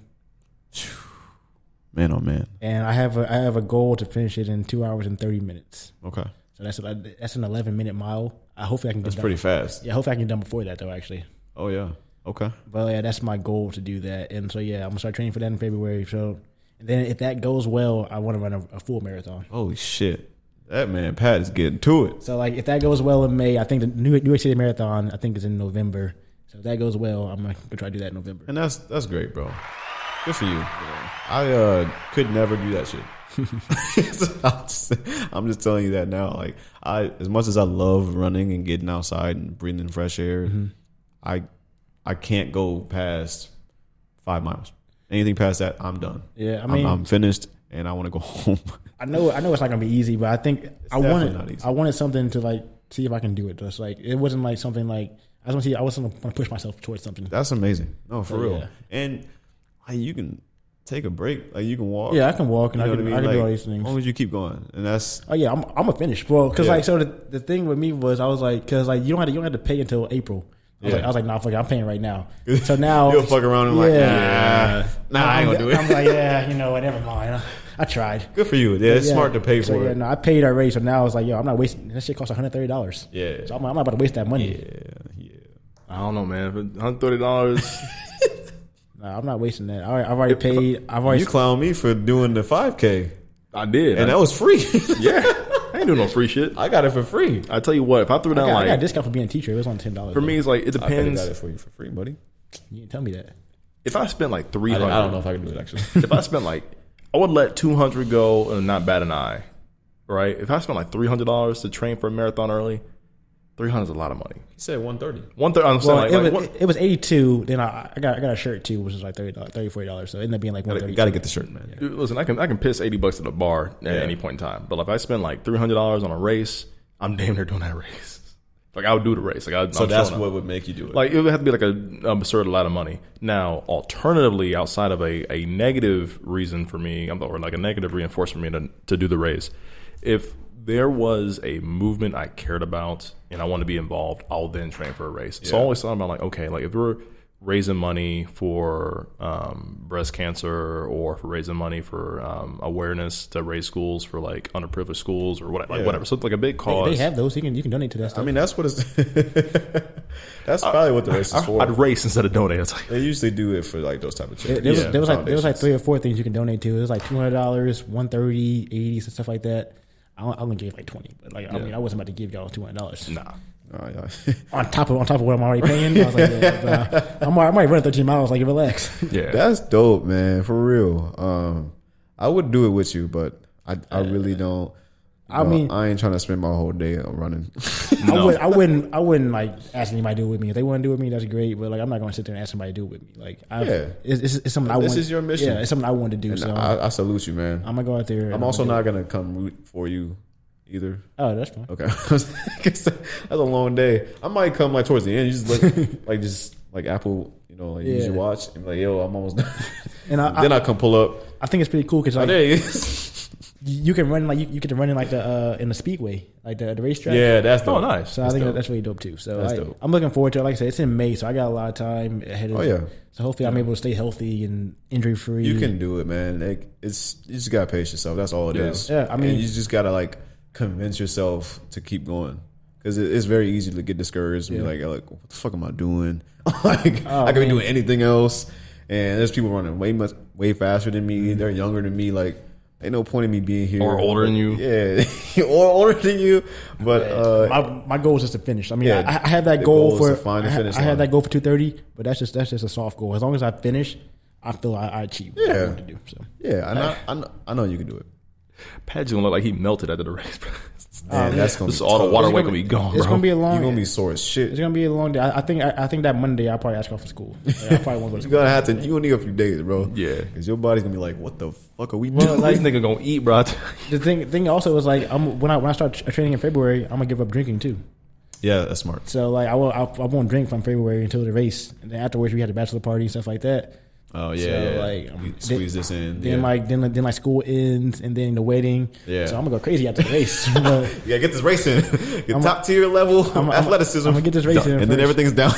Speaker 2: Man, oh man.
Speaker 3: and I have a I have a goal to finish it in two hours and thirty minutes.
Speaker 2: Okay,
Speaker 3: So that's about, that's an eleven minute mile. I hopefully I can get
Speaker 2: that's
Speaker 3: done.
Speaker 2: pretty fast.
Speaker 3: Yeah, hopefully I can get done before that though. Actually,
Speaker 2: Oh yeah. Okay.
Speaker 3: but yeah, that's my goal to do that. And so yeah, I'm gonna start training for that in February. So and then if that goes well, I want to run a, a full marathon.
Speaker 2: Holy shit. That man Pat is getting to it.
Speaker 3: So like if that goes well in May, I think the New New York City Marathon I think is in November. So if that goes well, I'm like, gonna try to do that in November.
Speaker 2: And that's that's great, bro. Good for you. I uh, could never do that shit. I'll just- I'm just telling you that now. Like I, as much as I love running and getting outside and breathing in fresh air,
Speaker 3: Mm-hmm.
Speaker 2: I I can't go past five miles. Anything past that, I'm done.
Speaker 3: Yeah, I
Speaker 2: I'm-
Speaker 3: mean-
Speaker 2: I'm, finished, and I want to go home.
Speaker 3: I know I know it's not gonna be easy, but I think I
Speaker 2: definitely not
Speaker 3: wanted
Speaker 2: easy.
Speaker 3: I wanted something to like see if I can do it. Just like it wasn't like something like I just want to see I wasn't gonna push myself towards something.
Speaker 2: that's amazing. No, for
Speaker 3: Oh,
Speaker 2: real.
Speaker 3: yeah.
Speaker 2: And like, you can take a break. Like you can walk.
Speaker 3: Yeah, I can walk and I
Speaker 2: You know
Speaker 3: can, I, can
Speaker 2: what
Speaker 3: do
Speaker 2: Like,
Speaker 3: all these things.
Speaker 2: As long as you keep going, and that's
Speaker 3: Oh yeah, I'm I'm a finish, bro. Because
Speaker 2: Yeah.
Speaker 3: like so the, the thing with me was I was like because like you don't have to, you don't have to pay until April. I was,
Speaker 2: Yeah.
Speaker 3: like, I was like, nah, fuck it, I'm paying right now. So now
Speaker 2: You'll fuck around and like, nah, nah, I ain't gonna do it.
Speaker 3: I'm like, yeah, you know, what, never mind. I tried.
Speaker 2: Good for you. Yeah, it's
Speaker 3: Yeah.
Speaker 2: smart to pay for
Speaker 3: so, Yeah,
Speaker 2: it.
Speaker 3: no, I paid already, so now it's like, yo, I'm not wasting. That shit costs 130 dollars.
Speaker 2: Yeah.
Speaker 3: so I'm, I'm not about to waste that money.
Speaker 2: yeah, yeah.
Speaker 1: I don't know, man. Hundred thirty dollars.
Speaker 3: Nah, I'm not wasting that. I, already- I've already paid. I've already.
Speaker 2: You clown me for doing the 5K,
Speaker 1: I did.
Speaker 2: and
Speaker 1: I,
Speaker 2: that was free.
Speaker 1: yeah. I ain't doing no free shit.
Speaker 2: I got it for free.
Speaker 1: I tell you what, if I threw
Speaker 3: I
Speaker 1: down
Speaker 3: got, I got a
Speaker 1: like
Speaker 3: discount for being a teacher. It was only ten dollars.
Speaker 1: for me, it's like it
Speaker 2: I could have got it
Speaker 1: depends.
Speaker 2: for you for free, buddy.
Speaker 3: you didn't tell me that.
Speaker 1: If I spent like three
Speaker 2: I,
Speaker 1: hundred,
Speaker 2: don't know if I can do it actually.
Speaker 1: if I spent like, I would let two hundred go and not bat an eye, right? If I spent like three hundred dollars to train for a marathon early, three hundred is a lot of money.
Speaker 2: he said 130.
Speaker 1: One third, I'm saying
Speaker 3: Well,
Speaker 1: like,
Speaker 3: it,
Speaker 1: like,
Speaker 3: was,
Speaker 1: what-
Speaker 3: it was 82. Then I, I got I got a shirt too, which was like 30 30 40 dollars. So it ended up being like
Speaker 2: Gotta,
Speaker 3: 130.
Speaker 2: gotta get the shirt, man.
Speaker 1: Dude, listen, I can I can piss eighty bucks at a bar at any point in time, but if I spend like three hundred dollars on a race, I'm damn near doing that race. Like I would do the race. Like I,
Speaker 2: So
Speaker 1: I'm
Speaker 2: that's
Speaker 1: showing up.
Speaker 2: what would make you do it.
Speaker 1: Like it would have to be like a absurd lot of money. Now, alternatively, outside of a, a negative reason for me, I'm- or like a negative reinforcement for me to, to do the race, if there was a movement I cared about and I want to be involved, I'll then train for a race. So I always thought about like, okay, like if we're raising money for um, breast cancer or for raising money for um, awareness to raise schools for like underprivileged schools or what, like whatever. So it's like a big cause.
Speaker 3: They have those. You can you can donate to that stuff.
Speaker 2: I mean, that's what it's. that's probably what the race is for.
Speaker 1: I'd race instead of donate. It's like,
Speaker 2: they usually do it for like those type of
Speaker 3: there,
Speaker 2: charities.
Speaker 3: there was,
Speaker 1: yeah,
Speaker 3: there was like there was like
Speaker 2: foundations.
Speaker 3: three or four things you can donate to. It was like two hundred dollars, one thirty, eighties, and stuff like that. I I only gave like twenty, but like I mean, I wasn't about to give y'all two hundred dollars
Speaker 1: nah.
Speaker 2: Oh, yeah.
Speaker 3: on top of on top of what I'm already paying. I was like, yeah, but, uh, I'm already, I'm already running thirteen miles. Like, relax.
Speaker 1: Yeah.
Speaker 2: That's dope, man. For real. Um, I would do it with you, but I, I really don't.
Speaker 3: I mean-
Speaker 2: I ain't trying to spend my whole day on running.
Speaker 3: I, would, I wouldn't I wouldn't like ask anybody to do it with me. If they want to do it with me, that's great. But like, I'm not going to sit there and ask somebody to do it with me. Like, i
Speaker 2: Yeah.
Speaker 3: it's, it's, it's something I
Speaker 2: This
Speaker 3: want.
Speaker 2: is your mission.
Speaker 3: Yeah, it's something I want to do.
Speaker 2: And
Speaker 3: so I,
Speaker 2: I, I salute you, man.
Speaker 3: am
Speaker 2: I'm,
Speaker 3: gonna go out there. and
Speaker 2: also
Speaker 3: gonna
Speaker 2: not gonna come root for you either.
Speaker 3: do it. Oh, that's fine.
Speaker 2: Okay, 'Cause that's a long day. I might come like towards the end. You just look like just like Apple, you know, like use
Speaker 3: Yeah.
Speaker 2: your watch and be like, yo, I'm almost done.
Speaker 3: And I,
Speaker 2: then
Speaker 3: I,
Speaker 2: I, come pull up.
Speaker 3: I think it's pretty cool because
Speaker 2: Oh,
Speaker 3: like,
Speaker 2: there he is.
Speaker 3: you can run like you, you can run in like the uh, in the speedway, like the, the racetrack.
Speaker 2: yeah, that's the
Speaker 1: Oh, nice.
Speaker 3: So I think that's really dope too. So
Speaker 2: That's
Speaker 3: like,
Speaker 2: dope.
Speaker 3: I'm looking forward to it. Like I said, it's in May, so I got a lot of time ahead of.
Speaker 2: Oh, yeah.
Speaker 3: So hopefully I'm able to stay healthy and injury free.
Speaker 2: You can do it, man. Like it's you just gotta pace yourself. That's all it
Speaker 1: Yeah.
Speaker 2: is.
Speaker 3: Yeah, I mean-
Speaker 2: and you just gotta like convince yourself to keep going because it, it's very easy to get discouraged and
Speaker 3: Yeah. Oh,
Speaker 2: be like, like, what the fuck am I doing? like I could be
Speaker 3: man.
Speaker 2: doing anything else. And there's people running way much way faster than me.
Speaker 3: Mm-hmm.
Speaker 2: They're younger than me. Like ain't no point in me being here
Speaker 1: Or older than you.
Speaker 2: Yeah, or older than you. But uh,
Speaker 3: my my goal is just to finish. I mean,
Speaker 2: Yeah,
Speaker 3: I, I have that
Speaker 2: the
Speaker 3: goal,
Speaker 2: goal
Speaker 3: for
Speaker 2: is to find the
Speaker 3: I, ha-
Speaker 2: finish
Speaker 3: I had
Speaker 2: line.
Speaker 3: that goal for 230, but that's just that's just a soft goal. As long as I finish, I feel I, I achieved what I
Speaker 2: Yeah.
Speaker 3: wanted to do. So
Speaker 2: yeah, I know, I know I know you can do it.
Speaker 1: Pat's gonna look like he melted after the race, bro.
Speaker 2: Man, that's gonna
Speaker 1: This
Speaker 2: be
Speaker 1: all the
Speaker 2: tough.
Speaker 1: water
Speaker 2: It's
Speaker 1: weight gonna be gone, bro.
Speaker 3: it's Oh, gonna be a long.
Speaker 2: You're gonna be sore as shit.
Speaker 3: it's gonna be a long day. I, I think I, I think that Monday I probably ask off for school. Like, I probably won't go to
Speaker 2: You
Speaker 3: school.
Speaker 2: gotta have to. You gonna need a few days, bro.
Speaker 1: Yeah.
Speaker 2: because your body's gonna be like, "What the fuck are we
Speaker 1: Well,
Speaker 2: doing?"
Speaker 1: this nigga gonna eat, bro.
Speaker 3: The thing thing also is like I'm, when I when I start tra- training in February, I'm gonna give up drinking too.
Speaker 2: yeah, that's smart.
Speaker 3: So like I will I, I won't drink from February until the race, and then afterwards we had a bachelor party and stuff like that.
Speaker 2: Oh yeah,
Speaker 3: So,
Speaker 2: yeah.
Speaker 3: like,
Speaker 2: You
Speaker 3: um,
Speaker 2: squeeze
Speaker 3: then-
Speaker 2: this in.
Speaker 3: Then
Speaker 2: yeah.
Speaker 3: like then then like school ends, and then the wedding.
Speaker 2: Yeah.
Speaker 3: So I'm gonna go crazy after the race. but,
Speaker 2: yeah, get this race in. Get
Speaker 3: I'm-
Speaker 2: top tier level
Speaker 3: I'm-
Speaker 2: athleticism.
Speaker 3: I'm gonna get this race in
Speaker 2: and then
Speaker 3: first.
Speaker 2: everything's down.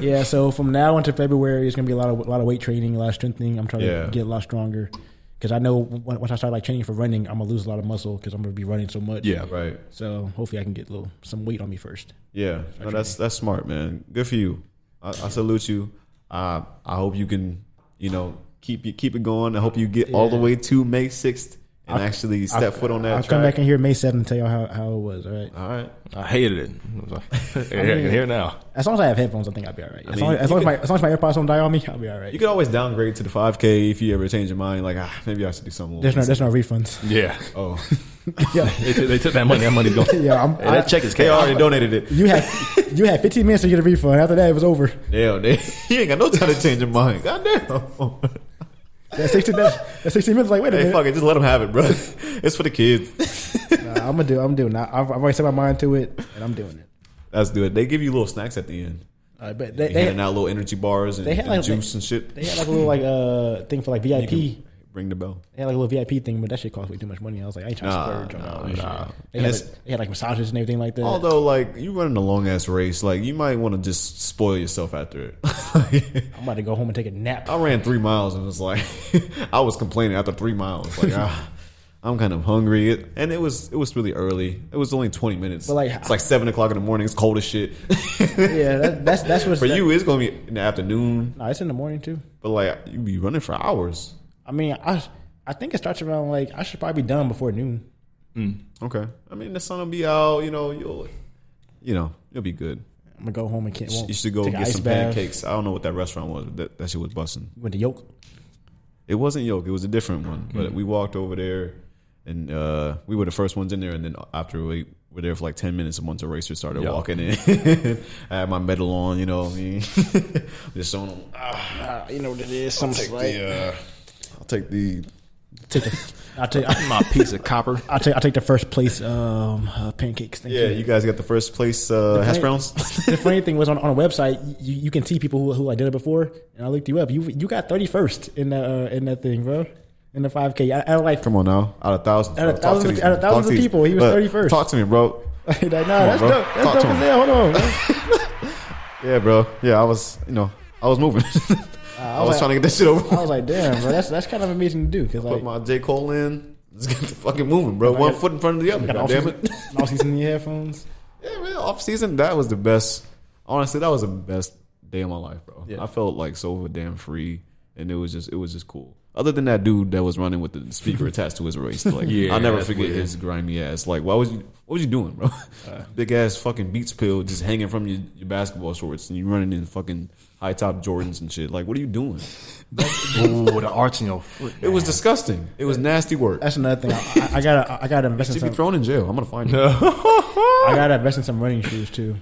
Speaker 3: yeah, so from now until February, it's gonna be a lot of a lot of weight training, a lot of strengthening. I'm trying
Speaker 2: Yeah.
Speaker 3: to get a lot stronger because I know when- once I start like training for running, I'm gonna lose a lot of muscle because I'm gonna be running so much.
Speaker 1: yeah,
Speaker 2: right.
Speaker 3: So hopefully I can get a little some weight on me first.
Speaker 2: Yeah, no, that's that's smart, man. Good for you. I, I salute you. Uh, I hope you can, you know, keep you keep it going. I hope you get all the way to May sixth. and actually step foot on that
Speaker 3: I'll
Speaker 2: track.
Speaker 3: come back in here May 7th and tell y'all how, how it was. All right.
Speaker 2: All right.
Speaker 1: I hated it. It was like, here, here now.
Speaker 3: As long as I have headphones, I think I'll be all right. As,
Speaker 2: mean,
Speaker 3: long, as,
Speaker 2: you
Speaker 3: long as, my,
Speaker 2: could-
Speaker 3: as long as my AirPods don't die on me, I'll be all right.
Speaker 2: You can always downgrade to the 5K if you ever change your mind. Like, ah, maybe I should do something. a
Speaker 3: there's no
Speaker 2: little
Speaker 3: there's no refunds.
Speaker 1: Yeah.
Speaker 2: Oh,
Speaker 3: yeah,
Speaker 1: They, took- they took that money. That money's gone.
Speaker 3: yeah. I'm,
Speaker 1: Hey, that
Speaker 3: I-
Speaker 1: check is
Speaker 2: they
Speaker 1: chaos.
Speaker 2: already donated it.
Speaker 3: you had you had 15 minutes to get a refund. After that, it was over.
Speaker 2: Damn, they, you ain't got no time to change your mind. Goddamn.
Speaker 3: That 16 minutes. That 16 minutes. Like wait a
Speaker 2: Hey,
Speaker 3: minute.
Speaker 2: fuck it. Just let them have it, bro. It's for the kids.
Speaker 3: Nah, I'm gonna do. I'm doing. That. I've, I've already set my mind to it, and I'm doing it.
Speaker 2: That's good. They give you little snacks at the end.
Speaker 3: I bet they, they,
Speaker 2: They handing
Speaker 3: had,
Speaker 2: out little energy bars and,
Speaker 3: they had
Speaker 2: and
Speaker 3: like-
Speaker 2: juice and shit.
Speaker 3: they had like a little like uh thing for like VIP.
Speaker 2: Ring the bell.
Speaker 3: They had like a little VIP thing, but that shit cost way too much money. I was like, I ain't trying
Speaker 2: Nah,
Speaker 3: to splurge
Speaker 2: nah,
Speaker 3: on all that
Speaker 2: nah.
Speaker 3: shit. They
Speaker 2: And
Speaker 3: had,
Speaker 2: it's-
Speaker 3: like, they had like massages and everything like that.
Speaker 2: Although, like, you running a long ass race, like, you might want to just spoil yourself after it.
Speaker 3: I'm about to go home and take a nap.
Speaker 2: I ran three miles and was like, I was complaining after three miles, like, ah, I'm kind of hungry. It, and it was it was really early. It was only 20 minutes.
Speaker 3: But, like,
Speaker 2: it's like seven o'clock in the morning. It's cold as shit.
Speaker 3: yeah, that, that's that's what's
Speaker 2: For
Speaker 3: that-
Speaker 2: you, it's gonna be in the afternoon,
Speaker 3: Nah, it's in the morning too.
Speaker 2: but like you be running for hours.
Speaker 3: I mean, I I think it starts around like I should probably be done before noon.
Speaker 2: Okay, I mean the sun will be out. You know you'll, you know you'll be good.
Speaker 3: I'm gonna go home and can't. won't
Speaker 2: You should go
Speaker 3: take an
Speaker 2: get
Speaker 3: ice
Speaker 2: some
Speaker 3: bath.
Speaker 2: pancakes. I don't know what that restaurant was. But that that shit was busting.
Speaker 3: Went to Yoke.
Speaker 2: It wasn't Yoke. It was a different one. But we walked over there, and uh, we were the first ones in there. And then after we were there for like ten minutes, and once the racer started
Speaker 1: Yeah.
Speaker 2: walking in, I had my medal on. You know, what I mean, just showing them. Ah,
Speaker 3: you know what it is. Some
Speaker 2: take the, uh, I'll take the.
Speaker 3: Take the, I take I,
Speaker 1: My piece of copper.
Speaker 3: I take I take the first place um uh, pancakes. Thank
Speaker 2: Yeah,
Speaker 3: you.
Speaker 2: you guys got the first place uh, hash browns.
Speaker 3: the funny thing was on, on a website you, you can see people who, who I did it before, and I looked you up. You you got thirty first in the uh, in that thing, bro. In the five k, I, I was like,
Speaker 2: Come on now, out of thousands,
Speaker 3: Out of
Speaker 2: bro. Talk to
Speaker 3: thousands-
Speaker 2: these-
Speaker 3: out of
Speaker 2: talk
Speaker 3: thousands
Speaker 2: to
Speaker 3: of
Speaker 2: these-
Speaker 3: people, he was
Speaker 2: Look,
Speaker 3: 31st.
Speaker 2: Talk to me, bro.
Speaker 3: like, nah, that's
Speaker 2: bro.
Speaker 3: dope. That's
Speaker 2: Talk to
Speaker 3: dope as
Speaker 2: him.
Speaker 3: hell. Hold on, bro.
Speaker 2: Yeah, bro. Yeah, I was, you know, I was moving.
Speaker 3: Uh,
Speaker 2: I was
Speaker 3: like-
Speaker 2: trying to get this shit over.
Speaker 3: I was like, damn, bro. That's that's kind of amazing to do because
Speaker 2: Put
Speaker 3: like
Speaker 2: my J Cole in. Let's get the fucking moving, bro. One
Speaker 3: got-
Speaker 2: foot in front of the other.
Speaker 3: got
Speaker 2: God
Speaker 3: off
Speaker 2: damn
Speaker 3: season,
Speaker 2: it.
Speaker 3: off season in your headphones.
Speaker 2: yeah, man. Off season, that was the best. Honestly, that was the best day of my life, bro. I felt like so damn free, and it was just, it was just cool. Other than that dude that was running with the speaker attached to his waist, like
Speaker 1: Yeah,
Speaker 2: I'll never
Speaker 1: that's
Speaker 2: forget
Speaker 1: weird. Uh,
Speaker 2: his grimy ass. Like, why was you? What was you doing, bro? Big ass fucking Beats pill just hanging from your, your basketball shorts, and you running in fucking high top Jordans and shit. Like, what are you doing?
Speaker 1: Ooh, the arch in your foot.
Speaker 2: It was disgusting. It was nasty work.
Speaker 3: That's another thing. I, I, I gotta I gotta invest in
Speaker 2: Should be
Speaker 3: some.
Speaker 2: thrown in jail. I'm gonna find you.
Speaker 3: I gotta invest in some running shoes too.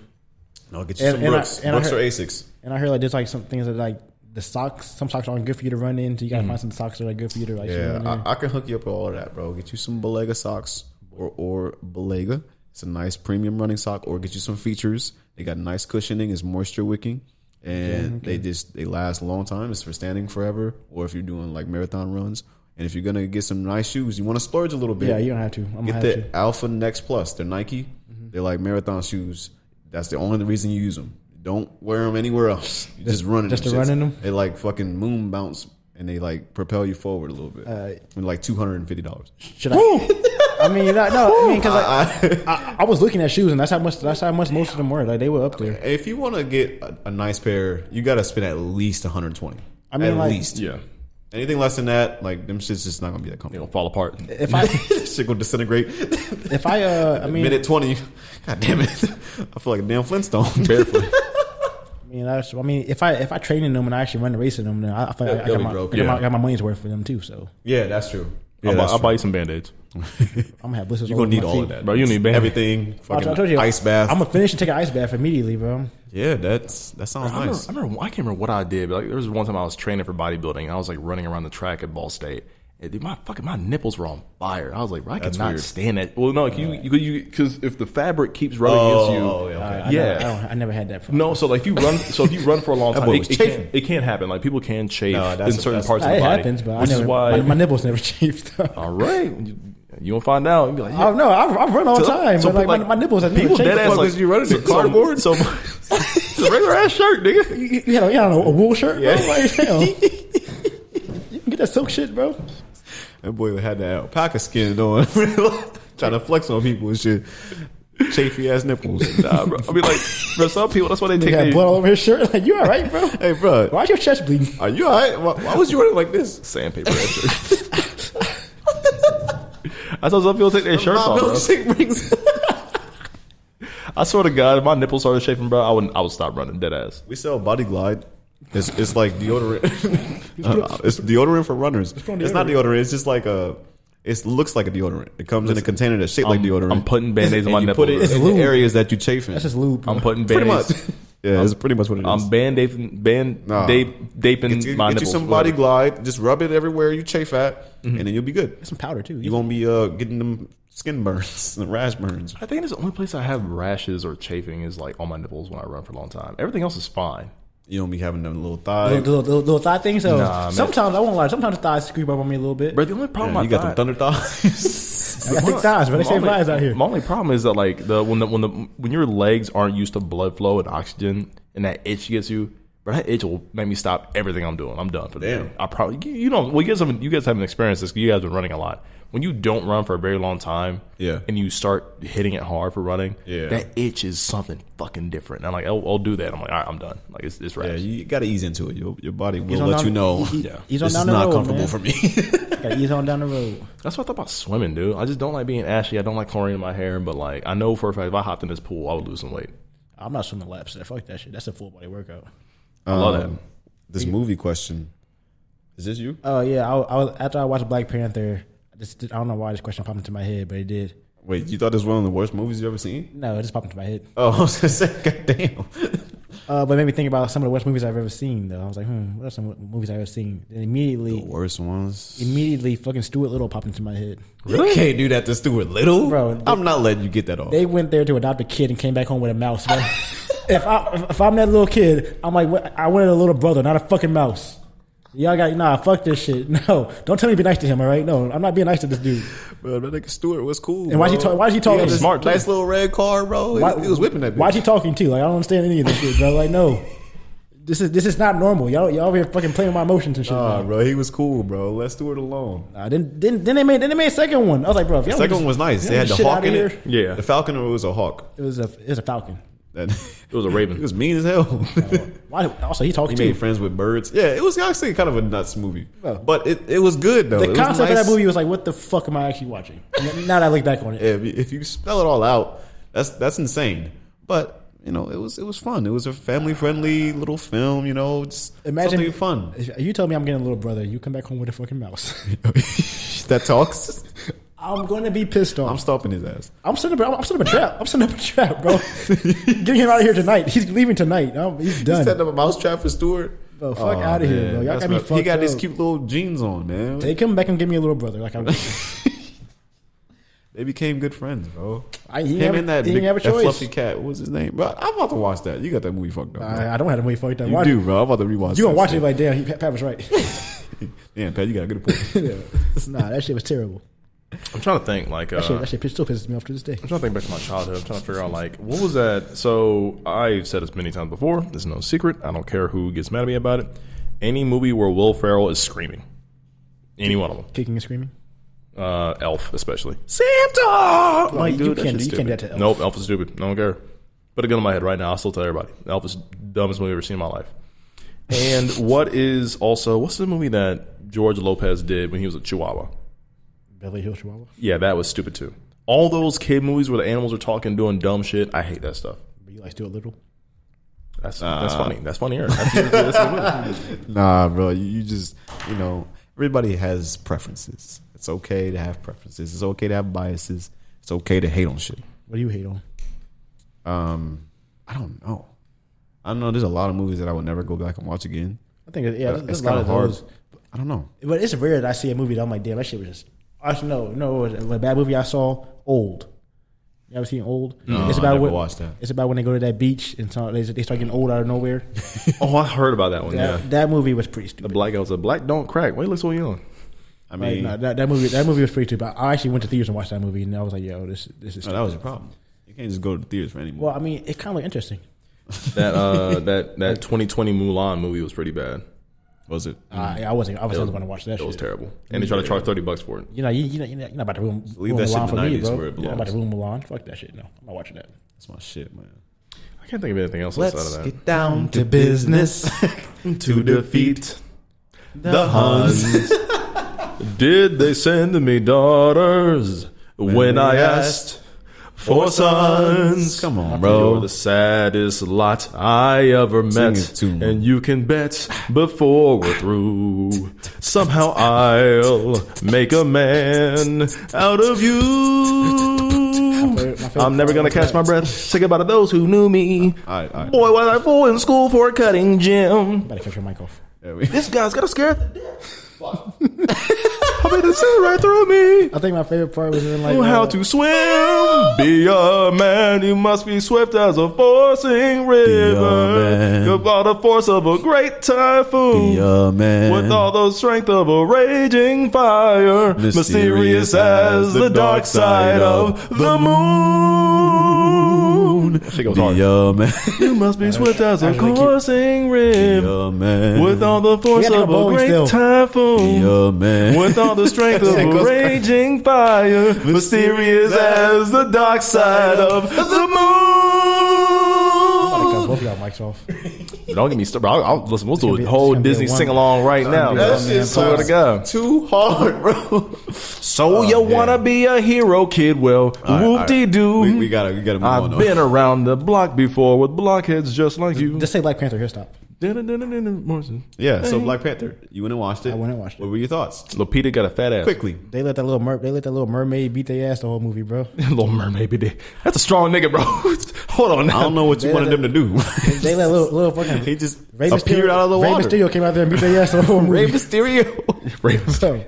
Speaker 2: No, get you
Speaker 3: And-
Speaker 2: some
Speaker 3: and I-
Speaker 2: Brooks.
Speaker 3: and I
Speaker 2: Brooks or
Speaker 3: heard-
Speaker 2: Asics.
Speaker 3: And I heard like there's like some things that like the socks. Some socks aren't good for you to run in, so you gotta find some socks that are good for you to like.
Speaker 2: Mm-hmm. Yeah,
Speaker 3: run in.
Speaker 2: I, I can hook you up with all of that, bro. Get you some Belega socks or or Belega. It's a nice premium running sock. Or get you some features. They got nice cushioning. It's moisture wicking, and they just they last a long time. It's for standing forever, or if you're doing like marathon runs. And if you're gonna get some nice shoes, you want to splurge a little bit.
Speaker 3: Yeah, you don't have to. I'm gonna
Speaker 2: get
Speaker 3: have
Speaker 2: the
Speaker 3: to.
Speaker 2: Alpha Next Plus. They're Nike.
Speaker 3: Mm-hmm.
Speaker 2: They're like marathon shoes. That's the only reason you use them. Don't wear them anywhere else. You just running.
Speaker 3: just
Speaker 2: them
Speaker 3: to
Speaker 2: shits.
Speaker 3: run in 'em?
Speaker 2: They like fucking moon bounce and they like propel you forward a little bit.
Speaker 3: Uh,
Speaker 2: And, like two hundred and fifty dollars.
Speaker 3: Should I? I mean, no, no I mean, because like, I, I was looking at shoes, and that's how much. That's how much most of them were. Like they were up there.
Speaker 2: If you want to get a, a nice pair, you got to spend at least one hundred twenty.
Speaker 3: I mean,
Speaker 2: at
Speaker 3: like-
Speaker 2: least
Speaker 1: Yeah.
Speaker 2: anything less than that, like them shits, just not gonna be that
Speaker 1: It'll
Speaker 2: comfortable.
Speaker 1: fall apart.
Speaker 3: If I,
Speaker 2: this shit gonna disintegrate.
Speaker 3: if I, uh, I mean,
Speaker 2: Minute twenty. God damn it! I feel like a damn Flintstone. Barefoot.
Speaker 3: I mean, that's, I mean, if I, if I train in them and I actually run the race in them, then I, I feel like I,
Speaker 2: They'll
Speaker 3: got
Speaker 2: be
Speaker 3: my,
Speaker 2: broke,
Speaker 3: I got my,
Speaker 1: yeah.
Speaker 3: got my money's worth for them too. So
Speaker 2: yeah, that's true. Yeah,
Speaker 1: I'll, buy,
Speaker 2: that's
Speaker 1: I'll
Speaker 2: true.
Speaker 1: buy you some band aids.
Speaker 3: I'm gonna have blisters.
Speaker 2: You're gonna need
Speaker 3: my
Speaker 2: all
Speaker 3: feet.
Speaker 2: of that,
Speaker 1: Bro, you need band-
Speaker 2: everything.
Speaker 3: I,
Speaker 2: Fucking
Speaker 3: I told you,
Speaker 2: ice bath.
Speaker 3: I'm gonna finish and take an ice bath immediately, bro.
Speaker 2: yeah, that's that sounds
Speaker 1: I remember,
Speaker 2: nice.
Speaker 1: I remember- I can't remember what I did, but like, there was one time I was training for bodybuilding. And I was like running around the track at Ball State. And, dude, my fucking my nipples were on fire. I was like, bro, I
Speaker 2: That's
Speaker 1: cannot
Speaker 2: weird.
Speaker 1: stand that. Well, no, like, you you you because if the fabric keeps rubbing
Speaker 2: Oh,
Speaker 1: against you,
Speaker 2: yeah, okay.
Speaker 3: I
Speaker 1: Yeah.
Speaker 3: never, I, don't, I never had that. Problem.
Speaker 1: no. So like if you run, so if you run for a long
Speaker 2: That
Speaker 1: time,
Speaker 2: boy
Speaker 1: it,
Speaker 2: was
Speaker 1: it can't,
Speaker 2: chafing.
Speaker 1: it can't happen. Like people can chafe
Speaker 2: No, that's-
Speaker 1: in certain
Speaker 2: that's-
Speaker 1: parts of
Speaker 3: it
Speaker 1: the body,
Speaker 3: happens, but I
Speaker 1: which
Speaker 3: never,
Speaker 1: is why.
Speaker 3: my, my nipples never chafed. I
Speaker 1: all right, you, you gonna find out. You'll be like, yeah,
Speaker 3: don't know. I've, I've run all the time, but like, my, my nipples have never
Speaker 1: people
Speaker 3: chafed.
Speaker 1: dead ass
Speaker 2: fuck
Speaker 1: like
Speaker 2: is you running in? Cardboard?
Speaker 1: So, so it's a regular ass shirt, nigga.
Speaker 3: You, you had a, you had a, a wool shirt, bro. Like, damn. you can get that silk shit, bro.
Speaker 2: That boy had that alpaca skin on, trying to flex on people and shit. Chafy ass nipples.
Speaker 1: Nah, bro. I mean, like for some people, that's why they
Speaker 3: He
Speaker 1: take
Speaker 3: got
Speaker 1: their-
Speaker 3: blood all over his shirt. Like, you all right, bro?
Speaker 2: hey, bro,
Speaker 3: Why's your chest bleeding?
Speaker 2: are you alright? Why, why was you running like this?
Speaker 1: sandpaper. ass shirt. I saw some people take their shirts off. bro.
Speaker 2: rings.
Speaker 1: I swear to God, if my nipples started chafing, bro, I would I would stop running, dead ass.
Speaker 2: we sell Body Glide. It's, it's like deodorant. Uh, it's deodorant for runners. It's,
Speaker 3: on
Speaker 2: not deodorant. It's just like a. It looks like a deodorant. It comes in a container that's shaped like
Speaker 1: I'm-
Speaker 2: deodorant.
Speaker 1: I'm putting Band-Aids on my
Speaker 2: and you
Speaker 1: nipple,
Speaker 2: Put
Speaker 1: bro.
Speaker 2: it in
Speaker 3: It's
Speaker 2: the
Speaker 3: lube.
Speaker 2: areas that you chafing.
Speaker 3: That's just lube.
Speaker 1: I'm putting
Speaker 2: pretty
Speaker 1: band aids.
Speaker 2: much. Yeah, it's pretty much what it is.
Speaker 1: I'm band aiding band
Speaker 2: Nah.
Speaker 1: dape daping
Speaker 2: get you,
Speaker 1: my
Speaker 2: get you
Speaker 1: nipples.
Speaker 2: some body glide. Just rub it everywhere you chafe at, and then you'll be good.
Speaker 3: Some powder too.
Speaker 2: You won't be uh, getting them skin burns, and rash burns.
Speaker 1: I think it's the only place I have rashes or chafing is like on my nipples when I run for a long time. Everything else is fine.
Speaker 2: You don't be having them little
Speaker 3: the,
Speaker 2: thighs.
Speaker 3: the, the, the thigh thing. So
Speaker 1: Nah, man.
Speaker 3: sometimes I won't lie. Sometimes the thighs screw up on me a little bit.
Speaker 1: Bro, the only problem
Speaker 2: Yeah,
Speaker 1: I
Speaker 2: you got them
Speaker 1: thought-
Speaker 2: thunder thighs.
Speaker 3: I got thick thighs, bro. They
Speaker 1: My
Speaker 3: say
Speaker 1: only-
Speaker 3: thighs out here.
Speaker 1: My only problem is that like the when the when the when your legs aren't used to blood flow and oxygen, and that itch gets you. But that itch will make me stop everything I'm doing. I'm done for the
Speaker 2: Damn.
Speaker 1: day. I probably you, you know well you guys haven't you guys haven't experienced this. 'cause You guys been running a lot. When you don't run for a very long time,
Speaker 2: Yeah.
Speaker 1: and you start hitting it hard for running,
Speaker 2: Yeah.
Speaker 1: that itch is something fucking different. And I'm like, I'll, I'll do that. I'm like, all right, I'm done. Like it's it's
Speaker 2: yeah,
Speaker 1: right.
Speaker 2: you got to ease into it. Your, your body will
Speaker 3: on
Speaker 2: let
Speaker 3: down-
Speaker 2: you know.
Speaker 3: he- he-
Speaker 2: yeah,
Speaker 3: he's on
Speaker 2: this
Speaker 3: down
Speaker 2: is
Speaker 3: the
Speaker 2: not
Speaker 3: road, oh,
Speaker 2: comfortable
Speaker 3: man.
Speaker 2: for me.
Speaker 3: Gotta ease on down the road.
Speaker 1: That's what I thought about swimming, dude. I just don't like being ashy. I don't like chlorine in my hair. But like, I know for a fact if I hopped in this pool, I would lose some weight.
Speaker 3: I'm not swimming laps. Today. Fuck that shit. That's a full body workout.
Speaker 1: I love that.
Speaker 2: Um, this movie question. Is this you?
Speaker 3: Oh yeah, I, I was after I watched Black Panther. I just did, I don't know why this question popped into my head, but it did.
Speaker 2: Wait, you thought this was one of the worst movies you ever seen?
Speaker 3: No, it just popped into my head.
Speaker 2: Oh, I was gonna say, goddamn.
Speaker 3: Uh, but it made me think about some of the worst movies I've ever seen. Though I was like, hmm, what are some movies I've ever seen? And immediately,
Speaker 2: Worst ones.
Speaker 3: immediately, fucking Stuart Little popped into my head.
Speaker 2: You can't do that to Stuart Little,
Speaker 3: Bro, they-
Speaker 2: I'm not letting you get that off.
Speaker 3: They went there to adopt a kid and came back home with a mouse. Bro. if I if I'm that little kid, I'm like, what- I wanted a little brother, not a fucking mouse. Y'all got nah, fuck this shit. No, don't tell me to be nice to him. All right, no, I'm not being nice to this dude.
Speaker 2: Bro, that nigga Stewart was cool.
Speaker 3: And why'd you
Speaker 2: bro.
Speaker 3: talk- why'd you talk-
Speaker 2: He had this
Speaker 1: Smart, too.
Speaker 2: Nice little red car, bro. He- he was whipping that. Bitch.
Speaker 3: Why's he talking too? Like I don't understand any of this shit, bro. Like no, this is this is not normal. Y'all y'all over here fucking playing with my emotions and shit.
Speaker 2: Nah,
Speaker 3: bro.
Speaker 2: bro, he was cool, bro. Let Stewart alone.
Speaker 3: Nah, then then then they made then they made a second one. I was like, bro, if y'all
Speaker 2: The second
Speaker 3: just-
Speaker 2: one was nice.
Speaker 3: y'all
Speaker 2: They had
Speaker 3: get
Speaker 2: the
Speaker 3: shit
Speaker 2: hawk
Speaker 3: outta
Speaker 2: in
Speaker 3: here.
Speaker 2: it.
Speaker 1: Yeah.
Speaker 2: the falcon or it was a hawk.
Speaker 3: It was a it was a falcon.
Speaker 2: That,
Speaker 1: It was a
Speaker 2: it
Speaker 1: raven.
Speaker 2: was mean as hell.
Speaker 3: Why, also, he
Speaker 2: he
Speaker 3: talked
Speaker 2: made
Speaker 3: too.
Speaker 2: friends with birds. Yeah, it was actually kind of a nuts movie,
Speaker 3: Well,
Speaker 2: but it, it was good though. It
Speaker 3: The
Speaker 2: was
Speaker 3: concept of
Speaker 2: nice.
Speaker 3: that movie was like, what the fuck am I actually watching? And then- now that I look back on it,
Speaker 2: If you, if you spell it all out, that's that's insane. But you know, it was it was fun. It was a family friendly little film. You know, just
Speaker 3: imagine
Speaker 2: something fun
Speaker 3: If you tell me I'm getting a little brother, you come back home with a fucking mouse.
Speaker 2: that talks.
Speaker 3: I'm gonna be pissed off.
Speaker 2: I'm stomping his ass.
Speaker 3: I'm setting up. I'm setting up a trap. I'm setting up a trap, bro. Getting him out of here tonight. He's leaving tonight. Um, he's done.
Speaker 2: Setting up a mouse trap for Stewart.
Speaker 3: Bro, fuck outta here, bro. Y'all
Speaker 2: That's
Speaker 3: got me
Speaker 2: what- He
Speaker 3: fucked
Speaker 2: got these
Speaker 3: up.
Speaker 2: cute little jeans on, man.
Speaker 3: They come back and give me a little brother. Like I,
Speaker 2: They became good friends, bro.
Speaker 3: I he
Speaker 2: Him
Speaker 3: have,
Speaker 2: and that,
Speaker 3: he
Speaker 2: big,
Speaker 3: didn't have a
Speaker 2: that
Speaker 3: choice.
Speaker 2: fluffy cat. What was his name? Bro, I'm about to watch that. You got that movie fucked up. bro.
Speaker 3: I, I don't have to wait for it.
Speaker 2: you do, bro. I'm about to rewatch.
Speaker 3: You
Speaker 2: that
Speaker 3: gonna watch
Speaker 2: shit.
Speaker 3: it like damn? He, Pat was right.
Speaker 2: Damn, Pat, you got a good point.
Speaker 3: nah, that shit was terrible.
Speaker 1: I'm trying to think like uh,
Speaker 3: That shit, that shit still pisses me off to this day.
Speaker 1: I'm trying to think back to my childhood. I'm trying to figure out like what was that. So I've said this many times before. There's no secret. I don't care who gets mad at me about it. Any movie where Will Ferrell is screaming, any one of them,
Speaker 3: Kicking and screaming.
Speaker 1: uh, Elf especially. Santa,
Speaker 3: you can't do- you can't do that to Elf.
Speaker 1: Nope, Elf is stupid. I don't care. Put a gun in my head right now. I'll still tell everybody. Elf is dumbest movie I've ever seen in my life. And what is also what's the movie that George Lopez did when he was a Chihuahua?
Speaker 3: Beverly Hills Chihuahua.
Speaker 1: Yeah, that was stupid too. All those kid movies where the animals are talking, doing dumb shit. I hate that stuff.
Speaker 3: But you like do it little.
Speaker 1: That's that's funny. That's funny. Eric. That's, that's what it is.
Speaker 2: nah, bro. You, you just, you know, everybody has preferences. It's okay to have preferences. It's okay to have biases. It's okay to hate on shit.
Speaker 3: What do you hate on?
Speaker 2: Um, I don't know. I don't know. There's a lot of movies that I would never go back and watch again.
Speaker 3: I think yeah, there's,
Speaker 2: It's
Speaker 3: there's a lot
Speaker 2: kinda
Speaker 3: of
Speaker 2: hard.
Speaker 3: those.
Speaker 2: I don't know.
Speaker 3: But it's rare that I see a movie that I'm like, damn, that shit was just. I no, no, what was it? a bad movie I saw. Old. You ever seen Old? No, it's
Speaker 2: I
Speaker 3: about
Speaker 2: never
Speaker 3: when,
Speaker 2: watched that.
Speaker 3: It's about when they go to that beach and so they, they start getting old out of nowhere.
Speaker 1: Oh, I heard about that one. Yeah,
Speaker 3: That, that movie was pretty
Speaker 1: the
Speaker 3: stupid.
Speaker 1: black guy was a black don't crack. Wait, look so young.
Speaker 2: I
Speaker 3: Like,
Speaker 2: mean,
Speaker 3: nah, that, that movie, that movie was pretty stupid. I actually went to theaters and watched that movie, and I was like, yo, this, this is.
Speaker 2: no, Oh, that was your problem. You can't just go to the theaters for any movie.
Speaker 3: well, I mean, it kind of looked interesting.
Speaker 1: That uh, that that 2020 Mulan movie was pretty bad.
Speaker 2: was Mm. it?
Speaker 3: I, I wasn't, I was not going to watch that.
Speaker 1: It
Speaker 3: shit.
Speaker 1: was terrible, and they tried to charge 30 bucks for it.
Speaker 3: You know, you, you know, you're not about to ruin, ruin
Speaker 2: that shit in
Speaker 3: Milan for
Speaker 2: the
Speaker 3: me,
Speaker 2: 90s
Speaker 3: bro.
Speaker 2: where it
Speaker 3: You're not about to ruin
Speaker 2: belongs.
Speaker 3: Milan. Fuck that shit. No, I'm not watching that.
Speaker 2: That's my shit, man.
Speaker 1: I can't think of anything else outside of that.
Speaker 2: down to business
Speaker 1: to defeat
Speaker 2: the Huns.
Speaker 1: Did they send me daughters when, I
Speaker 2: they
Speaker 1: asked for sons?
Speaker 2: Come on,
Speaker 1: You're
Speaker 2: bro.
Speaker 1: the saddest lot I ever met.
Speaker 2: it to 'em.
Speaker 1: And you can bet before we're through, somehow I'll make a man out of you.
Speaker 3: favorite- my favorite
Speaker 1: I'm never gonna
Speaker 3: part
Speaker 1: catch my breath. Say goodbye to those who knew me.
Speaker 2: All right, all right.
Speaker 1: Boy, was I fool in school for a cutting gym.
Speaker 3: Better cut your mic off.
Speaker 2: There we-
Speaker 1: This guy's got a scare. I made it sit right through me.
Speaker 3: I think my favorite part was in like
Speaker 1: Know how
Speaker 3: uh,
Speaker 1: to swim. Be a man. You must be swift as a forcing river.
Speaker 2: man.
Speaker 1: You've got the force of a great typhoon.
Speaker 2: Yeah, man.
Speaker 1: With all the strength of a raging fire, mysterious,
Speaker 2: Mysterious
Speaker 1: as, the dark side of the moon. She goes hard.
Speaker 2: Yeah, man.
Speaker 1: You must be swift as a
Speaker 3: actually keep-
Speaker 1: coursing river.
Speaker 2: Yeah, man.
Speaker 1: With all the
Speaker 3: We
Speaker 1: force
Speaker 3: had to go
Speaker 1: of a
Speaker 3: bowling
Speaker 1: great
Speaker 3: still.
Speaker 1: typhoon.
Speaker 2: Yeah, man.
Speaker 1: With all the strength of a raging fire, mysterious as the dark side of the
Speaker 3: I cut
Speaker 1: moon.
Speaker 3: both of y'all mics off.
Speaker 1: Don't get me started. I'll, I'll- listen. We'll do
Speaker 3: It's gonna be-
Speaker 1: a
Speaker 3: it's
Speaker 1: whole
Speaker 3: gonna be a
Speaker 1: Disney
Speaker 3: one-
Speaker 1: sing along right now.
Speaker 3: be a
Speaker 1: That
Speaker 3: one-man
Speaker 1: shit swear to
Speaker 3: podcast.
Speaker 1: God.
Speaker 2: too hard, bro.
Speaker 1: So you wanna be a hero, kid? Well,
Speaker 2: right, all right.
Speaker 1: whoop de doo.
Speaker 2: We- we gotta- we gotta move
Speaker 1: I've
Speaker 2: on, though.
Speaker 1: been around the block before with blockheads just like you.
Speaker 3: Just say Black Panther. Here, stop.
Speaker 1: Morrison.
Speaker 2: Yeah, so Black Panther. You went and watched it.
Speaker 3: I went and watched it.
Speaker 2: What were your thoughts?
Speaker 1: Lupita got a fat ass.
Speaker 2: Quickly.
Speaker 3: They let that little mer- they let that little mermaid beat their ass the whole movie, bro.
Speaker 1: Little Mermaid. baby. That's a strong nigga, bro. Hold on. Now.
Speaker 2: I don't know what you
Speaker 3: They
Speaker 2: wanted them to
Speaker 3: had
Speaker 2: do.
Speaker 3: They let little little fucking
Speaker 2: he just
Speaker 3: Rey
Speaker 2: appeared
Speaker 3: Mysterio-
Speaker 2: out of the
Speaker 3: Rey
Speaker 2: water.
Speaker 3: Mysterio came out there and beat their ass the whole
Speaker 2: Rey
Speaker 3: movie.
Speaker 2: Mysterio. Rey
Speaker 3: So,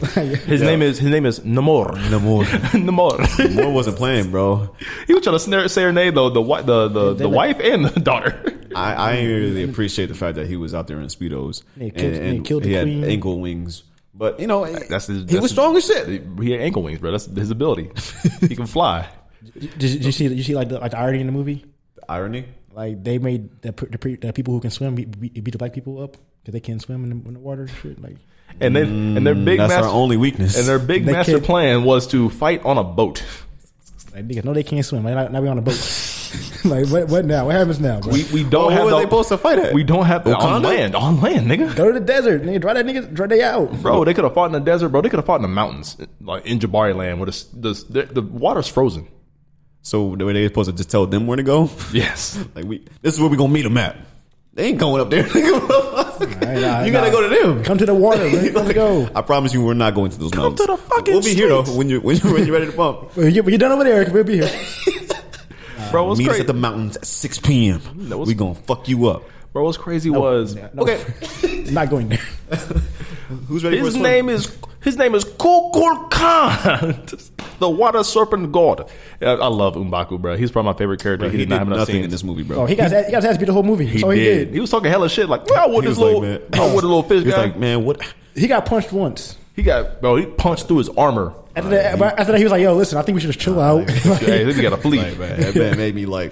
Speaker 1: His name is his name is Namor.
Speaker 2: Namor.
Speaker 1: Namor.
Speaker 2: Namor wasn't playing, bro.
Speaker 1: he was trying to snare, serenade the the wi- the the, the
Speaker 3: like-
Speaker 1: wife and the daughter.
Speaker 2: I, I ain't really appreciate the fact that he was out there in speedos
Speaker 3: And he killed- and he killed the
Speaker 2: had
Speaker 3: queen.
Speaker 2: ankle wings. But you know,
Speaker 1: That's his,
Speaker 2: he was strong as shit.
Speaker 1: He had ankle wings, bro. That's his ability. he can fly.
Speaker 3: did, did you see? Did you see like the, like the irony in the movie?
Speaker 2: Irony.
Speaker 3: Like they made the, pre- the, pre- the people who can swim beat, beat, beat the black people up because they can't swim in the, in the water and shit. Like
Speaker 1: And they and their big
Speaker 2: Mm, That's
Speaker 1: master
Speaker 2: our only weakness.
Speaker 1: and their big
Speaker 3: They
Speaker 1: master
Speaker 3: can't-
Speaker 1: plan was to fight on a boat.
Speaker 3: Like niggas, no, they can't swim. Like, now- now we on a boat. like what? What now? What happens now? Bro?
Speaker 1: We we don't
Speaker 2: Well, who
Speaker 1: have
Speaker 2: were
Speaker 1: the,
Speaker 2: they supposed to fight at?
Speaker 1: We don't have on
Speaker 2: Wakanda?
Speaker 1: land. On land, nigga.
Speaker 3: Go to the desert, nigga. Dry that nigga. Dry they out.
Speaker 1: Bro, they could have fought in the desert. Bro, they could have fought in the mountains, like in Jabari land, where the the, the, the water's frozen.
Speaker 2: So were they supposed to just tell them where to go?
Speaker 1: Yes,
Speaker 2: Like we, this is where we gonna meet them at. They ain't going up there.
Speaker 3: nah, nah.
Speaker 2: you gotta go to them.
Speaker 3: Come to the water. Man. Come to go.
Speaker 2: I promise you, we're not going to those
Speaker 1: Come
Speaker 2: mountains.
Speaker 1: to the fucking
Speaker 2: We'll be here though
Speaker 1: streets.
Speaker 2: when you when you when you're ready to pump.
Speaker 3: When you, when you're done over there, Eric, we'll be here.
Speaker 1: bro. What's
Speaker 2: Meet us
Speaker 1: crazy?
Speaker 2: at the mountains at 6 p.m.
Speaker 1: was-
Speaker 2: we gonna fuck you up.
Speaker 1: bro, what's crazy was
Speaker 2: Okay,
Speaker 3: Not going there.
Speaker 2: who's ready? for a
Speaker 1: His
Speaker 2: swim?
Speaker 1: name is his name is Kukul Khan, the water serpent god. I I love Umbaku, bro. He's probably my favorite character.
Speaker 2: Bro,
Speaker 1: he,
Speaker 2: he
Speaker 1: did not
Speaker 2: did
Speaker 1: have enough
Speaker 2: nothing
Speaker 1: scenes.
Speaker 2: in this movie, bro.
Speaker 3: Oh, he got his ass- he got his ass beat the whole movie.
Speaker 1: He,
Speaker 3: That's all he
Speaker 1: did.
Speaker 3: did.
Speaker 1: He was talking hella shit like, "Well, with
Speaker 2: He
Speaker 1: this
Speaker 2: was
Speaker 1: little,
Speaker 2: like, man.
Speaker 1: oh, with the little fish
Speaker 2: He's
Speaker 1: guy."
Speaker 2: like, man, what?
Speaker 3: He got punched once.
Speaker 1: he got bro. He punched through his armor.
Speaker 3: After that, but after that, he was like, "Yo, listen, I think we should just chill out." Like,
Speaker 1: Hey, he got a flea.
Speaker 2: Like, man, that man made me like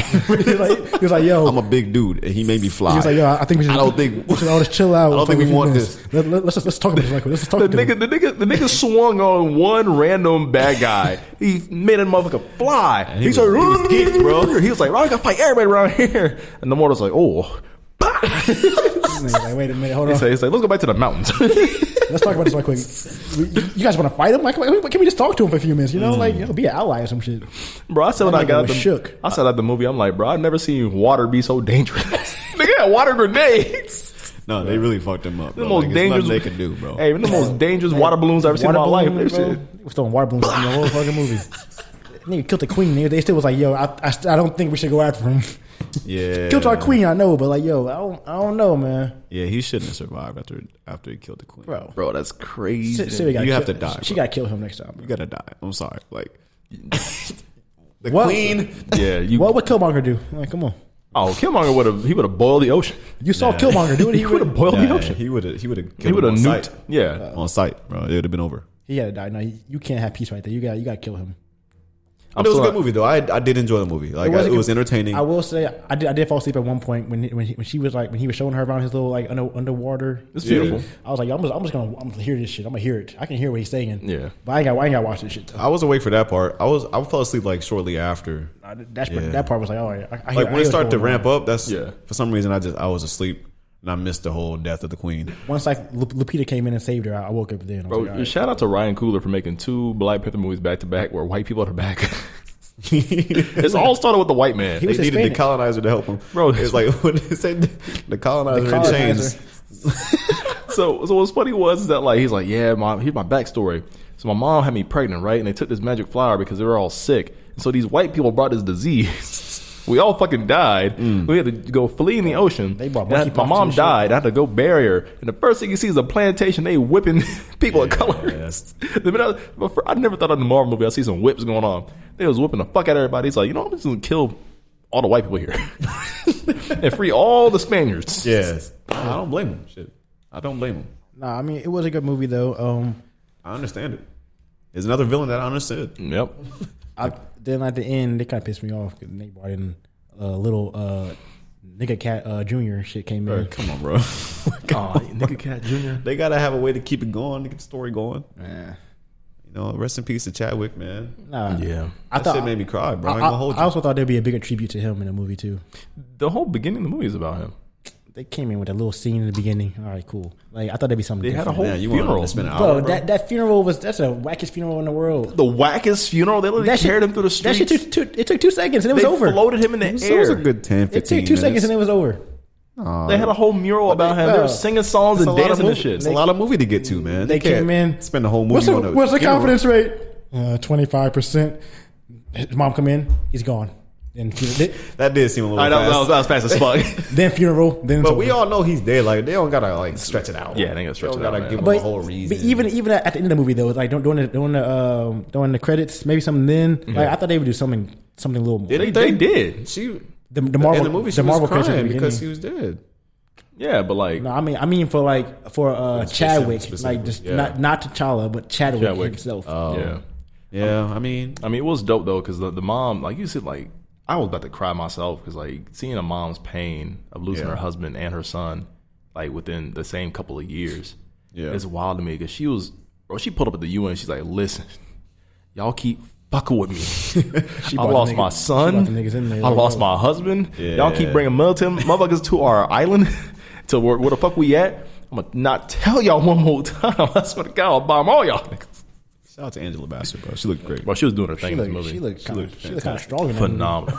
Speaker 3: he, was like, he was like, "Yo."
Speaker 2: I'm a big dude, and he made me fly.
Speaker 3: he was like, "Yo, I think we should."
Speaker 2: I don't think.
Speaker 3: we should all just chill out.
Speaker 2: I don't
Speaker 3: for
Speaker 2: think
Speaker 3: a
Speaker 2: we
Speaker 3: few
Speaker 2: want
Speaker 3: minutes.
Speaker 2: this.
Speaker 3: Let, let, let's just let's talk about this real quick. Let's just talk
Speaker 1: The
Speaker 3: about this.
Speaker 1: nigga, the nigga, the nigga swung on one random bad guy. He made a motherfucker fly.
Speaker 2: he
Speaker 1: He's
Speaker 2: was-
Speaker 1: like,
Speaker 2: he was geeked, bro.
Speaker 1: He was like, "Bro, I gotta fight everybody around here." And the mortal's like, "Oh."
Speaker 3: He's like, wait a minute, hold on.
Speaker 1: He's like, he's like, let's go back to the mountains.
Speaker 3: Let's talk about this right quick. We- You guys want to fight him? Like, can we- can we just talk to him for a few minutes? You
Speaker 2: Mm.
Speaker 3: know, like, you know, be an ally or some shit.
Speaker 1: Bro, I said when
Speaker 3: That
Speaker 1: I
Speaker 3: nigga
Speaker 1: got out
Speaker 3: was
Speaker 1: the
Speaker 3: shook.
Speaker 1: I said out the movie, I'm like, bro, I've never seen water be so dangerous. Nigga had water grenades.
Speaker 2: No, they really fucked him up.
Speaker 1: The
Speaker 2: Bro.
Speaker 1: most
Speaker 2: Like, there's
Speaker 1: dangerous
Speaker 2: nothing they can do, bro.
Speaker 1: Hey, the most dangerous water balloons I've ever seen in my life.
Speaker 3: balloons,
Speaker 1: They
Speaker 3: bro.
Speaker 1: said-
Speaker 3: They was throwing water balloons in the whole fucking movie. Nigga killed the queen. Nigga. They still was like, yo, I, I, st- I don't think we should go after him.
Speaker 2: yeah,
Speaker 3: Killed our queen, I know, but like, yo, I don't, I don't know, man.
Speaker 2: Yeah, he shouldn't have survived after after he killed the queen,
Speaker 3: Bro.
Speaker 1: Bro, that's crazy.
Speaker 3: Si- Siri got
Speaker 2: You have
Speaker 3: killed-
Speaker 2: to die,
Speaker 3: She
Speaker 2: bro.
Speaker 3: got to kill him next time.
Speaker 2: You gotta die. I'm sorry. Like the
Speaker 3: What?
Speaker 2: queen.
Speaker 1: yeah, you.
Speaker 3: What would Killmonger do? Like, come on.
Speaker 1: oh, Killmonger would have. He would have boiled the ocean.
Speaker 3: You saw Killmonger do it. He,
Speaker 1: He would have boiled the
Speaker 2: Nah,
Speaker 1: ocean.
Speaker 2: Oh, he would have. He would have.
Speaker 1: He would have
Speaker 2: on
Speaker 1: nuked.
Speaker 2: Sight. Uh,
Speaker 1: Yeah.
Speaker 2: On sight, bro. It would have been over.
Speaker 3: he had to die. No, you, you can't have peace right there. You got, you got to kill him.
Speaker 1: I'm
Speaker 2: it was a
Speaker 1: still
Speaker 2: good
Speaker 1: not-
Speaker 2: movie though. I I did enjoy the movie. Like I- it was,
Speaker 3: wasn't good.
Speaker 2: entertaining.
Speaker 3: I will say, I did, I did fall asleep at one point when, he- when, he, when she was like, when he was showing her around his little like under, underwater.
Speaker 1: It's
Speaker 2: Yeah.
Speaker 1: beautiful.
Speaker 3: I was like, yo, I'm just, I'm just gonna, I'm gonna hear this shit. I'm gonna hear it. I can hear what he's saying.
Speaker 1: Yeah.
Speaker 3: but I ain't got, I ain't got to watch this shit. Though.
Speaker 2: I was awake for that part. I was. I fell asleep like shortly after.
Speaker 3: I- That's
Speaker 2: Yeah.
Speaker 3: that part was like, all right. I, I hear-
Speaker 2: Like
Speaker 3: I
Speaker 2: when
Speaker 3: hear
Speaker 2: it started to
Speaker 3: what's going
Speaker 2: ramp up. That's
Speaker 1: Yeah.
Speaker 2: For some reason, I just I was asleep. And and I missed the whole death of the queen.
Speaker 3: Once like Lu- Lupita came in and saved her, I I woke up then. I was
Speaker 1: Bro,
Speaker 3: like, all right.
Speaker 1: shout out to Ryan Cooler for making two Black Panther movies back to back where white people are the back. it's all started with the white man.
Speaker 3: He was
Speaker 2: They needed the
Speaker 3: Hispanic.
Speaker 2: colonizer to help them.
Speaker 1: Bro,
Speaker 2: it's like what they said, the colonizer,
Speaker 3: The
Speaker 2: in
Speaker 3: colonizer.
Speaker 2: chains.
Speaker 1: so so what's funny was that like he's like, yeah, mom. Here's my backstory. So my mom had me pregnant, right? And they took this magic flower because they were all sick. And so these white people brought this disease. we all fucking died. We had to go flee in the ocean.
Speaker 3: Mm. They brought
Speaker 1: And I- my
Speaker 3: monkeypox
Speaker 1: mom
Speaker 3: and shit.
Speaker 1: died. I had to go bury her. And the first thing you see is a plantation. They whipping people of color. The minute I, but for- I never thought in the Marvel movie I see some whips going on. They was whipping the fuck out of everybody. He's like, you know, I'm just gonna kill all the white people here and free all the Spaniards.
Speaker 2: Yes, I don't blame him. Shit, I don't blame him.
Speaker 3: Nah, I mean it was a good movie though. Um,
Speaker 2: I understand it. There's another villain that I understood.
Speaker 1: Yep.
Speaker 3: I, then at the end, they kind of pissed me off because Nate brought in a little uh, nigga cat uh, junior shit came in.
Speaker 2: Come on, bro.
Speaker 3: Oh.
Speaker 1: Aw, nigga cat junior.
Speaker 2: They gotta have a way to keep it going, to get the story going. You know, rest in peace to Chadwick, man.
Speaker 3: Nah,
Speaker 1: Yeah.
Speaker 3: I
Speaker 2: that
Speaker 3: thought
Speaker 2: shit made me cry, bro. I,
Speaker 3: I,
Speaker 2: ain't gonna hold
Speaker 3: I
Speaker 2: you.
Speaker 3: also thought there'd be a bigger tribute to him in the movie too.
Speaker 1: The whole beginning of the movie is about him.
Speaker 3: They came in with a little scene in the beginning. All right, cool. Like I thought there'd be something.
Speaker 1: They had a
Speaker 3: different.
Speaker 1: whole
Speaker 2: yeah, you want
Speaker 1: funeral.
Speaker 2: to spend an hour?
Speaker 3: Bro,
Speaker 2: bro?
Speaker 3: that, that funeral was that's the wackest funeral in the world.
Speaker 1: the wackest funeral. They literally
Speaker 3: That shit-
Speaker 1: carried him through the
Speaker 3: That
Speaker 1: streets.
Speaker 3: shit took two, it took two seconds and it was
Speaker 1: they
Speaker 3: over.
Speaker 1: floated him in the
Speaker 2: So
Speaker 1: air.
Speaker 2: it was a good 10, 15
Speaker 3: it took two
Speaker 2: minutes.
Speaker 3: seconds and it was over.
Speaker 1: they had a whole mural about him. They
Speaker 3: uh,
Speaker 1: were singing songs
Speaker 2: It's a
Speaker 1: and
Speaker 2: lot of
Speaker 1: dancing and
Speaker 2: movie-
Speaker 1: shit.
Speaker 2: It's a lot of movie to get to, man.
Speaker 3: They
Speaker 2: can't
Speaker 3: came in.
Speaker 2: Spend the whole movie.
Speaker 3: What's the,
Speaker 2: on a
Speaker 3: what's the
Speaker 2: funeral.
Speaker 3: confidence rate? Twenty five Uh, percent. His mom come in. He's gone. Then funeral.
Speaker 2: That did seem a little
Speaker 1: I know, that was,
Speaker 2: fast.
Speaker 1: that was fast as fuck.
Speaker 3: then funeral. Then it's
Speaker 2: but we
Speaker 3: over.
Speaker 2: all know he's dead. Like they don't gotta like stretch it out.
Speaker 1: Yeah, they gotta stretch
Speaker 2: don't
Speaker 1: it out,
Speaker 2: gotta
Speaker 1: man.
Speaker 2: give him
Speaker 3: but,
Speaker 2: a whole reason.
Speaker 3: but even even at the end of the movie though, like don't during the during the um, during the credits, maybe something then. Like I thought they would do something something a little more.
Speaker 1: they, they did.
Speaker 2: she
Speaker 3: the, the Marvel
Speaker 2: in the movie, she
Speaker 3: the Marvel
Speaker 2: was
Speaker 3: credits at the
Speaker 2: crying because
Speaker 3: beginning.
Speaker 2: he was dead.
Speaker 1: Yeah, but like
Speaker 3: No, I mean, I mean for like for uh, Chadwick,
Speaker 2: specifically,
Speaker 3: like just
Speaker 2: yeah.
Speaker 3: not not T'Challa, but Chadwick,
Speaker 1: Chadwick. uh,
Speaker 3: himself.
Speaker 1: Yeah.
Speaker 2: Yeah, I mean,
Speaker 1: I mean, it was dope though because the, the mom, like you said, like I was about to cry myself because like seeing a mom's pain of losing
Speaker 2: Yeah.
Speaker 1: her husband and her son, like within the same couple of years,
Speaker 2: Yeah.
Speaker 1: it's wild to me because she was, bro, she pulled up at the UN. She's like, listen, y'all keep fucking with me. I
Speaker 3: brought the
Speaker 1: lost
Speaker 3: niggas-
Speaker 1: my son.
Speaker 3: she brought the niggas in there,
Speaker 1: I
Speaker 3: like,
Speaker 1: lost
Speaker 3: yo.
Speaker 1: my husband. Y'all keep
Speaker 2: Yeah.
Speaker 1: bringing militant motherfuckers to our island to where, where the fuck we at. I'm gonna not tell y'all one more time. I swear to God, I'll bomb all y'all niggas.
Speaker 2: shout out to Angela Bassett, bro. She looked great.
Speaker 1: Bro, she was doing her thing
Speaker 3: she
Speaker 1: in this
Speaker 3: looked
Speaker 1: movie.
Speaker 3: she looked kind of she looked kind of
Speaker 2: fantastic.
Speaker 3: strong. in that movie.
Speaker 1: phenomenal.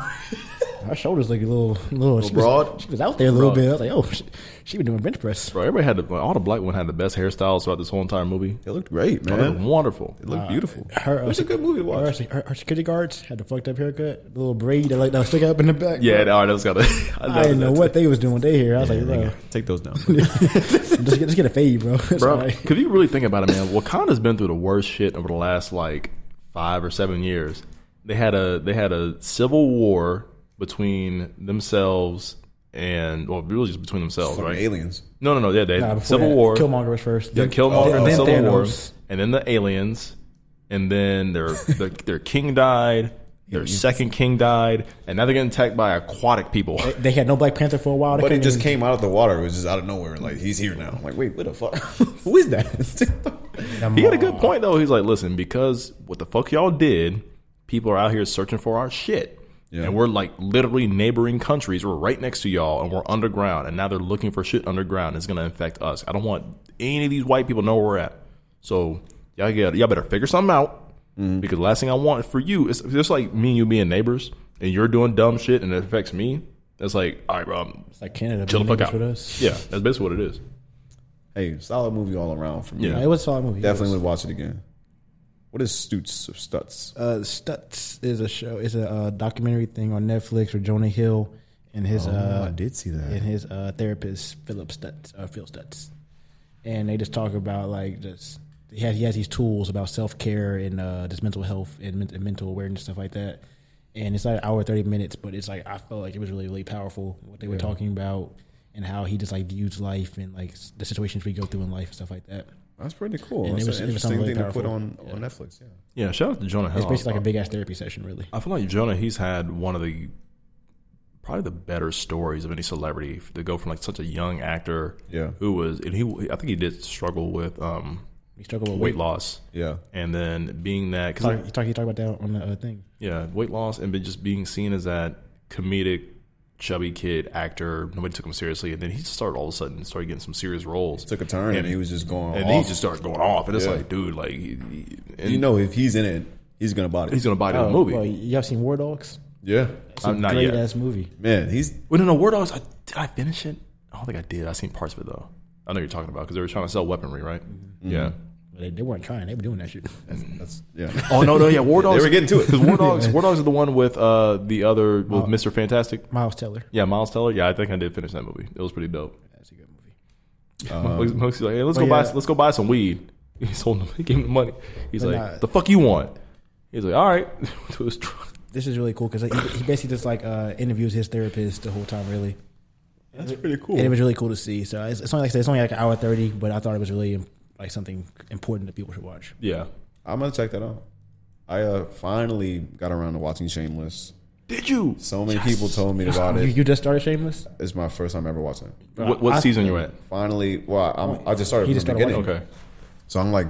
Speaker 3: Her shoulders look a little little, she was-
Speaker 2: broad?
Speaker 3: she was out there a little bit. I was like, oh, she, she been doing bench press.
Speaker 1: Bro, everybody had the, all the black women had the best hairstyles throughout this whole entire movie.
Speaker 2: It looked great,
Speaker 1: They looked
Speaker 2: man.
Speaker 1: wonderful.
Speaker 2: It looked beautiful.
Speaker 3: Her, uh,
Speaker 2: it was a good movie to
Speaker 3: Her,
Speaker 2: watch.
Speaker 3: her, her security guards had the fucked up haircut, the little braid that like that stick up in the back.
Speaker 1: Yeah, all right, that was got to.
Speaker 3: I didn't know what they was doing. They here. I was like, bro,
Speaker 2: Take those down.
Speaker 3: just, get, just get a fade, bro. It's all
Speaker 1: Bro,
Speaker 3: right.
Speaker 1: could you really think about it, man? Wakanda's been through the worst shit over the last like five or seven years. They had a they had a civil war between themselves and well, really just between themselves, right?
Speaker 2: aliens.
Speaker 1: No, no, no. Yeah, they
Speaker 3: Nah, uh, before
Speaker 1: civil
Speaker 3: that,
Speaker 1: war.
Speaker 3: Killmonger was first.
Speaker 1: Yeah,
Speaker 3: Oh, then-
Speaker 1: Killmonger and the Civil
Speaker 3: Thanos.
Speaker 1: War, and then the aliens, and then their their, their king died, their second king died, and now they're getting attacked by aquatic people.
Speaker 3: They had no Black Panther for a while. They
Speaker 2: But it
Speaker 3: couldn't
Speaker 2: just
Speaker 3: even-
Speaker 2: came out of the water. It was just out of nowhere. Like he's here now. I'm like, wait, what the fuck? Who is that?
Speaker 1: He had a good point though. He's like, listen, because what the fuck y'all did, people are out here searching for our shit.
Speaker 2: Yeah.
Speaker 1: And we're like literally neighboring countries. We're right next to y'all and we're underground. And now they're looking for shit underground. It's gonna infect us. I don't want any of these white people to know where we're at. So y'all get y'all better figure something out. Because the last thing I want for you is just like me and you being neighbors and you're doing dumb shit and it affects me. It's like, all right, bro, I'm-
Speaker 3: It's like Canada.
Speaker 1: chill the
Speaker 3: being
Speaker 1: fuck out.
Speaker 3: neighbors With us.
Speaker 1: Yeah, that's basically what it is.
Speaker 2: hey, solid movie all around for me.
Speaker 1: Yeah.
Speaker 3: Nah, it was a solid movie.
Speaker 2: Definitely
Speaker 3: It
Speaker 2: would watch it again. What is Stoots or
Speaker 3: was.
Speaker 2: Stutz?
Speaker 3: Uh, Stutz is a show. It's a uh, documentary thing on Netflix with Jonah Hill and his uh,
Speaker 2: see
Speaker 3: and his uh, therapist Philip Stutz, uh, Phil Stutz, and they just talk about like just he has he has these tools about self care and uh, just mental health and, men- and mental awareness stuff like that. And it's like an hour thirty minutes, but it's like I felt like it was really really powerful what they were talking about and how he just like views life and like s- the situations we go through in life and stuff like that.
Speaker 2: That's pretty cool.
Speaker 3: And it
Speaker 2: That's
Speaker 3: was-
Speaker 2: an
Speaker 3: it was something
Speaker 2: interesting thing
Speaker 3: really
Speaker 2: to put on,
Speaker 3: powerful.
Speaker 2: on Netflix. Yeah.
Speaker 1: Yeah, shout out to Jonah Hill.
Speaker 3: It's basically like a big ass therapy session, really.
Speaker 1: I feel like Jonah, he's had one of the probably the better stories of any celebrity to go from like such a young actor,
Speaker 2: Yeah.
Speaker 1: who was and he I think he did struggle with um
Speaker 3: He struggled with
Speaker 1: weight loss,
Speaker 2: Yeah.
Speaker 1: and then being that
Speaker 3: He
Speaker 1: because
Speaker 3: talked talk, he talked about that on the uh, thing.
Speaker 1: yeah weight loss and been just being seen as that comedic chubby kid actor. Nobody took him seriously, and then he just started all of a sudden started getting some serious roles.
Speaker 2: Took a turn and, he was just going.
Speaker 1: and
Speaker 2: off.
Speaker 1: he just starts going off, and it's
Speaker 2: Yeah.
Speaker 1: like, dude, like, he- he- and
Speaker 2: you know, if he's in it, he's gonna body.
Speaker 1: he's
Speaker 2: it.
Speaker 1: gonna buy the
Speaker 3: Oh,
Speaker 1: movie.
Speaker 3: Well, y'all seen War Dogs?
Speaker 2: yeah,
Speaker 1: I'm not
Speaker 3: Great
Speaker 1: yet.
Speaker 3: ass movie.
Speaker 2: man, he's
Speaker 1: Well, no, no, War Dogs. I, did I finish it? I don't think I did. I seen parts of it though. I know you're talking about because they were trying to sell weaponry, right?
Speaker 2: Mm-hmm.
Speaker 1: Yeah.
Speaker 3: But they, they weren't trying. They were doing that shit.
Speaker 2: that's yeah.
Speaker 1: Oh no, no, yeah, War Dogs.
Speaker 2: were getting to it.
Speaker 1: because War Dogs. War Dogs is the one with uh the other with Mr. Fantastic.
Speaker 3: Miles Teller.
Speaker 1: Yeah, Miles Teller. Yeah, I think I did finish that movie. It was pretty dope.
Speaker 3: That's a good movie.
Speaker 2: Uh,
Speaker 1: Monkey's Monkey's like, hey, let's go
Speaker 3: but
Speaker 1: buy
Speaker 3: yeah.
Speaker 1: let's go buy some weed. He's holding him, gave him the money. He's
Speaker 3: But
Speaker 1: like,
Speaker 3: not-
Speaker 1: the fuck you want? He's like, all right. To his truck.
Speaker 3: This is really cool because he, he basically just like uh, interviews his therapist the whole time, really.
Speaker 2: That's pretty cool.
Speaker 3: And it was really cool to see. So it's, it's only like I said, it's only like an hour thirty, but I thought it was really um, like something important that people should watch.
Speaker 1: yeah.
Speaker 2: I'm gonna check that out. I uh, finally got around to watching Shameless.
Speaker 1: Did you?
Speaker 2: So many people told me about
Speaker 3: You,
Speaker 2: it.
Speaker 3: you just started Shameless.
Speaker 2: It's my first time ever watching. it.
Speaker 1: What, what
Speaker 3: I-
Speaker 1: season you at?
Speaker 2: Finally, well, I'm, I just started
Speaker 3: He
Speaker 2: from
Speaker 3: just
Speaker 2: the
Speaker 3: started
Speaker 2: beginning,
Speaker 1: Okay.
Speaker 2: so I'm like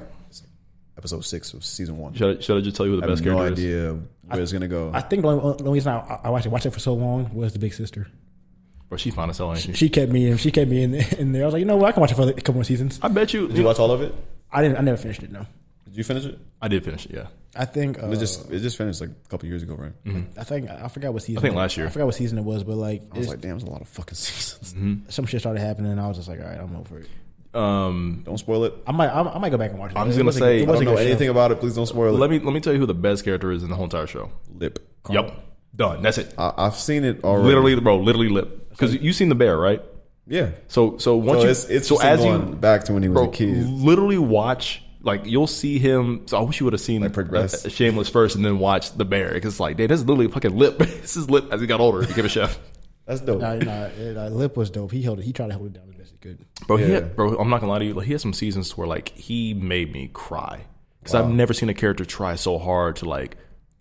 Speaker 2: episode six of season one.
Speaker 1: Should I, should I just tell you who the
Speaker 2: I
Speaker 1: best
Speaker 2: have no
Speaker 1: character is?
Speaker 2: idea where it's gonna go.
Speaker 3: I think the only, the only reason I, I watched it, watched it for so long was the Big Sister.
Speaker 1: Bro, she fine as hell, ain't she?
Speaker 3: She kept me in. She kept me in, in there. I was like, you know what? I can watch it for like a couple more seasons.
Speaker 1: I bet you.
Speaker 2: Did you watch all of it?
Speaker 3: I didn't. I never finished it. No.
Speaker 2: Did you finish it?
Speaker 1: I did finish it. Yeah.
Speaker 3: I think. Uh,
Speaker 2: It just it just finished like a couple years ago, right?
Speaker 1: Mm-hmm.
Speaker 3: I think I forgot what season.
Speaker 1: I think last year.
Speaker 3: I forgot what season it was, but like,
Speaker 2: I was
Speaker 3: it's-
Speaker 2: like, damn, there's a lot of fucking seasons.
Speaker 1: Mm-hmm.
Speaker 3: some shit started happening, and I was just like, all right, I'm over it.
Speaker 1: Um,
Speaker 2: Don't spoil it.
Speaker 3: I might. I, I might go back and watch it.
Speaker 1: I'm just
Speaker 3: It
Speaker 1: gonna
Speaker 3: was a-
Speaker 1: say,
Speaker 3: it
Speaker 2: I
Speaker 3: was
Speaker 2: don't
Speaker 3: a
Speaker 2: know
Speaker 3: good show.
Speaker 2: anything about it. Please don't spoil it.
Speaker 1: let me let me tell you who the best character is in the whole entire show.
Speaker 2: Lip.
Speaker 1: Yep. Done. That's it.
Speaker 2: I, I've seen it already.
Speaker 1: Literally, bro. Literally, lip. Because you seen the bear, right?
Speaker 2: Yeah.
Speaker 1: So so once
Speaker 2: So
Speaker 1: you
Speaker 2: it's, it's
Speaker 1: so
Speaker 2: just
Speaker 1: as
Speaker 2: going
Speaker 1: you
Speaker 2: back to when he was
Speaker 1: bro,
Speaker 2: a kid.
Speaker 1: literally watch like you'll see him. So I wish you would have seen
Speaker 2: Like, progress.
Speaker 1: uh, Shameless first and then watch the bear because it's like, dude, that's literally fucking lip. this is lip as he got older. He became a chef,
Speaker 2: That's dope.
Speaker 3: Nah, nah, it- uh, Lip was dope. He held it. He tried to hold it down as best he could.
Speaker 1: bro. He
Speaker 2: Yeah.
Speaker 1: had, bro, I'm not gonna lie to you. Like he had some seasons where like he made me cry because I've never seen a character try so hard to like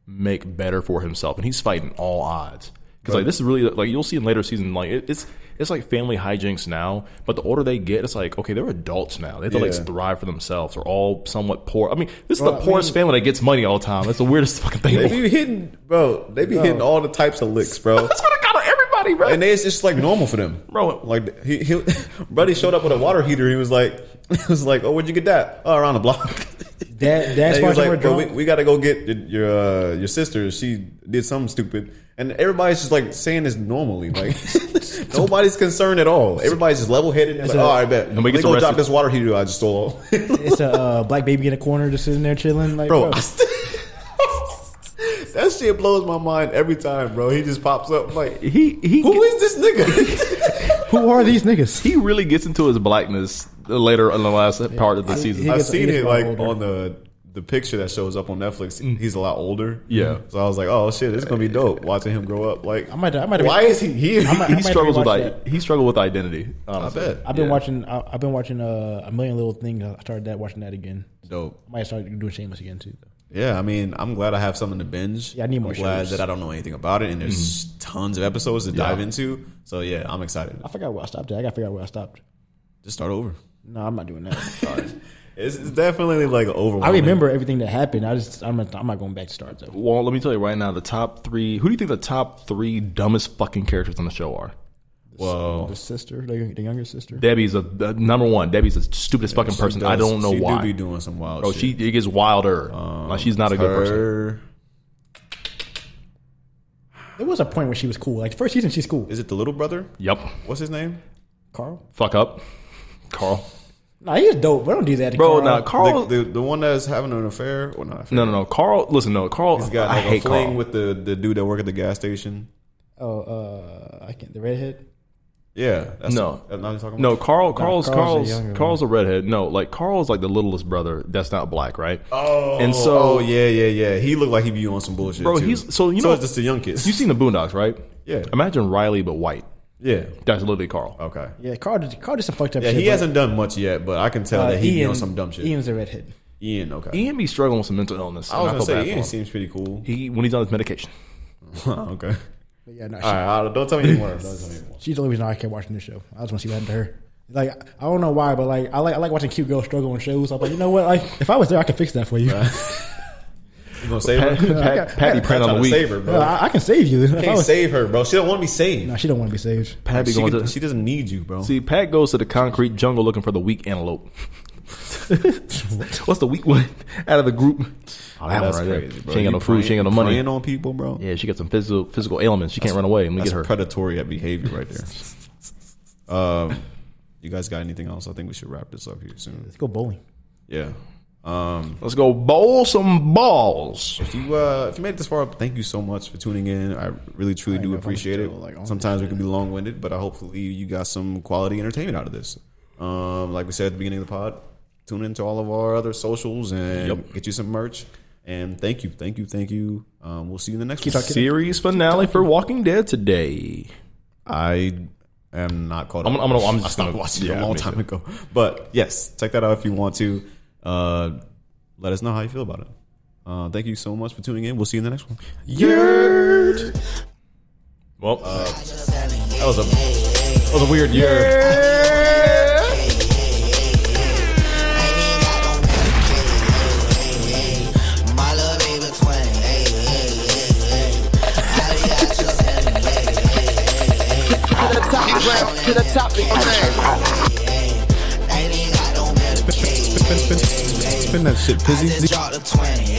Speaker 1: make better for himself, and he's fighting all odds. Because like this is really like you'll see in later season like it, it's it's like family hijinks now, but the older they get, it's like okay they're adults now. They have to like
Speaker 2: Yeah.
Speaker 1: thrive for themselves. They're all somewhat poor. I mean, this is
Speaker 3: Well,
Speaker 1: the
Speaker 3: I
Speaker 1: poorest
Speaker 3: mean-
Speaker 1: family that gets money all the time. That's the weirdest fucking thing.
Speaker 2: They be hitting, bro. They be hitting all the types of licks, bro.
Speaker 1: That's what I got on everybody, bro.
Speaker 2: and they, it's just like normal for them,
Speaker 1: Bro.
Speaker 2: Like he, he, buddy showed up with a water heater. He was like, he was like, oh, where'd you get that? Oh, around the block.
Speaker 3: That
Speaker 2: And
Speaker 3: that's
Speaker 2: he
Speaker 3: why
Speaker 2: was
Speaker 3: they were
Speaker 2: like, bro, we,
Speaker 3: drunk.
Speaker 2: we got to go get your your, uh, your sister. She did something stupid, and everybody's just like saying this normally. Like nobody's concerned at all. Everybody's just level headed. Like,
Speaker 3: a-
Speaker 2: oh, I bet. And
Speaker 1: we
Speaker 2: we
Speaker 1: get
Speaker 2: go
Speaker 1: arrested.
Speaker 2: drop this water heater I just stole.
Speaker 3: it's a uh, black baby in a corner just sitting there chilling. Like,
Speaker 2: bro.
Speaker 3: bro,
Speaker 2: I st- that shit blows my mind every time, bro. He just pops up like,
Speaker 1: he he
Speaker 2: who is this nigga?
Speaker 3: who are these niggas?
Speaker 1: he really gets into his blackness later in the last part of the season.
Speaker 3: he
Speaker 2: I've
Speaker 3: gets-
Speaker 2: seen
Speaker 3: gets
Speaker 2: it
Speaker 3: a lot
Speaker 2: like
Speaker 3: older. Mm.
Speaker 2: on the the picture that shows up on Netflix. He's a lot older.
Speaker 1: Yeah.
Speaker 2: So I was like, oh shit, it's gonna be dope watching him grow up. Like,
Speaker 3: I might- I might-
Speaker 2: why is he here?
Speaker 3: I might- I
Speaker 1: he
Speaker 3: might
Speaker 1: struggles with
Speaker 3: rewatch
Speaker 1: I,
Speaker 3: that.
Speaker 1: he struggled with identity. Honestly.
Speaker 2: bet.
Speaker 3: I've been
Speaker 1: Yeah.
Speaker 3: watching. I, I've been watching uh, a million little things. I started that watching that again.
Speaker 2: dope.
Speaker 3: I might start doing Shameless again too.
Speaker 2: Yeah, I mean, I'm glad I have something to binge.
Speaker 3: Yeah, I need more
Speaker 2: I'm glad
Speaker 3: shows.
Speaker 2: that I don't know anything about it, and there's
Speaker 1: Mm-hmm.
Speaker 2: tons of episodes to dive into. So yeah, I'm excited.
Speaker 3: I forgot where I stopped at. I gotta figure out where I stopped.
Speaker 2: Just start over.
Speaker 3: No, I'm not doing that. Sorry.
Speaker 2: It's, it's definitely like overwhelming.
Speaker 3: I remember everything that happened. I just I'm not, I'm not going back to start though.
Speaker 1: Well, let me tell you right now, the top three. Who do you think the top three dumbest fucking characters on the show are?
Speaker 2: Whoa.
Speaker 3: The sister, the, the younger sister.
Speaker 1: Debbie's a, the number one. Debbie's the stupidest fucking
Speaker 2: She
Speaker 1: person. I
Speaker 2: does-
Speaker 1: don't know
Speaker 2: she
Speaker 1: why.
Speaker 2: do be doing some wild.
Speaker 1: Bro,
Speaker 2: shit. Um,
Speaker 1: she it gets wilder. like she's not a good person.
Speaker 2: Her-
Speaker 3: There was a point where she was cool. Like the first season, she's cool.
Speaker 2: Is it the little brother?
Speaker 1: Yep.
Speaker 2: What's his name?
Speaker 3: Carl?
Speaker 1: Fuck up, Carl.
Speaker 3: Nah, he is dope. But don't do that, to
Speaker 1: Bro,
Speaker 3: Carl.
Speaker 1: nah, Carl.
Speaker 2: The, the the one that's having an affair or not? Affair.
Speaker 1: no, no, no. Carl. Listen, no, Carl.
Speaker 2: He's got
Speaker 1: I
Speaker 2: like a
Speaker 1: hate
Speaker 2: fling
Speaker 1: Carl.
Speaker 2: with the, the dude that work at the gas station.
Speaker 3: Oh, uh, I can't. The redhead.
Speaker 2: Yeah, that's
Speaker 1: No.
Speaker 2: that's not what you're talking
Speaker 1: No,
Speaker 2: about.
Speaker 1: Carl. Carl's
Speaker 3: Carl's a
Speaker 1: Carl's
Speaker 3: younger
Speaker 1: Carl's,
Speaker 3: one.
Speaker 1: a redhead. No, like Carl's like the littlest brother. That's not black, right?
Speaker 2: Oh,
Speaker 1: And
Speaker 2: and
Speaker 1: so-
Speaker 2: so oh yeah, yeah, yeah. He looked like he be on some bullshit.
Speaker 1: Bro,
Speaker 2: too.
Speaker 1: he's- so you know-
Speaker 2: it's just the young kids.
Speaker 1: You seen the Boondocks, right?
Speaker 2: Yeah.
Speaker 1: Imagine Riley but white.
Speaker 2: yeah.
Speaker 1: That's literally Carl.
Speaker 2: Okay.
Speaker 3: Yeah, Carl did. Carl did some fucked up.
Speaker 2: Yeah,
Speaker 3: shit,
Speaker 2: he
Speaker 3: but,
Speaker 2: hasn't done much yet, but I can tell
Speaker 3: uh,
Speaker 2: that he be
Speaker 3: Ian-
Speaker 2: on some dumb shit. Ian,
Speaker 3: Ian's the redhead.
Speaker 2: okay.
Speaker 1: Ian be struggling with some mental illness.
Speaker 2: I was
Speaker 1: and
Speaker 2: gonna
Speaker 1: feel
Speaker 2: say
Speaker 1: bad
Speaker 2: Ian
Speaker 1: for him.
Speaker 2: seems pretty cool.
Speaker 1: He when he's on his medication.
Speaker 2: okay.
Speaker 3: But yeah, no, she,
Speaker 2: All right, I- don't tell me anymore. Don't tell me anymore.
Speaker 3: she's the only reason I kept watching this show. I just want to see what happened to her. Like I don't know why, but like I like I like watching cute girls struggle on shows. I'm like, you know what? Like if I was there, I could fix that for you.
Speaker 2: You gonna save her?
Speaker 1: Pat- Patty print on the
Speaker 2: Tryna
Speaker 1: week.
Speaker 2: Save her, bro.
Speaker 3: Well, I, I can save you. If I
Speaker 2: Can't
Speaker 3: was-
Speaker 2: save her, bro. She don't want to be saved.
Speaker 3: Nah, she don't want to be saved.
Speaker 1: Pat be
Speaker 2: she,
Speaker 1: going
Speaker 2: could-
Speaker 1: to
Speaker 2: she doesn't need you, bro.
Speaker 1: see. Pat goes to the concrete jungle looking for the weak antelope. What's the weak one out of the group? Oh, that
Speaker 2: That's
Speaker 1: one right
Speaker 2: crazy,
Speaker 1: there.
Speaker 2: bro.
Speaker 1: She ain't got no
Speaker 2: You
Speaker 1: food. She ain't got no
Speaker 2: preying-
Speaker 1: money.
Speaker 2: Preying on people, bro.
Speaker 1: Yeah, she got some physical physical ailments. She can't run away. Let me
Speaker 2: That's
Speaker 1: get her.
Speaker 2: predatory behavior right there. um, you guys got anything else? I think we should wrap this up here soon.
Speaker 3: Let's go bowling.
Speaker 2: Yeah. Um,
Speaker 1: Let's go bowl some balls.
Speaker 2: If you uh, if you made it this far, thank you so much for tuning in. I really truly do appreciate it. Sometimes we can be long winded, but I hopefully you got some quality entertainment out of this. Um, like we said at the beginning of the pod, tune into all of our other socials and
Speaker 1: Yep.
Speaker 2: get you some merch. And thank you, thank you, thank you. Um, we'll see you in the next one.
Speaker 1: Series finale for Walking Dead today.
Speaker 2: I am not caught up.
Speaker 1: I'm gonna- I'm gonna- I'm
Speaker 2: I
Speaker 1: just
Speaker 2: stopped
Speaker 1: gonna-
Speaker 2: watching it
Speaker 1: yeah,
Speaker 2: a long
Speaker 1: me
Speaker 2: time
Speaker 1: too.
Speaker 2: ago. But yes, check that out if you want to. Uh, let us know how you feel about it. Uh, thank you so much for tuning in. We'll see you in the next one.
Speaker 1: Well,
Speaker 2: uh, That was a that was a weird year.
Speaker 5: To the top
Speaker 2: Spin that shit, Pizzy.
Speaker 5: Drop the 20.